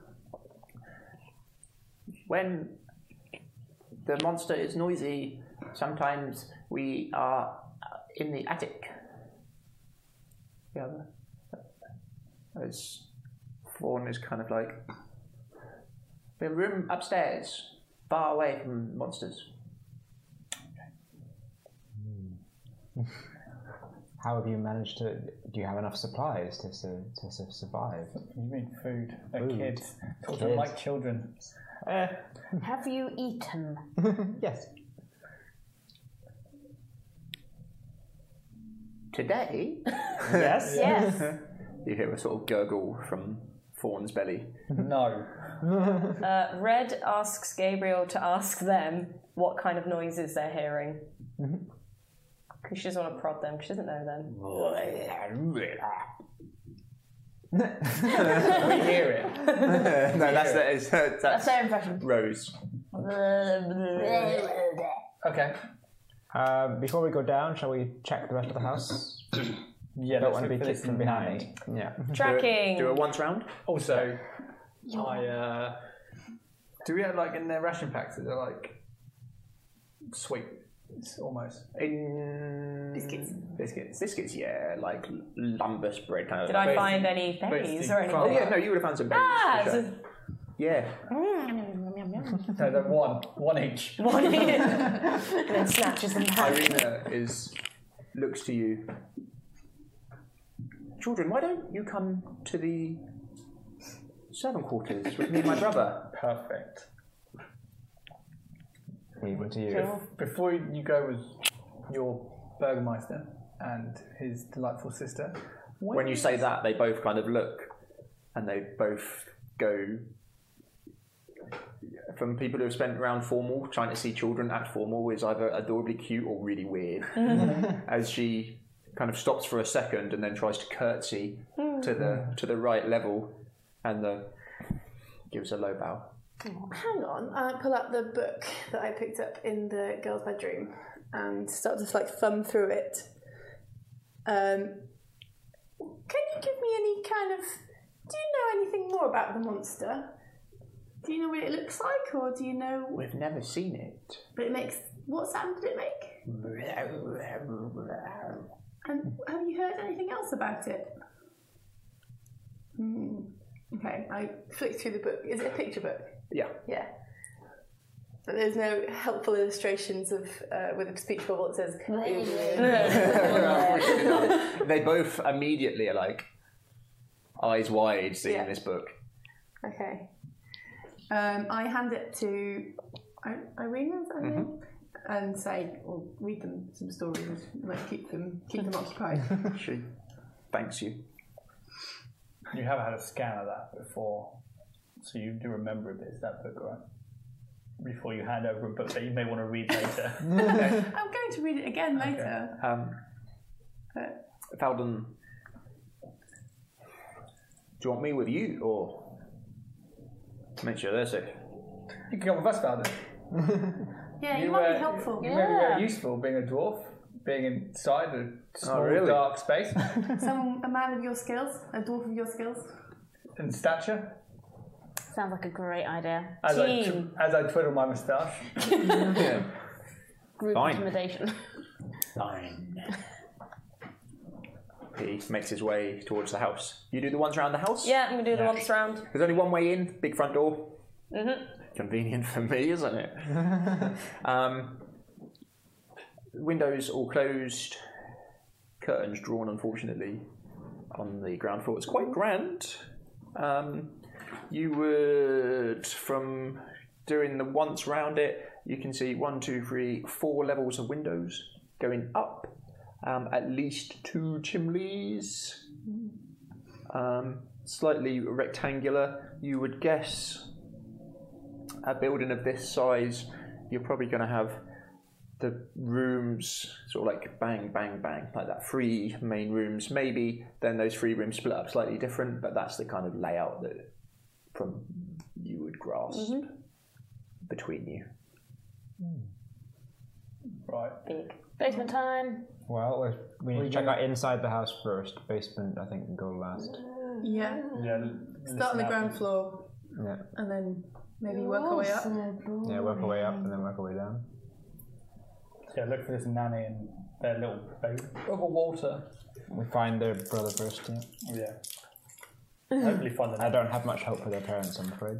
Speaker 1: When the monster is noisy, sometimes we are in the attic. the other. As Fawn is kind of like the room upstairs, far away from monsters.
Speaker 4: How have you managed to? Do you have enough supplies to su- to su- survive?
Speaker 11: You mean food? They're
Speaker 4: Food.
Speaker 11: kids. Talk to them like
Speaker 4: Kids.
Speaker 11: children.
Speaker 5: Have you eaten?
Speaker 4: yes.
Speaker 1: Today?
Speaker 11: Yes. Yes.
Speaker 1: you hear a sort of gurgle from Fawn's belly.
Speaker 11: No.
Speaker 2: Uh, Red asks Gabriel to ask them what kind of noises they're hearing. Because she doesn't want to prod them, 'cause she doesn't know them.
Speaker 1: we hear it. no, that's that is that's,
Speaker 5: That's their impression.
Speaker 1: Rose.
Speaker 11: Okay.
Speaker 15: Uh,
Speaker 4: Um,
Speaker 15: before we go down, shall we check the rest of the house?
Speaker 11: Yeah,
Speaker 15: don't
Speaker 11: let's
Speaker 15: want to
Speaker 11: look
Speaker 15: be
Speaker 11: for
Speaker 15: kicked
Speaker 11: this
Speaker 15: from behind. Yeah.
Speaker 2: Tracking.
Speaker 1: Do a once round.
Speaker 11: Also, I uh, do we have like in their ration packs? They're like sweet, it's almost.
Speaker 1: In
Speaker 2: biscuits.
Speaker 1: Biscuits. Biscuits. Yeah, like l- Lambus bread kind of.
Speaker 2: Did I
Speaker 1: Based-
Speaker 2: find any
Speaker 1: based
Speaker 2: berries
Speaker 1: in
Speaker 2: or anything?
Speaker 1: farm. yeah, no, you would have found some berries.
Speaker 2: Ah,
Speaker 1: for sure.
Speaker 2: so-
Speaker 1: Yeah.
Speaker 11: No, they're one, one each.
Speaker 2: One each. and then snatches them back.
Speaker 1: Irina is looks to you. Children, why don't you come to the servant quarters with me and my brother?
Speaker 11: Perfect.
Speaker 4: Leave it to you.
Speaker 11: Bef- Before you go with your Burgermeister and his delightful sister,
Speaker 1: When you say that, they both kind of look, and they both go. From people who have spent around formal, trying to see children act formal is either adorably cute or really weird. As she kind of stops for a second and then tries to curtsy to the to the right level, and the gives a low bow.
Speaker 6: Hang on, I pull up the book that I picked up in the girls' bedroom and
Speaker 18: start to like thumb through it. Um,
Speaker 6: Can you give me any kind of. Do you know anything more about the monster? Do you know what it looks like, or do you know.
Speaker 1: We've never seen it.
Speaker 6: But it makes. What sound did it make? And have you heard anything else about it? Hmm. Okay, I flick through the book. Is it a picture book?
Speaker 1: Yeah.
Speaker 18: yeah. But there's no helpful illustrations of uh, with a speech bubble that says.
Speaker 6: Um,
Speaker 1: they both immediately are like eyes wide seeing this book.
Speaker 6: Okay. Um, I hand it to I- Irina, is that her
Speaker 1: Mhm.
Speaker 6: name? And say, well, read them some stories, like keep them keep them occupied.
Speaker 1: she thanks you.
Speaker 11: you have had a scan of that before, so you do remember a bit of that book, right? Before you hand over a book that you may want to read later.
Speaker 6: I'm going to read it again later.
Speaker 1: Um, Falden, do you want me with you or make sure they're safe?
Speaker 11: you can come with us, Valden.
Speaker 6: Yeah,
Speaker 11: you,
Speaker 6: you might
Speaker 11: uh,
Speaker 6: be helpful.
Speaker 11: You may be very useful being a dwarf, being inside a small
Speaker 1: really?
Speaker 11: dark space
Speaker 6: Some a man of your skills, a dwarf of your skills.
Speaker 11: and stature.
Speaker 5: Sounds like a great idea.
Speaker 11: As I, tw- as I twiddle my moustache.
Speaker 5: Group
Speaker 1: Fine.
Speaker 5: intimidation.
Speaker 1: Fine. He makes his way towards the house. You do the ones around the house?
Speaker 2: Yeah, I'm going to do the once round.
Speaker 1: There's only one way in, big front door.
Speaker 2: hmm
Speaker 1: Convenient for me, isn't it? um, windows all closed, curtains drawn, unfortunately, on the ground floor. It's quite grand. Um, you would, from doing the once round it, you can see one, two, three, four levels of windows going up, um, at least two chimneys um, slightly rectangular. You would guess a building of this size, you're probably going to have the rooms sort of like bang, bang, bang, like that. Three main rooms, maybe. Then those three rooms split up slightly different, but that's the kind of layout that from you would grasp between you.
Speaker 11: Right.
Speaker 5: Big. Basement time.
Speaker 4: Well, we- we need
Speaker 15: We
Speaker 4: to check
Speaker 15: do-
Speaker 4: out inside the house first. Basement, I think, can go last.
Speaker 6: Yeah.
Speaker 4: Yeah.
Speaker 6: Mm. Start on the ground floor
Speaker 4: Yeah.
Speaker 6: and then maybe work our way up.
Speaker 4: Yeah. Work our way up and then work our way down.
Speaker 11: Yeah, look for this nanny and their little boat. Over water.
Speaker 4: We find their brother first, yeah.
Speaker 11: Yeah. Hopefully find them.
Speaker 4: I don't have much hope for their parents, I'm afraid.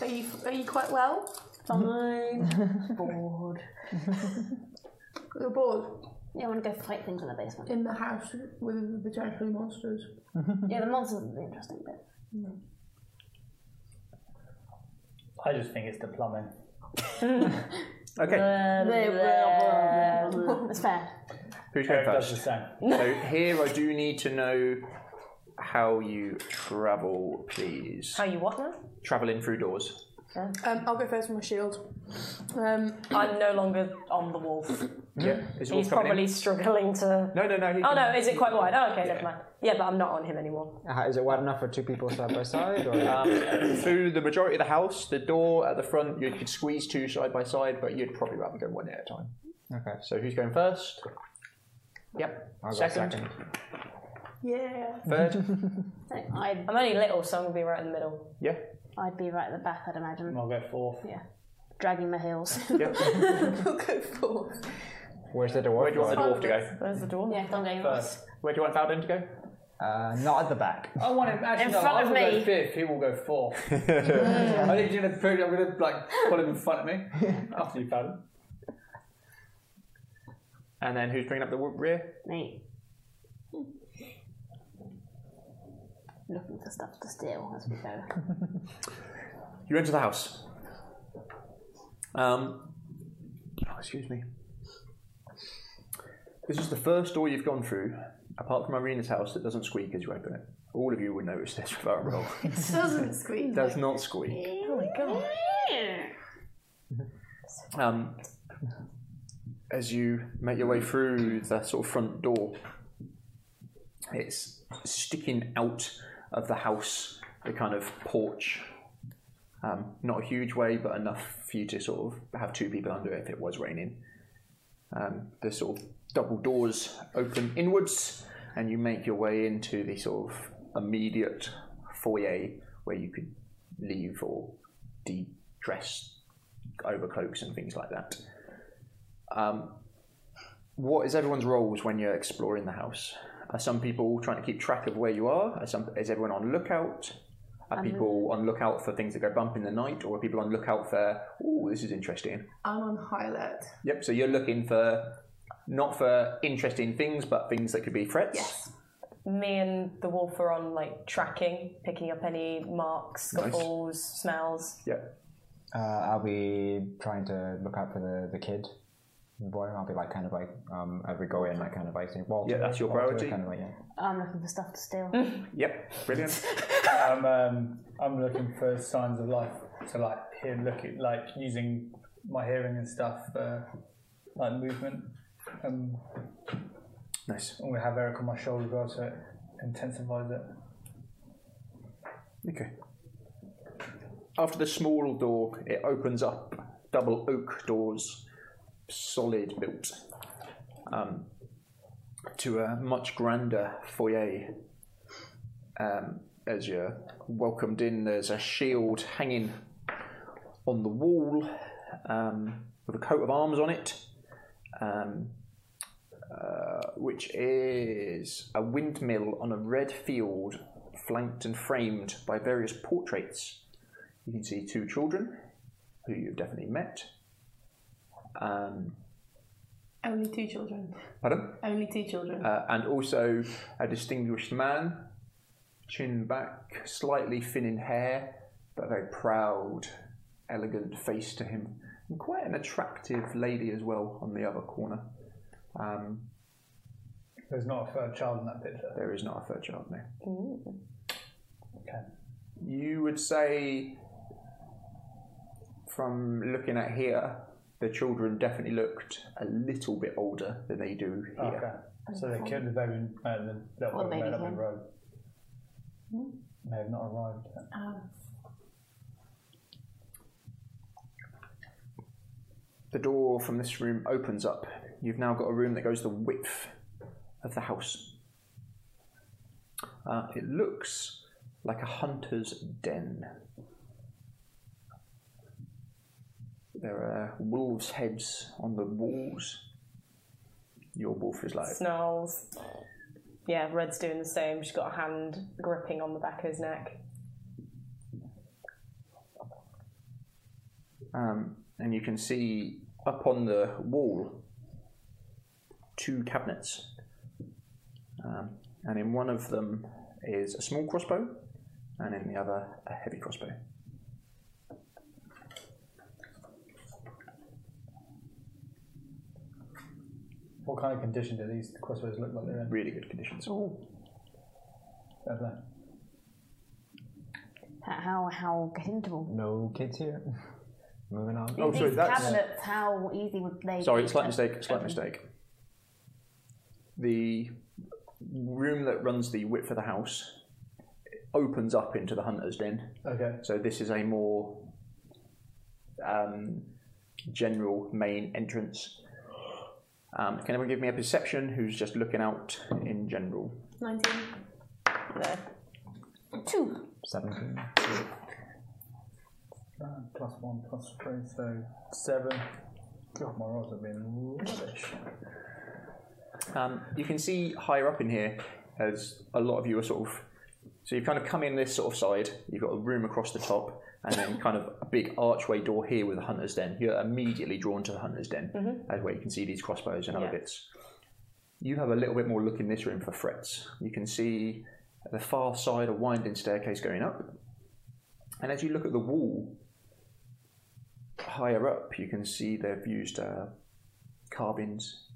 Speaker 18: Are you are you quite well? Fine. bored. You're bored.
Speaker 5: Yeah, I want to go fight things in the basement.
Speaker 18: In the house with the potentially monsters.
Speaker 5: yeah, the monsters is the interesting bit.
Speaker 11: I just think it's the plumbing.
Speaker 2: Uh,
Speaker 5: That's fair.
Speaker 9: Who's going
Speaker 11: Eric does
Speaker 9: first? so here I do need to know how you travel, please.
Speaker 2: How you what now?
Speaker 9: Travel in through doors.
Speaker 18: Um, I'll go first with my shield.
Speaker 2: Um, I'm no longer on the wolf.
Speaker 9: Yeah. Is Wolf
Speaker 2: He's
Speaker 9: coming in?
Speaker 2: probably struggling to.
Speaker 9: No, no, no.
Speaker 2: Oh no, is it quite wide? Oh, okay, never mind. Yeah, but I'm not on him anymore.
Speaker 1: Uh, is it wide enough for two people side by side? Or?
Speaker 9: Um, through the majority of the house, the door at the front, you could squeeze two side by side, but you'd probably rather go one at a time.
Speaker 1: Okay.
Speaker 9: So who's going first? Yep.
Speaker 1: I'll go second.
Speaker 18: Yeah.
Speaker 9: Third.
Speaker 5: I'd,
Speaker 2: I'm only little, so I'm gonna be right in the middle.
Speaker 9: yeah.
Speaker 5: I'd be right at the back, I'd imagine.
Speaker 11: I'll go fourth.
Speaker 5: Yeah. Dragging my heels.
Speaker 18: I'll go fourth.
Speaker 1: Where's the dwarf?
Speaker 9: Where do you want the dwarf to go?
Speaker 2: Where's the door?
Speaker 5: Yeah, I'm going
Speaker 9: First. Where do you want Falden to go?
Speaker 1: Uh, not at the back.
Speaker 19: I want him actually.
Speaker 5: In
Speaker 19: no,
Speaker 5: front
Speaker 19: I
Speaker 5: of
Speaker 19: will
Speaker 5: me.
Speaker 19: Go fifth, he will go fourth. I think you're gonna put- I'm gonna like put him in front of me. After you, pardon.
Speaker 9: And then who's bringing up the w- rear?
Speaker 5: Me. Looking for stuff to steal as we go.
Speaker 9: You enter the house. Um, oh, excuse me. This is the first door you've gone through, apart from Irina's house, that doesn't squeak as you open it. All of you would notice this without a roll.
Speaker 18: It doesn't squeak.
Speaker 9: Does not squeak.
Speaker 18: Oh my god.
Speaker 9: Um, as you make your way through the sort of front door, it's sticking out of the house, the kind of porch. Um, not a huge way, but enough for you to sort of have two people under it if it was raining. Um, the sort of double doors open inwards, and you make your way into the sort of immediate foyer where you could leave or de dress overcloaks and things like that. Um, what is everyone's roles when you're exploring the house? Are some people trying to keep track of where you are? Are some, is everyone on lookout? Are
Speaker 18: Um,
Speaker 9: people on lookout for things that go bump in the night, or are people on lookout for? Oh, this is interesting.
Speaker 18: I'm on high alert.
Speaker 9: Yep. So you're looking for not for interesting things, but things that could be threats.
Speaker 2: Me and the wolf are on like tracking, picking up any marks,
Speaker 4: Nice.
Speaker 2: scuffles, smells.
Speaker 9: Yep.
Speaker 4: Uh, I'll be trying to look out for the, the kid, the boy. I'll be like kind of like um, every go in, like kind of like saying, Walter.
Speaker 9: Yeah, that's your
Speaker 4: Walter,"
Speaker 9: priority.
Speaker 4: Kind of like, yeah.
Speaker 5: I'm looking for stuff to steal.
Speaker 9: Yep, brilliant.
Speaker 11: I'm, um, I'm looking for signs of life. So like here, looking like using my hearing and stuff, uh, like movement. Um,
Speaker 9: nice.
Speaker 11: I'm gonna have Eric on my shoulder as well, so it intensifies it.
Speaker 9: Okay. After the small door, it opens up. Double oak doors, solid built, um, to a much grander foyer. Um, as you're welcomed in, there's a shield hanging on the wall um, with a coat of arms on it, um, uh, which is a windmill on a red field, flanked and framed by various portraits. You can see two children who you've definitely met. Um,
Speaker 18: Only two children.
Speaker 9: pardon?
Speaker 18: Only two children.
Speaker 9: Uh, and also a distinguished man, chin back, slightly thin in hair, but a very proud, elegant face to him, and quite an attractive lady as well on the other corner. Um,
Speaker 11: There's not a third child in that picture.
Speaker 9: there is not a third child now.
Speaker 11: Okay.
Speaker 9: You would say, from looking at here, the children definitely looked a little bit older than they do here.
Speaker 11: Okay. So they killed the baby and uh, the little
Speaker 18: Well,
Speaker 11: boy
Speaker 18: maybe
Speaker 11: made up
Speaker 18: him.
Speaker 11: in road.
Speaker 5: Hmm?
Speaker 11: May have not arrived yet.
Speaker 18: Um,
Speaker 9: The door from this room opens up. You've now got a room that goes the width of the house. Uh, it looks like a hunter's den. There are wolves' heads on the walls. Your wolf is like
Speaker 2: Smells. Yeah, Red's doing the same. She's got a hand gripping on the back of his neck.
Speaker 9: Um, and you can see up on the wall two cabinets. Um, and in one of them is a small crossbow, and in the other, a heavy crossbow.
Speaker 11: What kind of condition do these crossbows look like they're in?
Speaker 9: Really good conditions.
Speaker 11: Oh. Fair play.
Speaker 5: How how gettable?
Speaker 4: No kids here. Moving on.
Speaker 9: Oh, sorry,
Speaker 5: These
Speaker 9: that's-
Speaker 5: cabinets, how easy would they?
Speaker 9: Sorry,
Speaker 5: be
Speaker 9: slight
Speaker 5: to-
Speaker 9: mistake. Slight mistake. The room that runs the width of the house opens up into the hunter's den.
Speaker 11: Okay.
Speaker 9: So this is a more um, general main entrance. Um, can everyone give me a perception? Who's just looking out in general?
Speaker 20: 19.
Speaker 5: Two.
Speaker 9: Seventeen.
Speaker 11: Uh, plus one, plus three, so seven. God, my rolls have been rubbish.
Speaker 9: Um, you can see higher up in here, as a lot of you are sort of. So you've kind of come in this sort of side. You've got a room across the top, and then kind of a big archway door here with a hunter's den. You're immediately drawn to the hunter's den,
Speaker 2: Mhm.
Speaker 9: as where you can see these crossbows and other
Speaker 2: Yeah.
Speaker 9: bits. You have a little bit more look in this room for frets. You can see at the far side a winding staircase going up, and as you look at the wall higher up, you can see they've used uh, carvings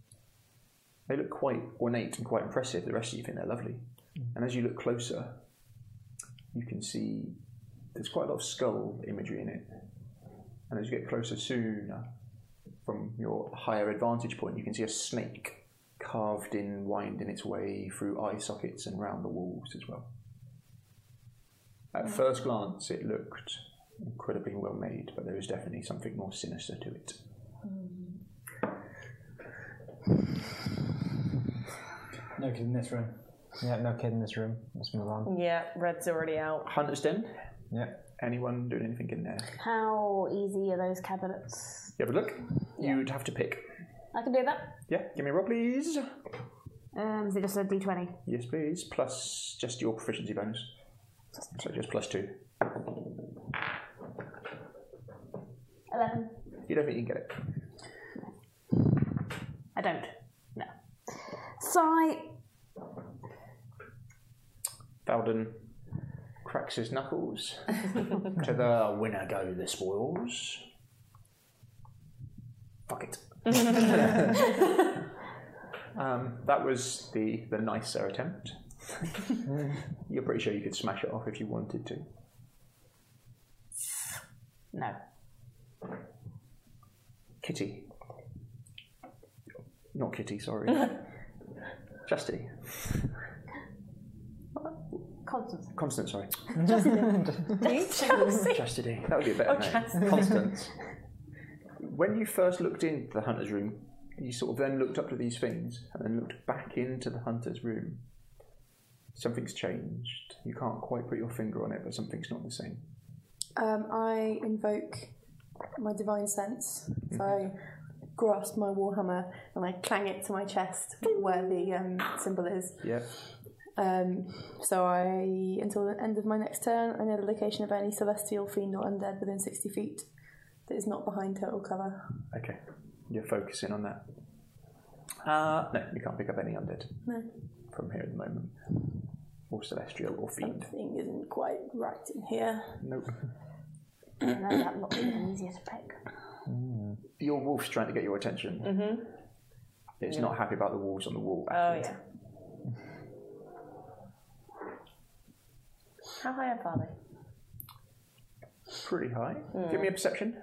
Speaker 9: they look quite ornate and quite impressive. The rest of you think they're lovely. And as you look closer, you can see there's quite a lot of skull imagery in it. And as you get closer sooner, from your higher advantage point, you can see a snake carved in, winding its way through eye sockets and round the walls as well. At first glance, it looked incredibly well made, but there is definitely something more sinister to it.
Speaker 11: No kid in this room.
Speaker 4: Yeah, no kid in this room. Let's move on.
Speaker 5: Mm.
Speaker 2: Yeah, Red's already out.
Speaker 9: Hunter's Den?
Speaker 4: Yeah.
Speaker 9: Anyone doing anything in there?
Speaker 5: How easy are those cabinets?
Speaker 9: You uh, have a look? You'd have to pick.
Speaker 5: I can do that.
Speaker 9: Yeah, give me a roll, please.
Speaker 5: Um, is it just a D twenty?
Speaker 9: Yes, please. Plus just your proficiency bonus. So just plus two.
Speaker 5: Eleven.
Speaker 9: You don't think you can get it.
Speaker 5: I don't. No. Sigh.
Speaker 9: Falden cracks his knuckles. to the winner go the spoils. Fuck it. um, that was the, the nicer attempt. You're pretty sure you could smash it off if you wanted to.
Speaker 5: No.
Speaker 9: Kitty. Not Kitty, sorry. Chastity.
Speaker 5: Constance.
Speaker 9: Constance, sorry.
Speaker 5: Chelsea.
Speaker 9: Chastity. That would be a better
Speaker 5: Oh,
Speaker 9: name.
Speaker 5: Chastity.
Speaker 9: Constance. When you first looked into the hunter's room, you sort of then looked up to these things and then looked back into the hunter's room. Something's changed. You can't quite put your finger on it, but something's not the same.
Speaker 6: Um, I invoke my divine sense. So I grasp my warhammer and I clang it to my chest where the um, symbol is.
Speaker 9: Yeah.
Speaker 6: Um, so I, until the end of my next turn, I know the location of any celestial fiend or undead within 60 feet that is not behind total cover.
Speaker 9: Okay. You're focusing on that. Uh, no, you can't pick up any undead
Speaker 6: No,
Speaker 9: from here at the moment. Or celestial or fiend.
Speaker 6: thing isn't quite right in here.
Speaker 9: Nope.
Speaker 5: that lot even easier to pick.
Speaker 1: Hmm.
Speaker 9: Your wolf's trying to get your attention.
Speaker 5: Mm-hmm. Uh.
Speaker 9: It's
Speaker 5: Yeah.
Speaker 9: not happy about the walls on the wall.
Speaker 2: Oh, yeah. How high up are they?
Speaker 9: Pretty high.
Speaker 2: Mm.
Speaker 9: Give me a perception.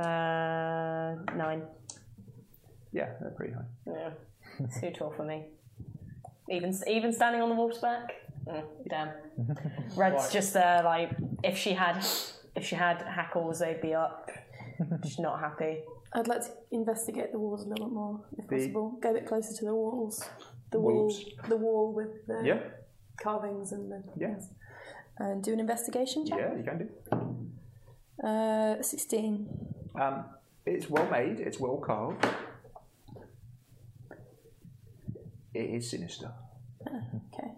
Speaker 2: Uh, nine.
Speaker 9: Yeah, they're pretty high.
Speaker 2: Yeah, too tall for me. Even even standing on the wolf's back. Mm, damn. Red's
Speaker 6: Right.
Speaker 2: just there. Like if she had if she had hackles, they'd be up. She's not happy.
Speaker 6: I'd like to investigate the walls a little bit more, if
Speaker 2: The-
Speaker 6: possible. Go a bit closer to the walls. The wall,
Speaker 2: Wolves.
Speaker 6: the wall with the
Speaker 9: Yeah.
Speaker 6: carvings and the
Speaker 9: Yeah.
Speaker 6: And do an investigation check.
Speaker 9: Yeah, you can do.
Speaker 6: Uh, sixteen.
Speaker 9: Um, it's well made, it's well carved.
Speaker 1: It is sinister.
Speaker 16: Okay.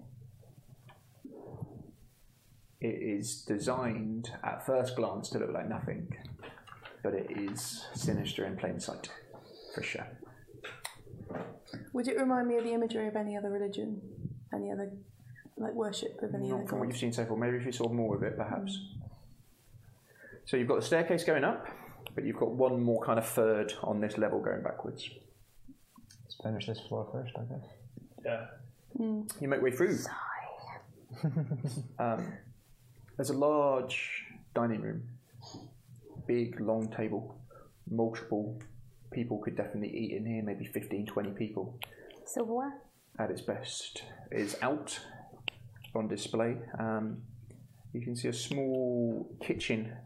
Speaker 1: It is designed at first glance to look like nothing, but it is sinister in plain sight, for sure.
Speaker 16: Would it remind me of the imagery of any other religion? Any other, like, worship of any other
Speaker 1: Not from what
Speaker 16: god?
Speaker 1: you've seen so far. Maybe if you saw more of it, perhaps.
Speaker 5: Mm.
Speaker 1: So you've got the staircase going up, but you've got one more kind of third on this level going backwards.
Speaker 4: Let's finish this floor first, I guess.
Speaker 11: Yeah.
Speaker 1: You make way through. um, there's a large dining room, big long table, multiple people could definitely eat in here, maybe 15, 20 people
Speaker 5: Silverware?
Speaker 1: at its best is out on display. Um, you can see a small kitchen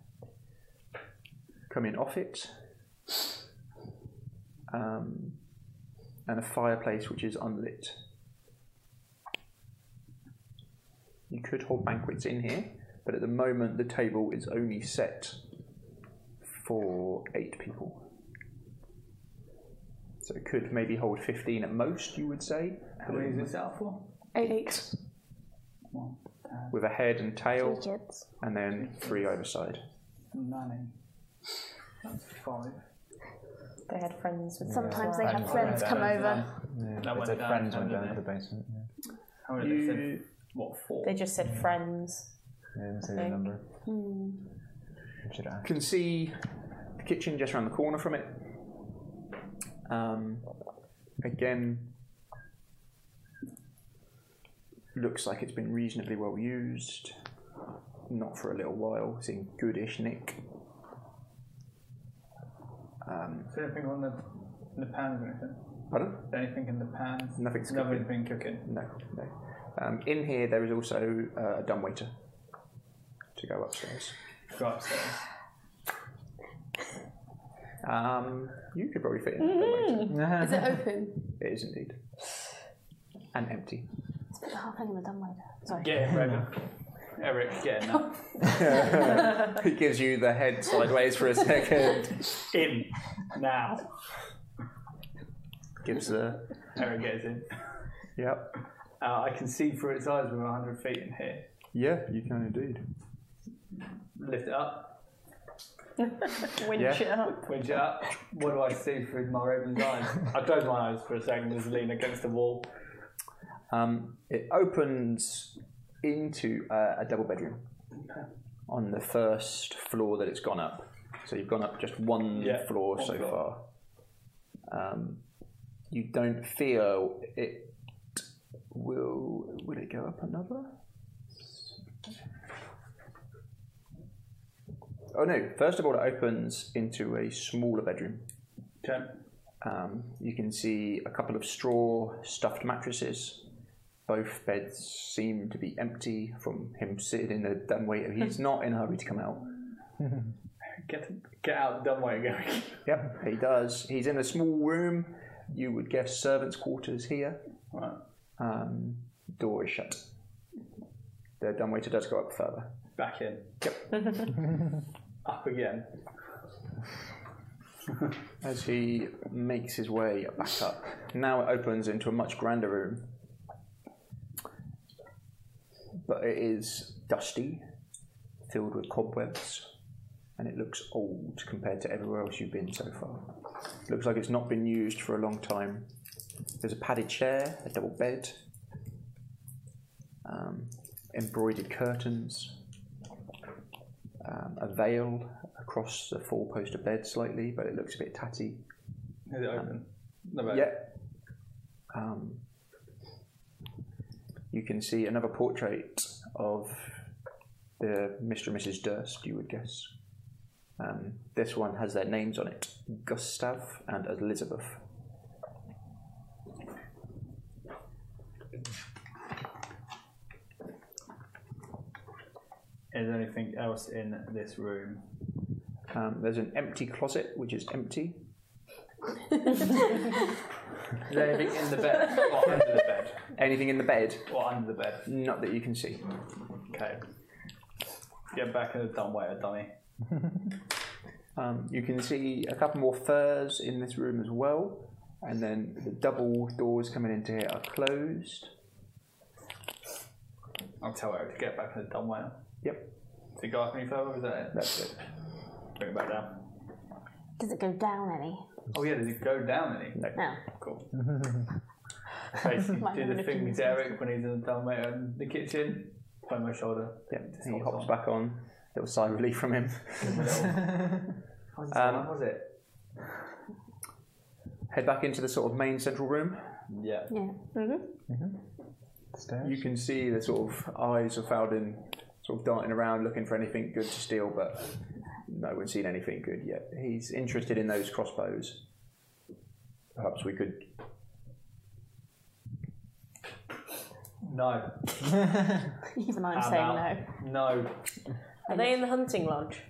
Speaker 1: coming off it, um, and a fireplace which is unlit. You could hold banquets in here, but at the moment the table is only set for eight people. So it could maybe hold 15 at most, you would say.
Speaker 11: How many is it set up for?
Speaker 5: Eight.
Speaker 1: With a head and tail,
Speaker 5: Three kids.
Speaker 1: and then three overside.
Speaker 11: Nanny. That's five.
Speaker 2: They had friends with
Speaker 5: Sometimes they have friends come over.
Speaker 4: Yeah,
Speaker 11: That
Speaker 4: it's
Speaker 11: went
Speaker 4: a
Speaker 11: down,
Speaker 4: friends went
Speaker 11: didn't
Speaker 4: down to
Speaker 11: it?
Speaker 4: the basement. Yeah.
Speaker 11: How many they said? What, four?
Speaker 2: They just said friends.
Speaker 4: I didn't say the
Speaker 2: Thing.
Speaker 4: number.
Speaker 2: Hmm.
Speaker 4: Should I?
Speaker 1: can see the kitchen just around the corner from it. Um, again, looks like it's been reasonably well used. Not for a little while. It's in goodish nick. Um,
Speaker 11: Is there anything on the, in the pans or anything?
Speaker 1: pardon?
Speaker 11: Is there anything in the pans?
Speaker 1: Nothing's
Speaker 11: Nothing's
Speaker 1: cooking.
Speaker 11: been cooking.
Speaker 1: No, no. Um, in here, there is also uh, a dumbwaiter to go upstairs.
Speaker 11: Go upstairs.
Speaker 1: Um, you could probably fit in. a dumbwaiter.
Speaker 16: Mm-hmm. Is it open?
Speaker 1: It is indeed. And empty.
Speaker 5: Let's put the whole thing in the dumbwaiter. Sorry.
Speaker 11: Get him, Raven. Eric, get him. now.
Speaker 1: he gives you the head sideways for a second.
Speaker 11: in. Now.
Speaker 1: Gives the.
Speaker 11: Eric gets in.
Speaker 1: Yep.
Speaker 11: Uh, I can see through its eyes with 100 feet in here.
Speaker 1: Yeah, you can indeed.
Speaker 11: Lift it up.
Speaker 2: Winch
Speaker 11: Yeah.
Speaker 2: it up.
Speaker 11: Winch it up. What do I see through my Raven's eyes? I close my eyes for a second, just lean against the wall.
Speaker 1: Um, it opens into uh, a double bedroom on the first floor that it's gone up. So you've gone up just one
Speaker 11: Yeah,
Speaker 1: floor
Speaker 11: one
Speaker 1: so
Speaker 11: floor.
Speaker 1: far. Um, you don't feel it will. Will it go up another? Oh no! First of all, it opens into a smaller bedroom.
Speaker 11: Okay.
Speaker 1: Um, you can see a couple of straw stuffed mattresses. Both beds seem to be empty from him sitting in the dumbwaiter. He's not in a hurry to come out.
Speaker 11: Get, get out, dumb way going.
Speaker 1: Yep, he does. He's in a small room. You would guess servants' quarters here.
Speaker 11: Right.
Speaker 1: Um, door is shut. The dumbwaiter does go up further.
Speaker 11: Back in. Up again.
Speaker 1: As he makes his way back up, now it opens into a much grander room. But it is dusty, filled with cobwebs, and it looks old compared to everywhere else you've been so far. Looks like it's not been used for a long time. There's a padded chair, a double bed, um, embroidered curtains, um, a veil across the four poster bed slightly, but it looks a bit tatty.
Speaker 11: Is it open? No, but-
Speaker 1: Yeah. Um, you can see another portrait of the Mr. and Mrs. Durst, you would guess. Um, this one has their names on it Gustav and Elizabeth.
Speaker 11: Is there anything else in this room?
Speaker 1: Um, there's an empty closet, which is empty.
Speaker 11: Is there anything in the bed? Or under the bed?
Speaker 1: Anything in the bed?
Speaker 11: Or under the bed?
Speaker 1: Not that you can see.
Speaker 11: Okay. Get back in the dumb way, dummy.
Speaker 1: Um, you can see a couple more furs in this room as well, And then the double doors coming into here are closed.
Speaker 11: I'll tell Eric to get back to the dumb whale.
Speaker 1: Yep.
Speaker 11: To go up any further, is that it?
Speaker 1: That's it.
Speaker 11: Bring it back down.
Speaker 5: Does it go down any?
Speaker 11: Oh yeah, does it go down any?
Speaker 5: No.
Speaker 11: Cool. Basically,
Speaker 5: Like
Speaker 11: do
Speaker 5: having
Speaker 11: the
Speaker 5: a
Speaker 11: thing
Speaker 5: few
Speaker 11: with Derek when he's in the dumb whale in the kitchen. By my shoulder.
Speaker 1: Yeah, he hops back on. Little sigh of relief from him.
Speaker 11: Um, was it?
Speaker 1: Head back into the sort of main central room.
Speaker 11: Yeah.
Speaker 5: Yeah.
Speaker 1: You can see the sort of eyes of Falden sort of darting around looking for anything good to steal, but no one's seen anything good yet. He's interested in those crossbows. Perhaps we could.
Speaker 11: No.
Speaker 5: Even I'm
Speaker 11: I'm
Speaker 5: saying
Speaker 11: out.
Speaker 5: no.
Speaker 11: No.
Speaker 2: Are they in the hunting lodge?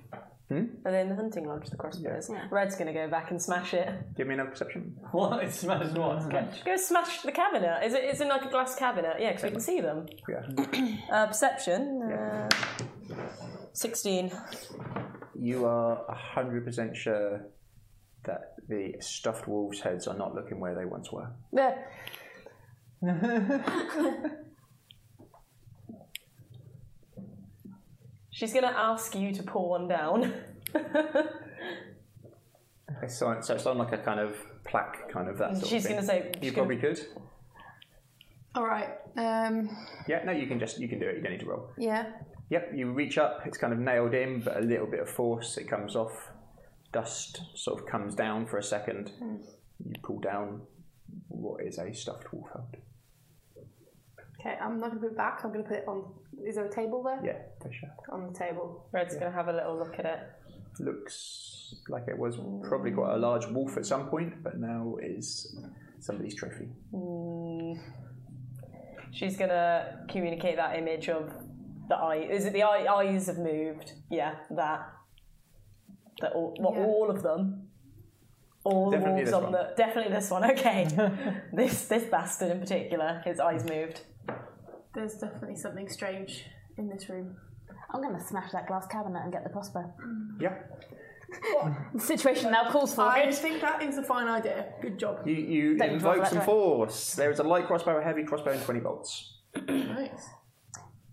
Speaker 1: Hmm?
Speaker 2: Are they in the hunting lodge, the crossbows? Red's going to go back and smash it.
Speaker 1: Give me another perception.
Speaker 11: What? It smells what?
Speaker 2: Go smash the cabinet. Is it? Is it like a glass cabinet? Yeah, because we can see them.
Speaker 1: Yeah.
Speaker 2: Uh, perception. Uh, Sixteen.
Speaker 1: You are 100% sure that the stuffed wolves' heads are not looking where they once were.
Speaker 2: Yeah. She's going to ask you to pull one down.
Speaker 1: It's on, so it's on like a kind of plaque, kind of that sort
Speaker 2: She's
Speaker 1: of thing.
Speaker 2: gonna say-
Speaker 1: You
Speaker 2: she's
Speaker 1: probably could.
Speaker 6: All right. Um,
Speaker 1: Yeah, no, you can just, you can do it, you don't need to roll.
Speaker 6: yeah.
Speaker 1: Yep, you reach up, it's kind of nailed in, but a little bit of force, it comes off. Dust sort of comes down for a second.
Speaker 5: Hmm.
Speaker 1: You pull down what is a stuffed wolf head.
Speaker 6: Okay, I'm not going to put it back. I'm going to put it on. Is there a table there?
Speaker 1: Yeah, for sure.
Speaker 6: On the table.
Speaker 2: Red's going to have a little look at it.
Speaker 1: Looks like it was probably quite a large wolf at some point, but now is somebody's trophy.
Speaker 2: Mm. She's gonna communicate that image of the eye. Is it the eye, eyes have moved? Yeah, that. That all, what, all of them. All the
Speaker 1: Definitely
Speaker 2: wolves
Speaker 1: this
Speaker 2: on
Speaker 1: one.
Speaker 2: the definitely this one. Okay, this this bastard in particular, his eyes moved.
Speaker 6: There's definitely something strange in this room.
Speaker 5: I'm going to smash that glass cabinet and get the crossbow.
Speaker 1: Yeah.
Speaker 5: The situation now calls for
Speaker 6: I
Speaker 5: it.
Speaker 6: think that is a fine idea. Good job.
Speaker 1: You, you
Speaker 5: Don't roll
Speaker 1: invoke
Speaker 5: that
Speaker 1: some
Speaker 5: way.
Speaker 1: force. There is a light crossbow, a heavy crossbow, and 20 bolts.
Speaker 6: nice.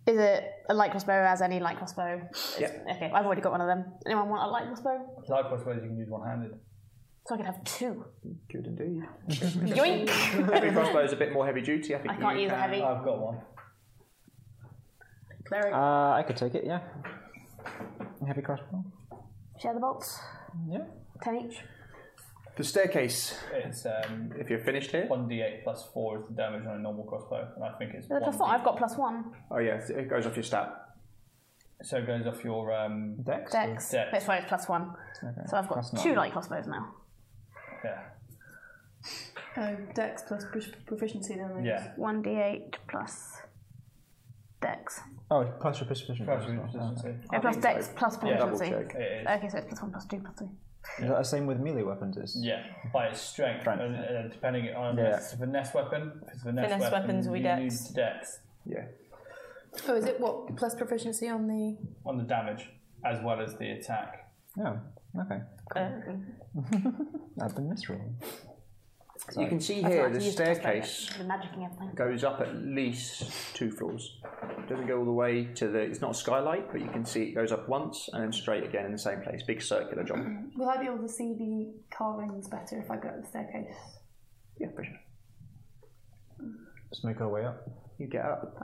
Speaker 5: Is it a light crossbow as any light crossbow?
Speaker 1: Yep.
Speaker 5: Okay, I've already got one of them. Anyone want a light crossbow?
Speaker 11: Life crossbows you can use one handed.
Speaker 5: So I could have two.
Speaker 1: Good indeed.
Speaker 5: Yoink!
Speaker 1: heavy crossbow is a bit more heavy duty. I think
Speaker 5: I can't
Speaker 1: you
Speaker 5: use a
Speaker 1: can-
Speaker 5: heavy.
Speaker 11: I've got one.
Speaker 6: Cleric.
Speaker 15: Uh, I could take it, yeah. Heavy crossbow.
Speaker 5: Share the bolts.
Speaker 15: Yeah.
Speaker 5: Ten each.
Speaker 1: The staircase.
Speaker 11: It's um,
Speaker 1: if you're finished here,
Speaker 11: one d8 plus four is the damage on a normal crossbow, and I think it's
Speaker 5: Is it plus one? I've got plus one.
Speaker 1: Oh yeah, it goes off your stat.
Speaker 11: So it goes off your um,
Speaker 15: dex.
Speaker 5: Dex. That's why it's plus one. So I've got
Speaker 11: Plus
Speaker 5: two
Speaker 11: nine.
Speaker 5: light crossbows now.
Speaker 11: Yeah.
Speaker 6: Um, Dex plus prof- proficiency then. I guess.
Speaker 11: Yeah.
Speaker 5: One d8 plus Dex.
Speaker 15: Oh, plus your proficiency.
Speaker 11: Plus your proficiency.
Speaker 5: Yeah, plus Dex plus
Speaker 15: Yeah. Double
Speaker 5: proficiency.
Speaker 15: check. It is.
Speaker 5: Okay, so it's plus one plus two plus three.
Speaker 15: Is that the same with melee weapons? Is
Speaker 11: Yeah, by its strength, and, uh, depending on
Speaker 15: Yeah.
Speaker 11: if it's a finesse weapon. If it's a finesse,
Speaker 6: Finesse
Speaker 11: weapon,
Speaker 6: weapons, we
Speaker 11: you
Speaker 6: dex.
Speaker 11: need dex
Speaker 1: Yeah.
Speaker 6: Oh, is it what plus proficiency on the?
Speaker 11: on the damage as well as the attack.
Speaker 15: Oh, okay.
Speaker 2: Uh,
Speaker 15: I've been misrolling.
Speaker 1: You can see
Speaker 5: That's
Speaker 1: here
Speaker 5: not
Speaker 1: the
Speaker 5: to use crossbow,
Speaker 1: staircase
Speaker 5: but The magicking everything.
Speaker 1: goes up at least two floors. It doesn't go all the way to the. It's not a skylight, but you can see it goes up once and then straight again in the same place. Big circular job.
Speaker 6: Will I be able to see the carvings better if I go up the staircase?
Speaker 1: Yeah, for sure.
Speaker 15: Just make our way up.
Speaker 1: You get up.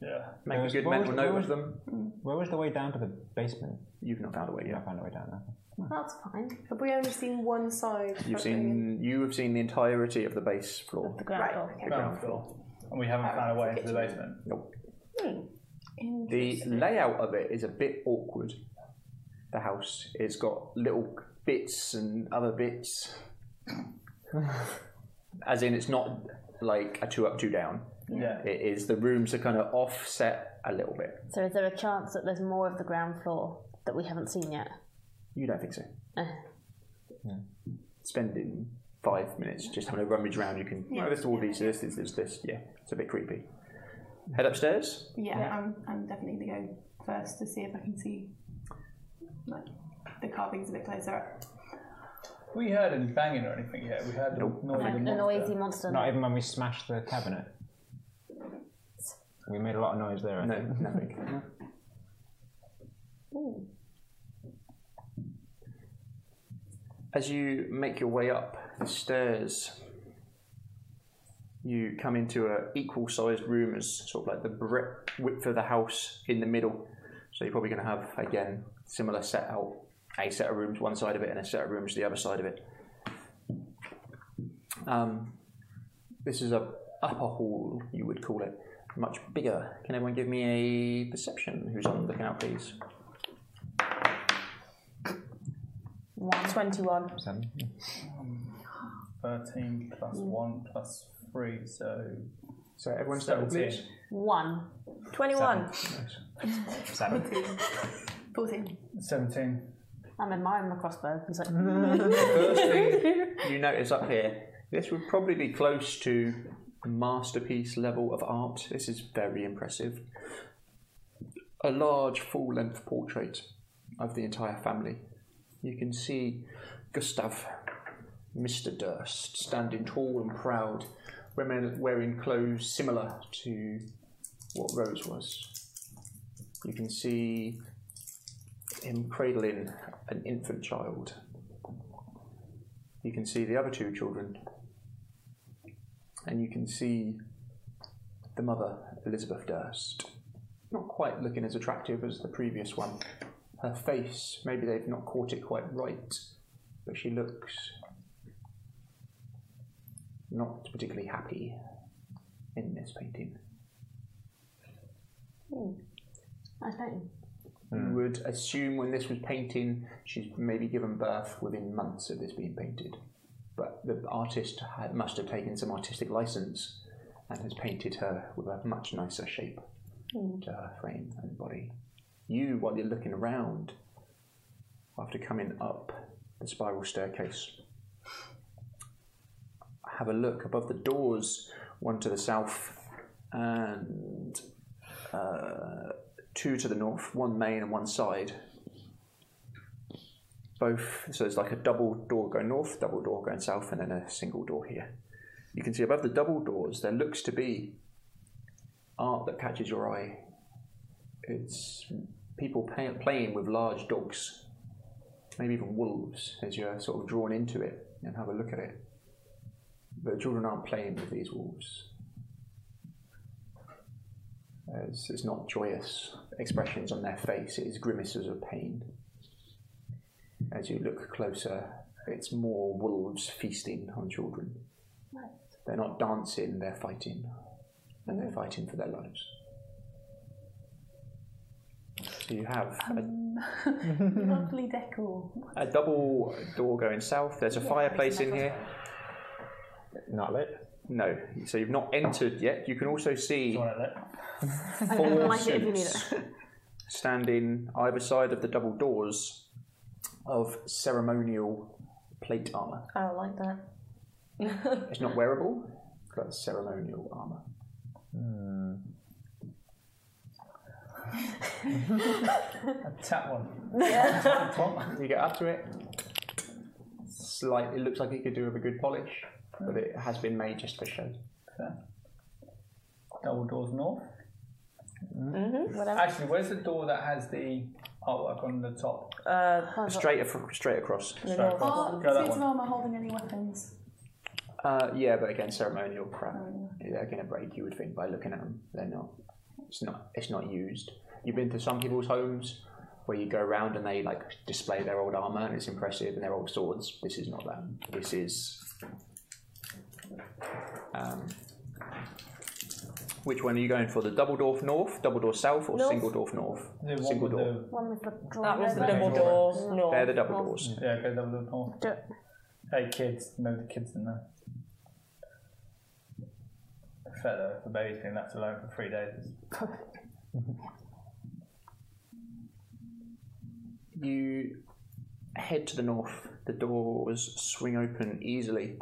Speaker 11: Yeah.
Speaker 1: Make a good
Speaker 15: where
Speaker 1: mental
Speaker 15: was- where
Speaker 1: note of
Speaker 15: was-
Speaker 1: them.
Speaker 15: Where was the way down to the basement?
Speaker 1: You've not found a way yet.
Speaker 15: I found a way down there.
Speaker 6: That's fine. Have we only seen one side?
Speaker 1: You've seen. You have seen the entirety of the base floor. The
Speaker 5: ground floor.
Speaker 1: The ground floor.
Speaker 11: And we haven't found a way into the basement.
Speaker 1: Nope. The layout of it is a bit awkward. The house. It's got little bits and other bits. As in, it's not like a two up, two down.
Speaker 11: Yeah.
Speaker 1: It is the rooms are kind of offset a little bit.
Speaker 5: So is there a chance that there's more of the ground floor that we haven't seen yet?
Speaker 1: You don't think so?
Speaker 5: Uh,
Speaker 1: Spending five minutes just having a rummage round, you can.
Speaker 6: Yeah.
Speaker 1: Oh, this all these. This this this this. Yeah, it's a bit creepy. Head upstairs.
Speaker 6: Yeah, I'm, I'm definitely going to go first to see if I can see like, the carvings a bit closer.
Speaker 11: We heard any banging or anything yet. We heard the noise of the
Speaker 5: Like a
Speaker 11: monster.
Speaker 5: noisy monster.
Speaker 4: Not even when we smashed the cabinet. We made a lot of noise there. I no, think. nothing.
Speaker 5: Ooh.
Speaker 1: As you make your way up the stairs, you come into a equal-sized room as sort of like the bre- width of the house in the middle. So you're probably going to have again similar set out, a set of rooms one side of it and a set of rooms the other side of it. Um, this is a upper hall, you would call it, much bigger. Can everyone give me a perception? Who's on the looking out, please?
Speaker 2: 21.
Speaker 11: Seven. Thirteen plus
Speaker 6: Mm.
Speaker 11: one plus three, so.
Speaker 1: So everyone's
Speaker 11: seventeen.
Speaker 5: One.
Speaker 2: 21.
Speaker 11: Seventeen.
Speaker 5: 14.
Speaker 11: Seventeen.
Speaker 5: I'm admiring the crossbow. He's like,
Speaker 1: First thing you notice up here, this would probably be close to masterpiece level of art. This is very impressive. A large full length portrait of the entire family. You can see Gustav, Mr. Durst, standing tall and proud, women wearing clothes similar to what Rose was. You can see him cradling an infant child. You can see the other two children. And you can see the mother, Elizabeth Durst. Not quite looking as attractive as the previous one. Her face, maybe they've not caught it quite right, but she looks not particularly happy in this painting.
Speaker 5: I think.
Speaker 1: You would assume when this was painting, she's maybe given birth within months of this being painted. But the artist had, must have taken some artistic license and has painted her with a much nicer shape to her frame and body. You, while you're looking around, after coming up the spiral staircase, have a look above the doors, one to the south and uh, two to the north, one main and one side. Both, so there's like a double door going north, double door going south, and then a single door here. You can see above the double doors, there looks to be art that catches your eye. It's people pay, playing with large dogs, maybe even wolves, as you're sort of drawn into it and have a look at it. But the children aren't playing with these wolves. It's, it's not joyous expressions on their face, it is grimaces of pain. As you look closer, it's more wolves feasting on children. They're not dancing, they're fighting. And they're fighting for their lives. So you have
Speaker 2: Lovely decor.
Speaker 1: a, a double door going south, there's a
Speaker 2: Yeah,
Speaker 1: fireplace in
Speaker 2: that's
Speaker 1: here. Not lit? No. So you've not entered yet. You can also see
Speaker 5: I
Speaker 1: four
Speaker 5: don't like it if you need
Speaker 1: suits
Speaker 5: it.
Speaker 1: standing either side of the double doors of ceremonial plate armor.
Speaker 2: I don't like that.
Speaker 1: It's not wearable, but it's ceremonial armor.
Speaker 11: Tap one.
Speaker 1: you get up to it. Slight, it looks like it could do with a good polish, but it has been made just for show.
Speaker 11: Double doors north.
Speaker 2: Mm-hmm. Whatever.
Speaker 11: Actually, where's the door that has the artwork on the top?
Speaker 2: Uh,
Speaker 1: Straight, af- straight across.
Speaker 11: The north
Speaker 2: Oh,
Speaker 6: Are
Speaker 1: Go that
Speaker 6: suits of
Speaker 1: one.
Speaker 6: armour holding any weapons?
Speaker 1: Uh, yeah, but again, ceremonial crap. They're going to break. You would think by looking at them, they're not. It's not. It's not used. You've been to some people's homes where you go around and they like display their old armor and it's impressive and their old swords. This is not that. This is. Um, which one are you going for? The double door north, double door south, or
Speaker 2: North.
Speaker 1: single door north?
Speaker 11: The one
Speaker 1: single
Speaker 11: with
Speaker 1: door.
Speaker 5: One with the drawer.
Speaker 2: That was the double
Speaker 11: Okay.
Speaker 2: doors. No.
Speaker 1: They're the double doors.
Speaker 11: Yeah, go double doors north. Hey, kids. No, the kids in there. Fair though, if the baby's been left alone for three days.
Speaker 1: You head to the north. The doors swing open easily.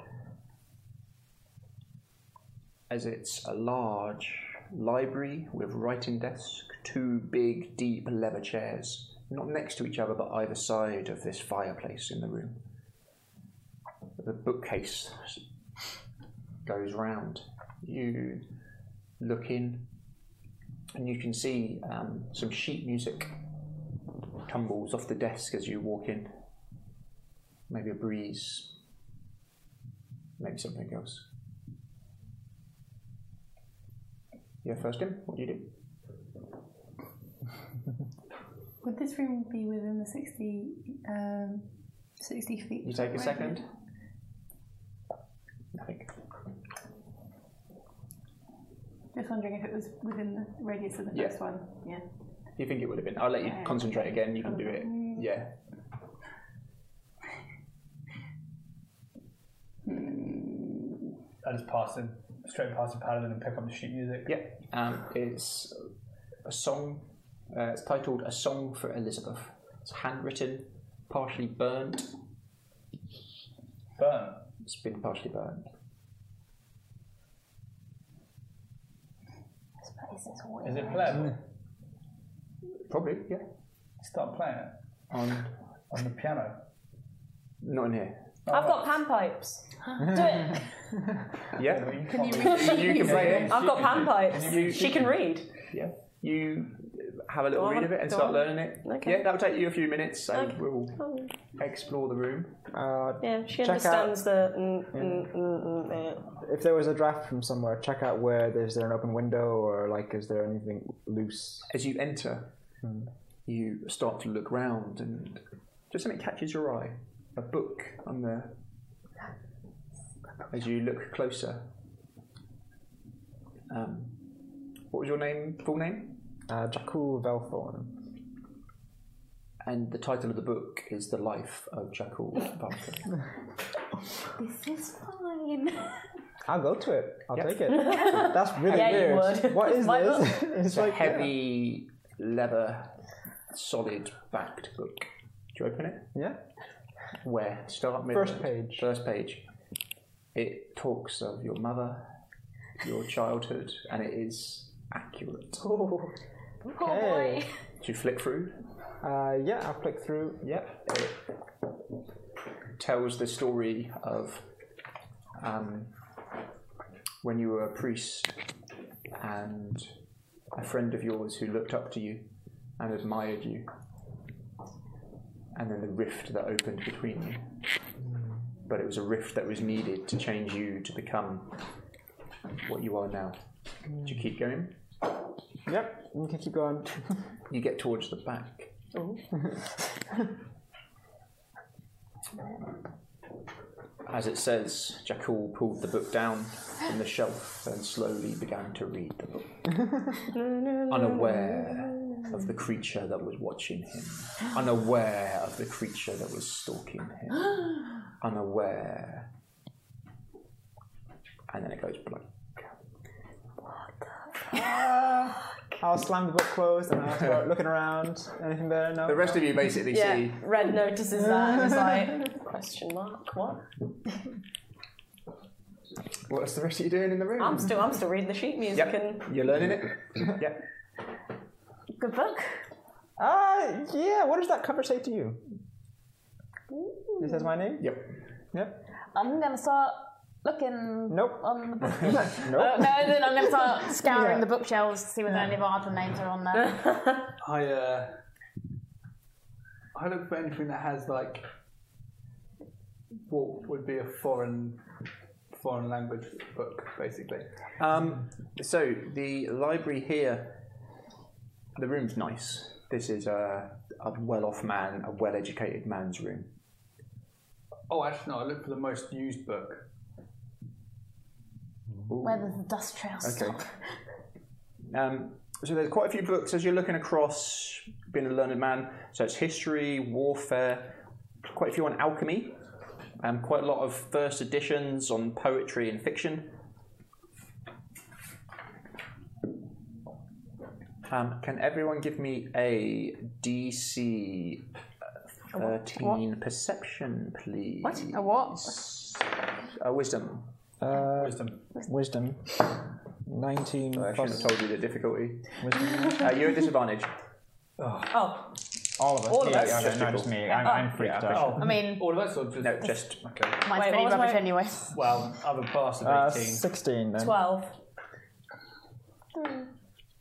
Speaker 1: As it's a large library with writing desk, two big, deep leather chairs, not next to each other but either side of this fireplace in the room. the bookcase goes round. You look in, and you can see um, some sheet music tumbles off the desk as you walk in. Maybe a breeze, maybe something else. You're first in. What do you do?
Speaker 18: Would this room be within the 60, um, 60 feet?
Speaker 1: You take a
Speaker 18: radius?
Speaker 1: second. Nothing.
Speaker 18: Just wondering if it was within the radius of the
Speaker 1: Yeah.
Speaker 18: first one. Yeah.
Speaker 1: You think it would have been? I'll let you
Speaker 18: Yeah.
Speaker 1: concentrate again. You can do it. Yeah.
Speaker 11: I just pass him straight past the paladin and pick up the sheet music.
Speaker 1: Yeah. Um, it's a song. Uh, it's titled "A Song for Elizabeth." It's handwritten, partially burnt.
Speaker 11: Burnt.
Speaker 1: It's been partially burnt.
Speaker 21: This place is weird.
Speaker 11: Is it
Speaker 1: Mm-hmm.
Speaker 11: playable?
Speaker 1: Probably, yeah.
Speaker 11: Start playing it
Speaker 1: on
Speaker 11: on the piano.
Speaker 1: Not in here.
Speaker 2: I've got pan pipes. Do it.
Speaker 1: Yeah.
Speaker 2: Can you read?
Speaker 1: You can play it.
Speaker 2: I've got pan pipes.
Speaker 1: You-
Speaker 2: she can read.
Speaker 1: Yeah. You have a little
Speaker 2: Go on,
Speaker 1: read of it and
Speaker 2: go
Speaker 1: start
Speaker 2: on.
Speaker 1: learning it.
Speaker 2: Okay.
Speaker 1: Yeah, that'll take you a few minutes. So
Speaker 2: Okay.
Speaker 1: we'll
Speaker 2: Oh.
Speaker 1: explore the room.
Speaker 4: Uh,
Speaker 2: Yeah, she
Speaker 4: check out
Speaker 2: understands the. Mm, mm, mm, mm, mm.
Speaker 4: if there was a draft from somewhere. Check out where is there an open window or like is there anything loose?
Speaker 1: As you enter, you start to look round and just something catches your eye. A book on the. As you look closer. Um, what was your name? Full name?
Speaker 4: Uh, Jakul Velthorn.
Speaker 1: And the title of the book is The Life of Jackal Barker.
Speaker 21: This is fine.
Speaker 4: I'll go to it. I'll
Speaker 1: Yep.
Speaker 4: take it. That's really
Speaker 21: Yeah, you
Speaker 4: weird.
Speaker 21: would.
Speaker 4: What is
Speaker 21: Why
Speaker 4: this?
Speaker 1: it's a heavy leather, solid backed book. Do you open it?
Speaker 4: Yeah.
Speaker 1: Where? Start middle.
Speaker 4: First
Speaker 1: page. First page. It talks of your mother, your childhood, and it is accurate.
Speaker 4: Oh, okay.
Speaker 1: Do you flick through?
Speaker 4: Uh, yeah, I'll click through.
Speaker 1: Yeah. It tells the story of um, when you were a priest and a friend of yours who looked up to you and admired you, and then the rift that opened between you. But it was a rift that was needed to change you to become what you are now. Do you keep going?
Speaker 4: Yep, you can keep going.
Speaker 1: you get towards the back. As it says, Jackal pulled the book down from the shelf and slowly began to read the book, unaware of the creature that was watching him, unaware of the creature that was stalking him, unaware. And then it goes blank.
Speaker 21: Ah,
Speaker 4: I'll slam the book closed and I'll start looking around. Anything there? No.
Speaker 1: The rest of you basically
Speaker 2: Yeah,
Speaker 1: see.
Speaker 2: Red notices that and is like, question mark, what?
Speaker 1: What's the rest of you doing in the room?
Speaker 2: I'm still, I'm still reading the sheet music and
Speaker 1: You're learning it? yeah.
Speaker 2: good book.
Speaker 4: Uh, yeah. What does that cover say to you? It says my name.
Speaker 1: Yep.
Speaker 4: Yep.
Speaker 5: I'm gonna start looking.
Speaker 4: Nope. Uh,
Speaker 5: On the book. Oh, no,
Speaker 4: Nope.
Speaker 5: then I'm gonna start scouring
Speaker 4: Yeah.
Speaker 5: the bookshelves to see whether any of our other names are on there.
Speaker 9: I uh, I look for anything that has like what would be a foreign foreign language book, basically.
Speaker 1: Um, so the library here, the room's nice. This is a, a well-off man, a well-educated man's room.
Speaker 9: Oh, actually, no. I look for the most used book.
Speaker 5: Where does the dust trail
Speaker 1: Okay.
Speaker 5: stop?
Speaker 1: Um, so there's quite a few books as you're looking across. Being a learned man, so it's history, warfare, quite a few on alchemy, um, quite a lot of first editions on poetry and fiction. Um, can everyone give me a DC thirteen perception, please?
Speaker 4: What?
Speaker 1: A
Speaker 4: what?
Speaker 1: A wisdom.
Speaker 4: Uh,
Speaker 9: wisdom.
Speaker 4: Wisdom. Nineteen.
Speaker 1: I shouldn't
Speaker 4: plus
Speaker 1: have told you the difficulty.
Speaker 4: wisdom.
Speaker 1: Uh, you're at disadvantage.
Speaker 2: Oh,
Speaker 4: All of us. Oh,
Speaker 5: All of
Speaker 4: yeah,
Speaker 5: us.
Speaker 4: yeah,
Speaker 5: Just
Speaker 4: no, just me. I'm, I'm freaked out.
Speaker 5: I mean,
Speaker 11: all of us, or just
Speaker 9: no, just okay.
Speaker 5: mine's
Speaker 4: Wait,
Speaker 5: pretty
Speaker 4: what was
Speaker 5: rubbish
Speaker 4: my-
Speaker 5: anyway.
Speaker 11: Well, I have a pass of
Speaker 4: Uh,
Speaker 11: 18.
Speaker 4: 16 then.
Speaker 2: 12.
Speaker 5: I'm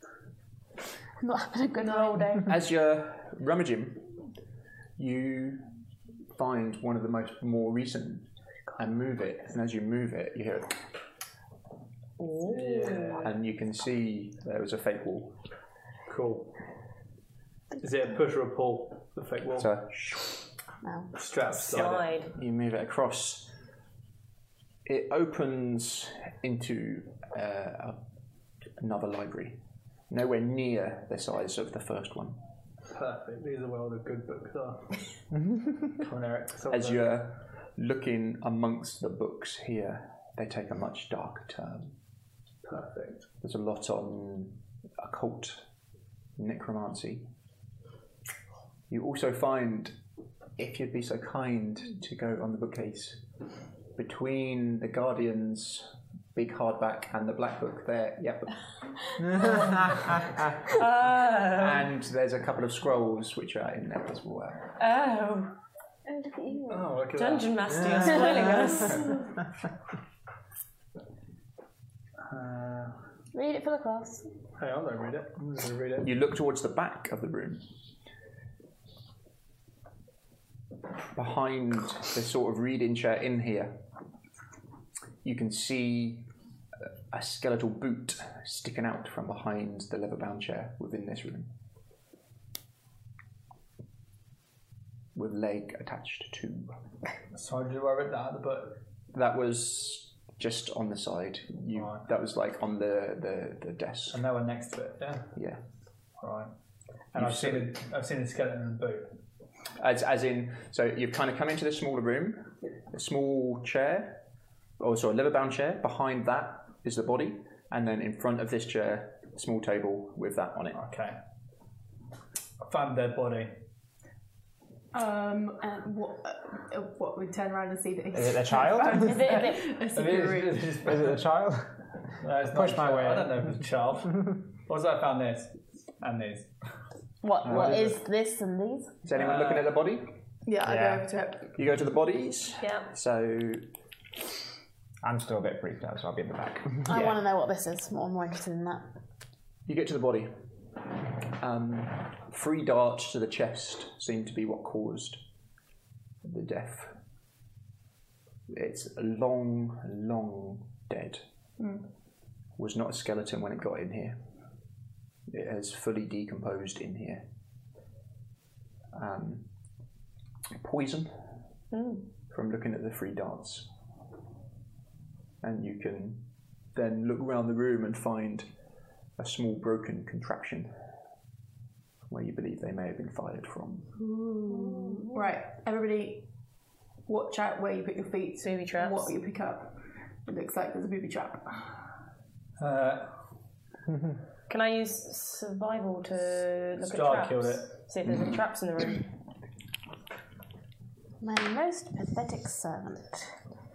Speaker 5: not having a good roll day.
Speaker 9: As you're rummaging, you find one of the most more recent and move it. And as you move it, you hear it. And you can see there is a fake wall.
Speaker 11: Cool. Is it a push or a pull? The fake wall.
Speaker 9: So
Speaker 5: No.
Speaker 11: Strap slide. it.
Speaker 9: you move it across. It opens into uh, a- another library, nowhere near the size of the first one.
Speaker 11: Perfect. These are where all the good books are. Come on, Eric. sort
Speaker 9: As
Speaker 11: them.
Speaker 9: you're looking amongst the books here, they take a much darker turn.
Speaker 11: Perfect.
Speaker 9: There's a lot on occult necromancy. You also find, if you'd be so kind to go on the bookcase, between the Guardian's big hardback and the black book there, yep.
Speaker 2: Uh,
Speaker 9: and there's a couple of scrolls which are in there as well.
Speaker 2: Oh.
Speaker 5: And look at you.
Speaker 11: Oh, look at
Speaker 2: Dungeon
Speaker 11: that.
Speaker 2: Master, you're spoiling us.
Speaker 11: Uh,
Speaker 5: Read it for the class.
Speaker 11: hang on, don't read it. I'm just gonna read it.
Speaker 9: You look towards the back of the room. Behind the sort of reading chair in here, you can see a skeletal boot sticking out from behind the leather bound chair within this room. With leg attached to.
Speaker 11: So did I read that at the book?
Speaker 9: That was just on the side. You, That was like on the, the, the desk.
Speaker 1: And they were next to it, yeah?
Speaker 9: Yeah.
Speaker 1: Right. And
Speaker 9: You've
Speaker 1: I've seen, it, I've seen the skeleton in the boot.
Speaker 9: As, as in, so you've kind of come into this smaller room, a small chair, or sorry, leather bound chair. Behind that is the body, and then in front of this chair, small table with that on it.
Speaker 1: Okay. I found their body.
Speaker 18: Um, and what? Uh, what? We turn around and see that he's.
Speaker 1: Is it a child?
Speaker 18: is it? Is it? a secret room?
Speaker 1: Is it a child? No, it's not a
Speaker 4: Push my
Speaker 1: child.
Speaker 4: way
Speaker 1: I
Speaker 4: in.
Speaker 1: don't know if it's a child. also, I found this and these.
Speaker 5: What?
Speaker 9: Uh,
Speaker 5: what
Speaker 9: what is
Speaker 5: is this and these?
Speaker 9: Is anyone looking at the body?
Speaker 18: Yeah,
Speaker 9: I go
Speaker 18: Yeah.
Speaker 9: over
Speaker 18: to it.
Speaker 9: You go to the bodies.
Speaker 2: Yeah.
Speaker 9: So
Speaker 4: I'm still a bit freaked out, so I'll be in the back.
Speaker 5: I want to know what this is. More, more interested in that.
Speaker 9: you get to the body. Um, three darts to the chest seem to be what caused the death. It's long, long dead.
Speaker 2: Hmm.
Speaker 9: was not a skeleton when it got in here. It has fully decomposed in here. Um, poison
Speaker 18: Hmm.
Speaker 9: from looking at the three darts. And you can then look around the room and find a small broken contraption where you believe they may have been fired from.
Speaker 18: Right, everybody, watch out where you put your feet. Booby traps. What you pick up. It looks like there's a booby trap.
Speaker 1: Uh,
Speaker 2: Can I use survival to look
Speaker 1: Star
Speaker 2: at traps?
Speaker 1: killed it.
Speaker 2: See if there's any traps in the room.
Speaker 5: My most pathetic servant.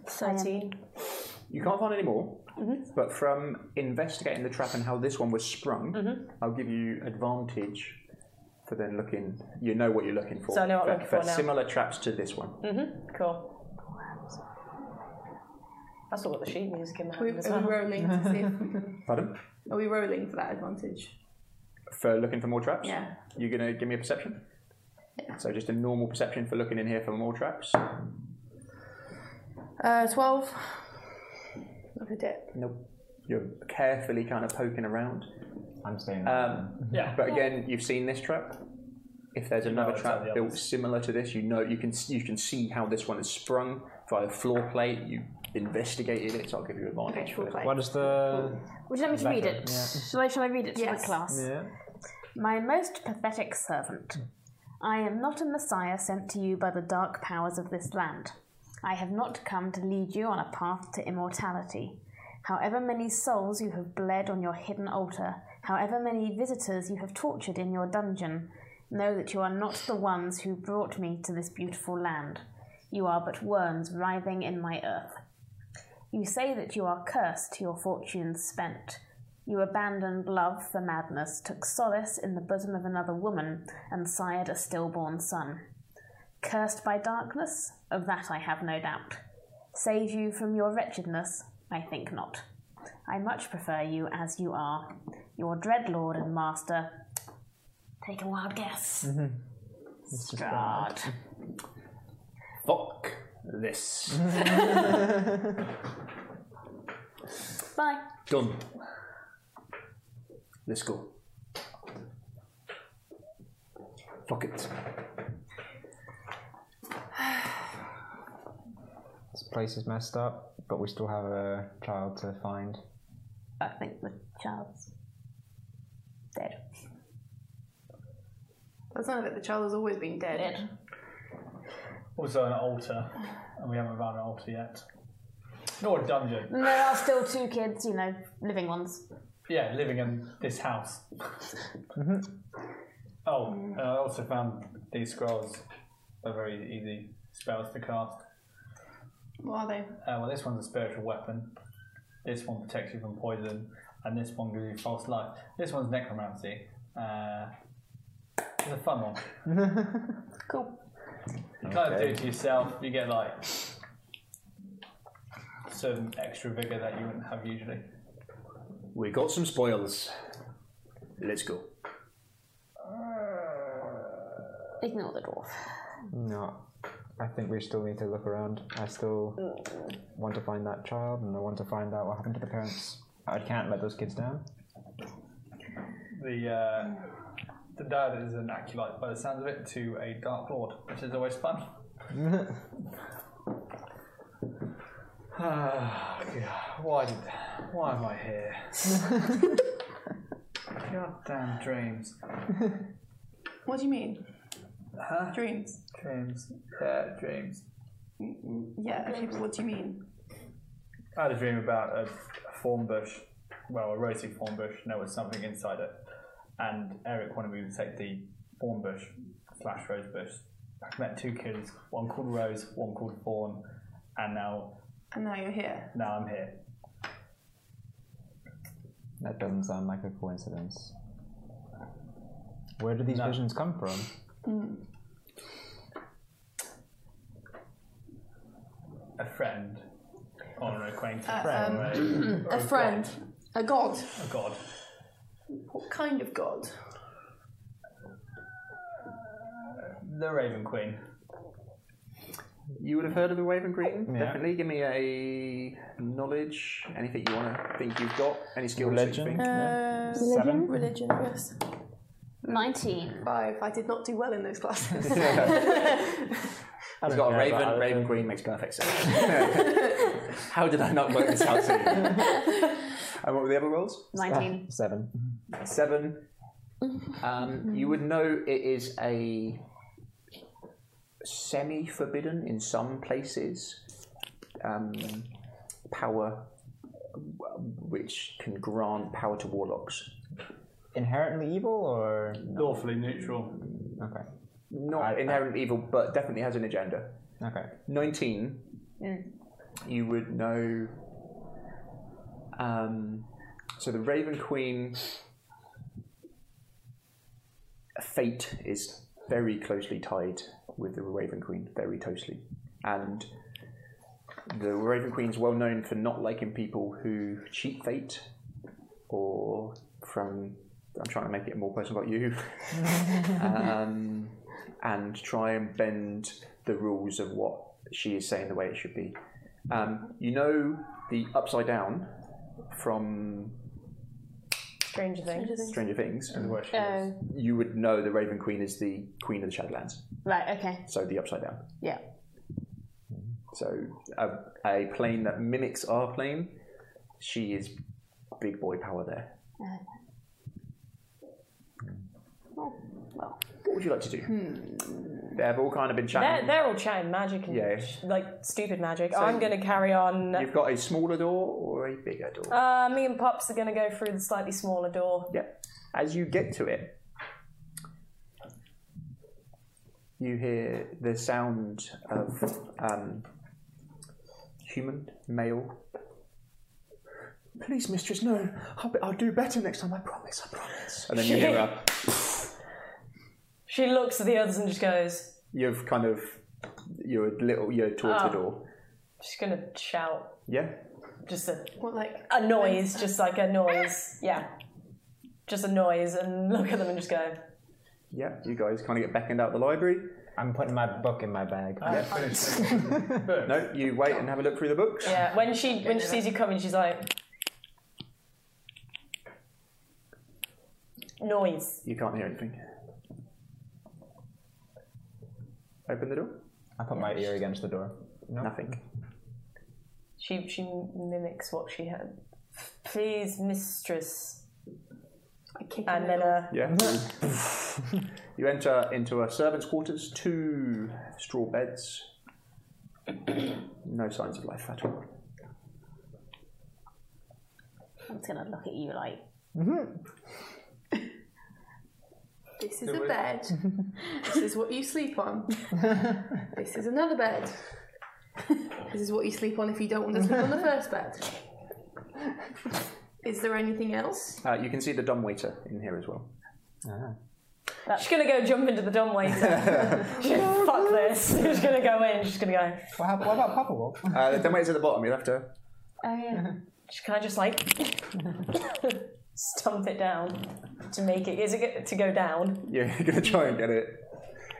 Speaker 2: 13.
Speaker 9: You can't find any more,
Speaker 2: Mm-hmm.
Speaker 9: but from investigating the trap and how this one was sprung,
Speaker 2: Mm-hmm.
Speaker 9: I'll give you advantage for then looking. You know what you're looking for.
Speaker 2: So I know what I'm
Speaker 9: for,
Speaker 2: looking for now.
Speaker 9: Similar traps to this one.
Speaker 2: Mm-hmm. Cool. That's all got the sheet music in my
Speaker 18: We,
Speaker 2: hand
Speaker 18: are
Speaker 2: as well.
Speaker 18: we rolling to see if we can.
Speaker 9: Pardon?
Speaker 18: Are we rolling for that advantage?
Speaker 9: For looking for more traps?
Speaker 18: Yeah.
Speaker 9: You're going to give me a perception? So just a normal perception for looking in here for more traps?
Speaker 22: Uh, 12.
Speaker 18: Not a dip.
Speaker 9: Nope. You're carefully kind of poking around.
Speaker 4: I'm staying.
Speaker 9: Um,
Speaker 1: Yeah.
Speaker 9: But again, you've seen this trap. If there's another
Speaker 1: it's
Speaker 9: trap
Speaker 1: like the
Speaker 9: built similar to this, you know you can you can see how this one is sprung via floor plate. You investigated it, so I'll give you advantage. for that.
Speaker 4: What is the.
Speaker 5: Would you let me to read
Speaker 4: Exactly,
Speaker 5: it?
Speaker 4: yeah.
Speaker 5: Shall, I, shall I read it to
Speaker 4: Yes.
Speaker 5: the class?
Speaker 4: Yeah.
Speaker 5: My most pathetic servant. I am not a messiah sent to you by the dark powers of this land. I have not come to lead you on a path to immortality. However many souls you have bled on your hidden altar, however many visitors you have tortured in your dungeon, know that you are not the ones who brought me to this beautiful land. You are but worms writhing in my earth. You say that you are cursed, your fortune spent. You abandoned love for madness, took solace in the bosom of another woman, and sired a stillborn son. Cursed by darkness? Of that I have no doubt. Save you from your wretchedness? I think not. I much prefer you as you are. Your dread lord and master. Take a wild guess. Strahd.
Speaker 1: Fuck this.
Speaker 5: Bye.
Speaker 1: Done. Let's go. Fuck it.
Speaker 4: This place is messed up, but we still have a child to find.
Speaker 5: I think the child's dead.
Speaker 18: That's not it. The child has always been dead.
Speaker 11: Also, an altar, and we haven't found an altar yet. Nor a dungeon.
Speaker 5: And there are still two kids, you know, living ones.
Speaker 11: Yeah, living in this house.
Speaker 4: Mm-hmm.
Speaker 11: Oh, and I also found these scrolls are very easy spells to cast.
Speaker 6: What are they?
Speaker 11: Uh, well, this one's a spiritual weapon. This one protects you from poison, and this one gives you false life. This one's necromancy. Uh, it's a fun one.
Speaker 5: cool.
Speaker 11: You kind of do
Speaker 9: Okay.
Speaker 11: it to yourself. You get like some extra vigor that you wouldn't have usually.
Speaker 1: We got some spoils. Let's go.
Speaker 5: Ignore the dwarf.
Speaker 4: No, I think we still need to look around. I still want to find that child, and I want to find out what happened to the parents. I can't let those kids down.
Speaker 11: The uh, the dad is an acolyte, by the sounds of it, to a dark lord, which is always fun. Ah, God, why did why am I here? Goddamn dreams.
Speaker 18: What do you mean?
Speaker 11: Huh?
Speaker 18: Dreams.
Speaker 11: Dreams. Yeah, dreams.
Speaker 18: Yeah. Okay, but what do you mean?
Speaker 11: I had a dream about a, a thorn bush, well, a rosy thorn bush, and there was something inside it. And Eric wanted me to take the thorn bush slash rose bush. I met two kids, one called Rose, one called Thorn, and now
Speaker 18: And now you're here.
Speaker 11: now I'm here.
Speaker 4: That doesn't sound like a coincidence. Where do these visions come from?
Speaker 11: A friend, or an acquaintance,
Speaker 18: Uh,
Speaker 11: or
Speaker 18: um,
Speaker 11: or
Speaker 18: a friend. A god.
Speaker 11: God. A god.
Speaker 18: What kind of god?
Speaker 11: The Raven Queen.
Speaker 1: You would have heard of the Raven Green,
Speaker 11: Yeah.
Speaker 1: definitely. Give me a knowledge, anything you want to think you've got, any skills that you think.
Speaker 18: Uh,
Speaker 1: Seven.
Speaker 18: Religion. Yes.
Speaker 5: 19.
Speaker 18: Five. I did not do well in those classes.
Speaker 1: He's got a raven. Raven green makes perfect sense. How did I not work this out to you? And what were the other rolls?
Speaker 5: 19.
Speaker 4: Seven.
Speaker 1: Seven. Um, you would know it is a semi forbidden in some places um, power w- which can grant power to warlocks.
Speaker 4: Inherently evil or
Speaker 11: lawfully neutral?
Speaker 4: Okay.
Speaker 1: Not inherently evil, but definitely has an agenda.
Speaker 4: Okay.
Speaker 1: 19, you would know. Um, so the Raven Queen fate is very closely tied with the Raven Queen, very closely, and the Raven Queen's well known for not liking people who cheat fate, or from. I'm trying to make it more personal about you, um, and try and bend the rules of what she is saying the way it should be. Um, you know the upside down from
Speaker 2: Stranger Things.
Speaker 1: Stranger Things.
Speaker 5: Oh,
Speaker 1: You would know the Raven Queen is the Queen of the Shadowlands,
Speaker 5: right, okay.
Speaker 1: so the Upside Down.
Speaker 5: Yeah.
Speaker 1: So a, a plane that mimics our plane. She is big boy power there.
Speaker 5: Uh, Uh-huh. Oh,
Speaker 1: What would you like to do?
Speaker 5: Hmm.
Speaker 1: They've all kind of been
Speaker 2: They're,
Speaker 1: chatting.
Speaker 2: they're all chatting magic and
Speaker 1: Yeah.
Speaker 2: sh- like stupid magic.
Speaker 1: So-
Speaker 2: I'm going to carry on.
Speaker 1: You've got a smaller door or a bigger door.
Speaker 2: Uh, me and Pops are going to go through the slightly smaller door.
Speaker 1: Yep. As you get to it, you hear the sound of um, human male Please, mistress, no. I'll, be, I'll do better next time. I promise. I promise.
Speaker 9: And then you hear a.
Speaker 2: She looks at the others and just goes,
Speaker 9: You've kind of. You're a little. You're towards
Speaker 2: Oh.
Speaker 9: the door.
Speaker 2: she's going to shout.
Speaker 9: Yeah?
Speaker 2: Just a,
Speaker 23: what, like,
Speaker 2: a noise, just like a noise. Yeah. Just a noise and look at them and just go,
Speaker 9: Yeah. You guys kind of get beckoned out the library.
Speaker 4: I'm putting my book in my bag.
Speaker 9: no, you wait and have a look through the books.
Speaker 2: Yeah, when she when she sees you coming, she's like, noise.
Speaker 9: You can't hear anything. Open the door.
Speaker 4: I put my ear against the door.
Speaker 9: Nothing.
Speaker 2: She she mimics what she heard. Please, mistress. and then uh,
Speaker 9: Yeah. you enter into a servant's quarters, two straw beds. No signs of life at all.
Speaker 5: I'm just gonna look at you like
Speaker 18: This is
Speaker 5: There
Speaker 18: a
Speaker 5: we-
Speaker 18: bed. this is what you sleep on. this is another bed. This is what you sleep on if you don't want to sleep on the first bed. Is there anything else?
Speaker 9: Uh, you can see the dumbwaiter in here as well.
Speaker 4: Ah.
Speaker 2: she's gonna go jump into the dumbwaiter. she's gonna, fuck this. She's gonna go in. She's gonna go.
Speaker 4: What, hap- what about Papa Wolf?
Speaker 9: Uh, the dumbwaiter's at the bottom. You'll have to.
Speaker 2: Oh yeah. Can I just like stump it down to make it? Is it go- to go down?
Speaker 9: Yeah, you're gonna try and get it.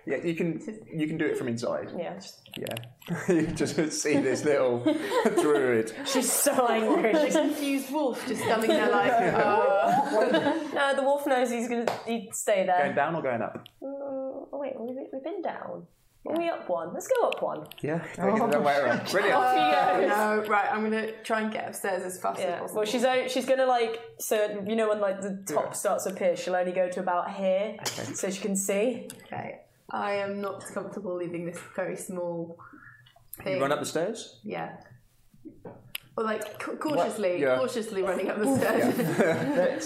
Speaker 9: Yeah, you can. You can do it from inside.
Speaker 2: Yeah. just-
Speaker 9: Yeah. you just see this little druid.
Speaker 2: She's so angry.
Speaker 18: The
Speaker 2: She's
Speaker 18: confused wolf just standing there like,
Speaker 2: Yeah.
Speaker 18: "Uh."
Speaker 2: no, the wolf knows he's gonna he'd stay there.
Speaker 9: Going down or going up?
Speaker 2: Mm, oh wait, we've, we've been down. Are we up one? Let's go up one.
Speaker 9: Yeah. Take it the dumbwaiter up. Brilliant.
Speaker 2: Off
Speaker 18: Oh,
Speaker 2: he goes.
Speaker 18: no, right, I'm gonna try and get upstairs as fast as
Speaker 2: Yeah.
Speaker 18: possible.
Speaker 2: Well, she's o- she's gonna like so you know when like the top starts to appear, she'll only go to about here, so she can see.
Speaker 18: Okay. I am not comfortable leaving this very small thing.
Speaker 9: You run up the stairs.
Speaker 18: Yeah. Or like ca- cautiously,
Speaker 9: Yeah.
Speaker 18: cautiously running up the stairs.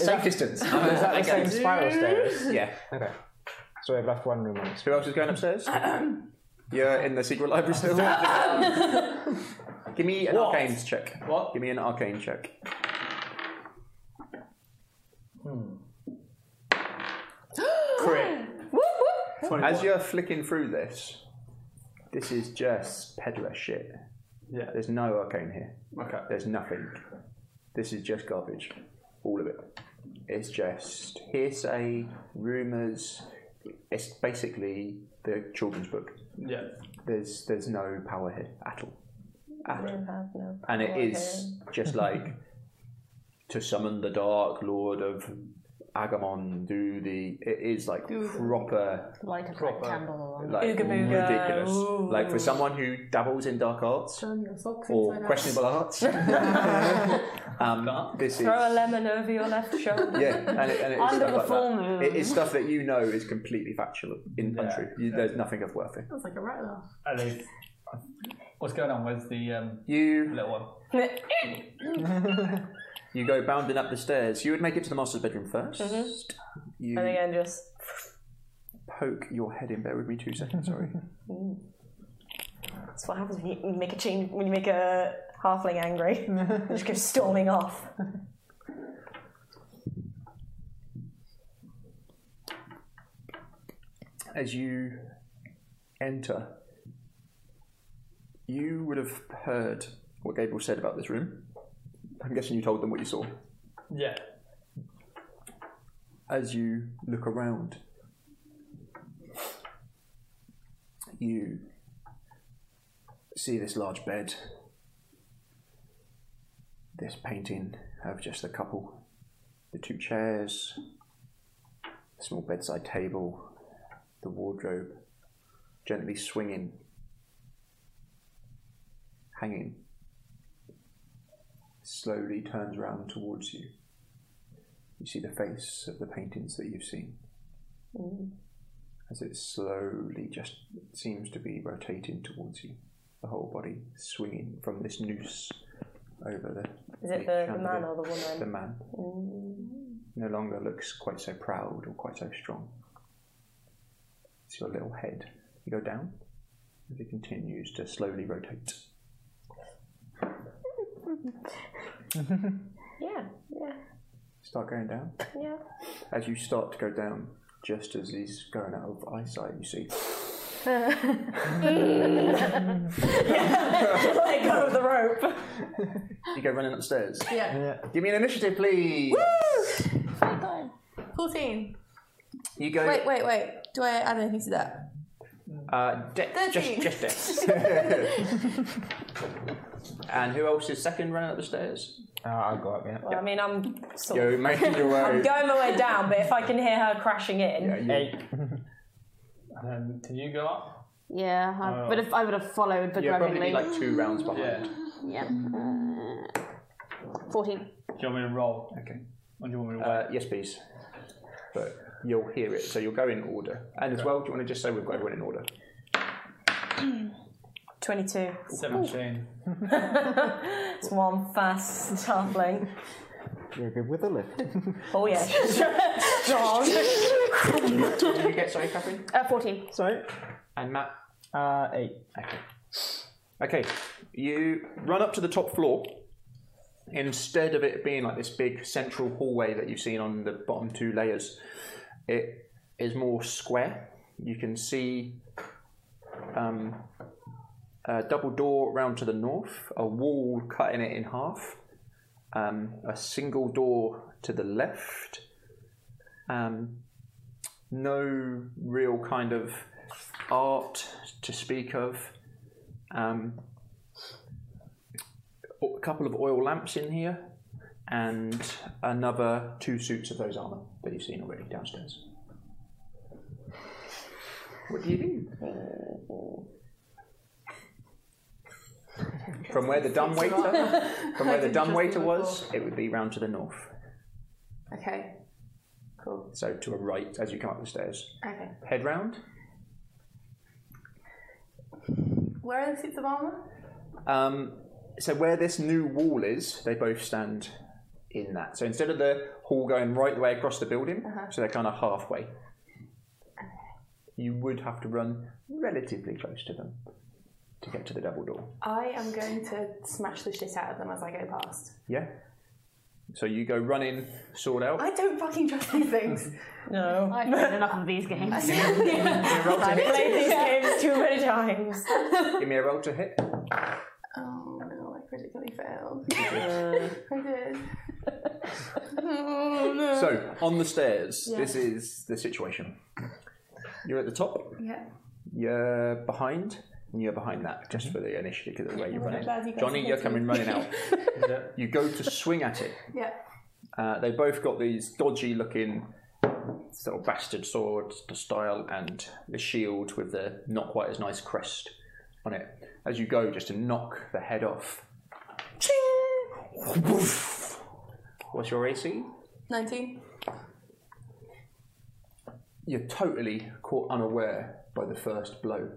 Speaker 9: Safe distance.
Speaker 4: Is that the same spiral stairs?
Speaker 9: Yeah.
Speaker 4: Okay. So we've left one room
Speaker 9: Who else is going upstairs? You're in the secret library still. Give me an arcane check. What? Give me an arcane check. Crit. As you're flicking through this, this is just peddler shit.
Speaker 11: Yeah.
Speaker 9: There's no arcane here.
Speaker 11: Okay.
Speaker 9: There's nothing. This is just garbage. All of it. It's just hearsay, rumours. It's basically the children's book.
Speaker 11: Yeah.
Speaker 9: There's there's no power here at all. At all.
Speaker 2: have no.
Speaker 9: And it
Speaker 2: power
Speaker 9: is just like to summon the dark lord of Agamon, do the it is like proper
Speaker 5: light a
Speaker 9: Proper.
Speaker 5: candle.
Speaker 9: like
Speaker 5: Ooga booga.
Speaker 9: ridiculous.
Speaker 5: Ooh.
Speaker 9: Like for someone who dabbles in dark arts or
Speaker 2: inside out.
Speaker 9: questionable arts, um, this is
Speaker 2: Throw a lemon over your left shoulder.
Speaker 9: yeah, and, it, and it's
Speaker 2: Under
Speaker 9: stuff
Speaker 2: the
Speaker 9: like
Speaker 2: full
Speaker 9: that.
Speaker 2: moon.
Speaker 9: It is stuff that you know is completely factual, in untrue. You, there's nothing of worth it.
Speaker 18: Sounds like a right laugh.
Speaker 11: I leave. uh, What's going on? Where's the um,
Speaker 9: you
Speaker 11: little one?
Speaker 9: You go bounding up the stairs. You would make it to the master's bedroom 1st
Speaker 1: Mm-hmm.
Speaker 2: Mhm.
Speaker 9: You
Speaker 2: And again, just
Speaker 9: poke your head in. Bear with me two seconds. Sorry.
Speaker 2: mm. that's what happens when you make a change when you make a halfling angry. you just go storming off.
Speaker 9: as you enter, you would have heard what Gabriel said about this room. I'm guessing you told them what you saw.
Speaker 11: Yeah.
Speaker 9: As you look around, you see this large bed, this painting of just the couple, the two chairs, the small bedside table, the wardrobe, gently swinging, hanging, slowly turns round towards you. You see the face of the paintings that you've seen as it slowly just seems to be rotating towards you, the whole body swinging from this noose over the.
Speaker 2: Is it the- the man
Speaker 9: chandelier.
Speaker 2: or the woman?
Speaker 9: The man
Speaker 2: Mm.
Speaker 9: no longer looks quite so proud or quite so strong. It's your little head. You go down as it continues to slowly rotate.
Speaker 2: Yeah, yeah,
Speaker 9: Start going down.
Speaker 2: yeah.
Speaker 9: As you start to go down, just as he's going out of eyesight, you see.
Speaker 2: Let go of the rope.
Speaker 9: You go running upstairs.
Speaker 18: Yeah.
Speaker 9: Give me an initiative, please.
Speaker 6: Fourteen.
Speaker 9: You go.
Speaker 6: Wait, wait, wait. Do I add anything to that?
Speaker 9: Uh, de- just,
Speaker 6: Thirteen.
Speaker 9: just dex. and who else is second running up the stairs?
Speaker 4: Uh,
Speaker 24: Oh, I'll go up, yeah.
Speaker 2: Well, I mean, I'm sort
Speaker 9: You're
Speaker 2: of
Speaker 9: making your way.
Speaker 2: I'm going my way down, but if I can hear her crashing in,
Speaker 11: And did Um, you go up?
Speaker 5: Yeah, I
Speaker 11: Oh.
Speaker 5: would have I would have followed
Speaker 11: You'd probably
Speaker 5: begrudgingly.
Speaker 11: be like
Speaker 9: two rounds behind.
Speaker 11: Yeah.
Speaker 5: Yeah. Uh, Fourteen.
Speaker 11: Do you want me to roll? Okay. Or do you want me to wait?
Speaker 9: Uh, yes, please. But you'll hear it, so you'll go in order. And as well, do you want to just say we've got everyone in order?
Speaker 2: 22.
Speaker 11: 17.
Speaker 2: it's one fast starfling.
Speaker 4: You're good with a lift.
Speaker 2: Oh, yeah. Strong.
Speaker 9: Did you get sorry, Catherine?
Speaker 5: Uh, Fourteen.
Speaker 4: Sorry.
Speaker 9: And Matt?
Speaker 4: Uh, eight.
Speaker 9: Okay. Okay, you run up to the top floor. Instead of it being like this big central hallway that you've seen on the bottom two layers, it is more square. You can see um, a double door round to the north, a wall cutting it in half, um, a single door to the left. Um, no real kind of art to speak of. Um, a couple of oil lamps in here, and another two suits of those armor that you've seen already downstairs. What do you do? From where the dumb waiter, from
Speaker 18: I
Speaker 9: where the
Speaker 18: didn't
Speaker 9: dumb
Speaker 18: just
Speaker 9: waiter
Speaker 18: do
Speaker 9: was, it would be round to the north.
Speaker 18: Okay. Cool.
Speaker 9: So to a right as you come up the stairs.
Speaker 18: Okay.
Speaker 9: Head round.
Speaker 18: Where are the suits of armour?
Speaker 9: Um, so where this new wall is, they both stand in that. So instead of the hall going right the way across the building,
Speaker 18: Uh-huh.
Speaker 9: so they're kind of halfway. You would have to run relatively close to them to get to the double door.
Speaker 18: I am going to smash the shit out of them as I go past.
Speaker 9: Yeah. So you go running, sword out.
Speaker 18: I don't fucking trust these things.
Speaker 2: no.
Speaker 18: I've
Speaker 5: played enough of these games.
Speaker 9: You roll to
Speaker 2: I've
Speaker 9: hit.
Speaker 2: played these games too many times.
Speaker 9: Give me a roll to hit.
Speaker 18: Oh no, I critically failed. I did. oh no.
Speaker 9: So on the stairs,
Speaker 18: Yeah.
Speaker 9: this is the situation. You're at the top.
Speaker 18: Yeah.
Speaker 9: You're behind, and you're behind that, just for the initiative, because of the way you're
Speaker 18: I'm
Speaker 9: running.
Speaker 18: glad you guys
Speaker 9: Johnny,
Speaker 18: are
Speaker 9: you're
Speaker 18: here too.
Speaker 9: coming running out. you go to swing at it.
Speaker 18: Yeah.
Speaker 9: Uh, they both got these dodgy looking sort of bastard sword style and the shield with the not quite as nice crest on it. As you go, just to knock the head off. Ching! Woof! What's your AC?
Speaker 6: Nineteen.
Speaker 9: you're totally caught unaware by the first blow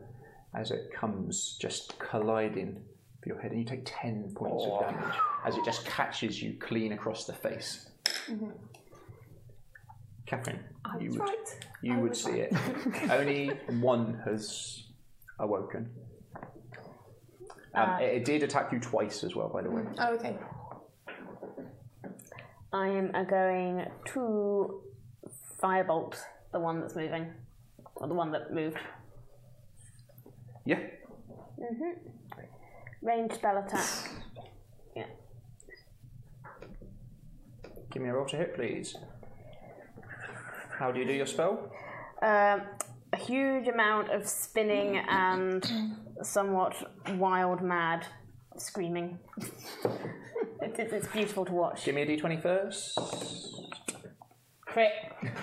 Speaker 9: as it comes just colliding with your head, and you take 10 points
Speaker 25: Oh.
Speaker 9: of damage as it just catches you clean across the face. Catherine,
Speaker 18: Mm-hmm. I
Speaker 9: you
Speaker 18: was
Speaker 9: would,
Speaker 18: right.
Speaker 9: you
Speaker 18: I
Speaker 9: would
Speaker 18: was
Speaker 9: see
Speaker 18: right.
Speaker 9: it. Only one has awoken. Um,
Speaker 5: Uh,
Speaker 9: it, it did attack you twice as well, by the way.
Speaker 18: Oh, okay.
Speaker 5: I am uh, going to firebolt the one that's moving, or the one that moved.
Speaker 9: Yeah.
Speaker 5: Mm-hmm. Range spell attack. Yeah.
Speaker 9: Give me a roll to hit, please. How do you do your spell?
Speaker 5: Um, a huge amount of spinning and somewhat wild, mad screaming. It's, it's, it's beautiful to watch.
Speaker 9: Give me a d20 first.
Speaker 5: Crit.
Speaker 26: That's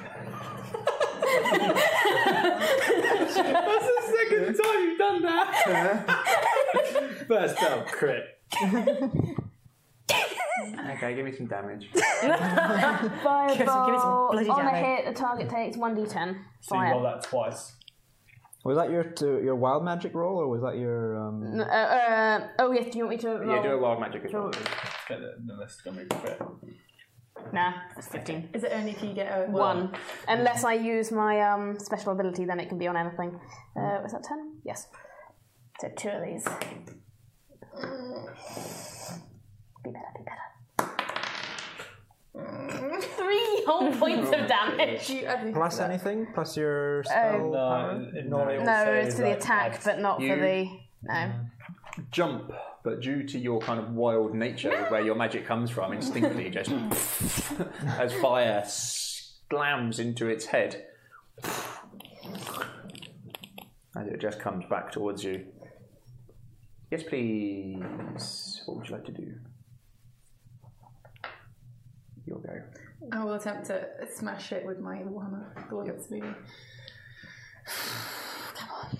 Speaker 26: the second time you've done that. First spell, crit.
Speaker 9: Okay, give me some damage.
Speaker 5: Fireball
Speaker 2: give us some bloody
Speaker 5: on a
Speaker 2: damage.
Speaker 5: hit, the target takes 1d10.
Speaker 4: So you
Speaker 5: Fire.
Speaker 4: roll that twice. Was that your to, your wild magic roll, or was that your? Um...
Speaker 5: N- uh, uh, oh, yes, do you want me to roll?
Speaker 4: do a
Speaker 9: wild magic
Speaker 5: as well.
Speaker 11: No, this is going to be Uh, crit.
Speaker 5: Nah, it's 15.
Speaker 27: Is it only if you get a
Speaker 5: One. Unless I use my um, special ability, then it can be on anything. Uh, was that 10? Yes. So two of these. Be better, be better.
Speaker 2: Three whole points of damage.
Speaker 4: Plus anything? Plus your spell?
Speaker 1: Oh.
Speaker 11: Uh,
Speaker 4: power?
Speaker 1: No, it's to the attack, but not for
Speaker 9: you-
Speaker 1: the. No.
Speaker 9: Jump, but due to your kind of wild nature, where your magic comes from, instinctively just as fire slams into its head, and it just comes back towards you. Yes, please. What would you like to do? Your go.
Speaker 18: I will attempt to smash it with my hammer, the one that's moving. Come on.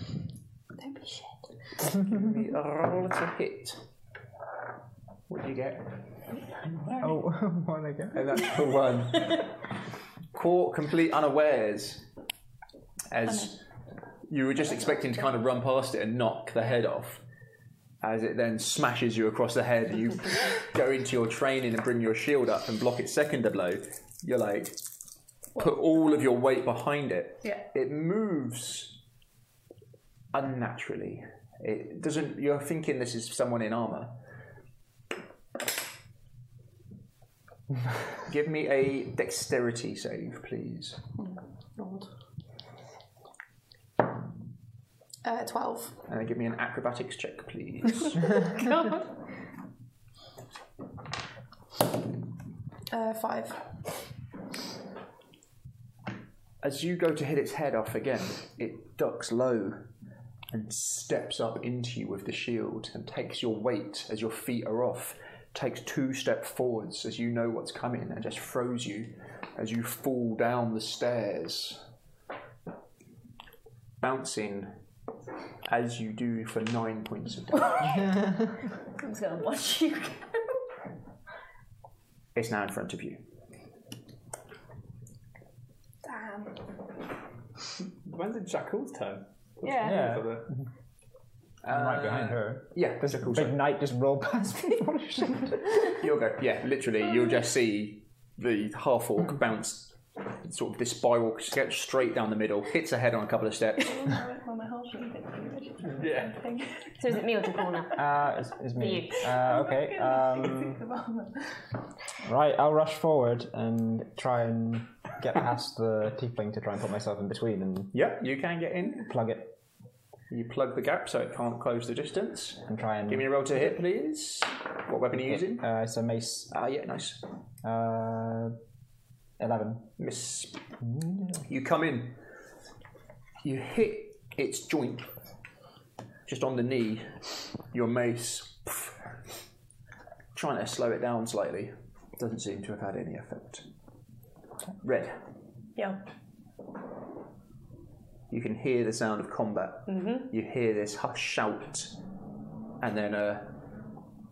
Speaker 18: Don't be shit.
Speaker 9: Give me a roll to hit. What do you get?
Speaker 4: Oh, one again.
Speaker 9: And that's the one. Caught complete unawares as you were just expecting to kind of run past it and knock the head off. As it then smashes you across the head, and you go into your training and bring your shield up and block its second blow. You're like, put all of your weight behind it.
Speaker 18: Yeah.
Speaker 9: It moves unnaturally. It doesn't. You're thinking this is someone in armor. Give me a dexterity save, please.
Speaker 18: Lord. Uh, 12.
Speaker 9: And then give me an acrobatics check, please.
Speaker 18: God. Uh, 5.
Speaker 9: As you go to hit its head off again, it ducks low and steps up into you with the shield and takes your weight as your feet are off, takes two step forwards as you know what's coming and just throws you as you fall down the stairs. Bouncing as you do for nine points of damage.
Speaker 2: I'm just gonna watch you.
Speaker 9: It's now in front of you.
Speaker 18: Damn.
Speaker 11: When's it Jackal's turn?
Speaker 2: Yeah.
Speaker 4: Yeah.
Speaker 9: right
Speaker 4: behind her.
Speaker 9: Yeah,
Speaker 4: this big knight just rolled past me.
Speaker 9: You'll go, yeah, literally, you'll just see the half orc bounce sort of this spiral sketch straight down the middle, hits her head on a couple of steps.
Speaker 18: well, my whole thing
Speaker 9: Yeah.
Speaker 1: So is it me or Dracona?
Speaker 4: Uh, it's, it's me. Uh, okay. Um, right, I'll rush forward and try and get past the tiefling to try and put myself in between and
Speaker 9: yep, you can get in.
Speaker 4: Plug it.
Speaker 9: You plug the gap so it can't close the distance.
Speaker 4: And try and
Speaker 9: Give me a roll to hit, please. What weapon are you using?
Speaker 4: Uh, it's a mace.
Speaker 9: Ah, yeah, nice.
Speaker 4: Uh, eleven.
Speaker 9: Miss. You come in. You hit its joint, just on the knee. Your mace, pff, trying to slow it down slightly, doesn't seem to have had any effect. Red,
Speaker 2: Yeah.
Speaker 9: you can hear the sound of combat.
Speaker 2: Mhm.
Speaker 9: You hear this hush shout, and then uh,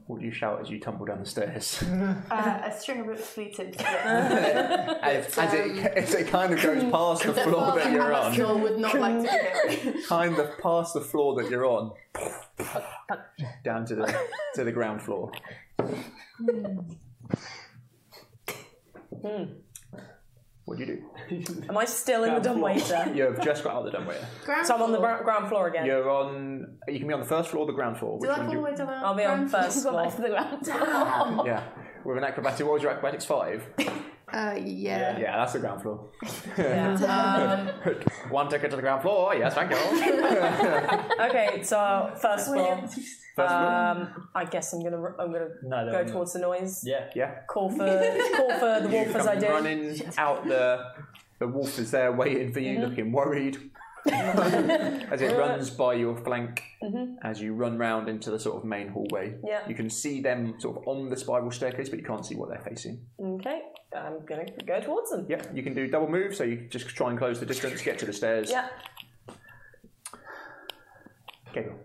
Speaker 9: what do you shout as you tumble down the stairs?
Speaker 28: Uh, a string of ripped fleeted.
Speaker 9: as, as it, as it kind of goes past the
Speaker 28: The
Speaker 9: floor that you're on.
Speaker 28: would not like to be there.
Speaker 9: kind of past the floor that you're on, down to the to the ground floor.
Speaker 18: Hmm.
Speaker 9: What do you do?
Speaker 2: Am I still in the dumb waiter?
Speaker 9: You've just got out of the dumbwaiter.
Speaker 2: so I'm on the bra- ground floor again.
Speaker 9: You're on. You can be on the first floor or the ground floor. Which one do you?
Speaker 2: down? I'll be on first
Speaker 18: Go
Speaker 2: floor.
Speaker 18: back to the ground.
Speaker 9: Yeah, with an acrobatic. What was your acrobatics five?
Speaker 18: Uh, yeah.
Speaker 9: Yeah, that's the ground floor.
Speaker 2: Yeah.
Speaker 9: one ticket to the ground floor. Yes, thank you.
Speaker 2: Um, okay, so first floor.
Speaker 9: First floor.
Speaker 2: Um, I guess I'm gonna I'm gonna
Speaker 9: No, no,
Speaker 2: go
Speaker 9: no.
Speaker 2: towards the noise.
Speaker 9: Yeah, yeah.
Speaker 2: Call for call for the wolf
Speaker 9: You
Speaker 2: as
Speaker 9: come
Speaker 2: I do.
Speaker 9: Running out the the wolf is there waiting for you,
Speaker 2: Mhm.
Speaker 9: looking worried. as it runs by your flank,
Speaker 2: Mhm.
Speaker 9: as you run round into the sort of main hallway,
Speaker 2: Yeah.
Speaker 9: you can see them sort of on the spiral staircase, but you can't see what they're facing.
Speaker 2: Okay, I'm gonna go towards them.
Speaker 9: Yeah, you can do double move, so you just try and close the distance, get to the stairs.
Speaker 2: Yeah.
Speaker 9: Gabriel.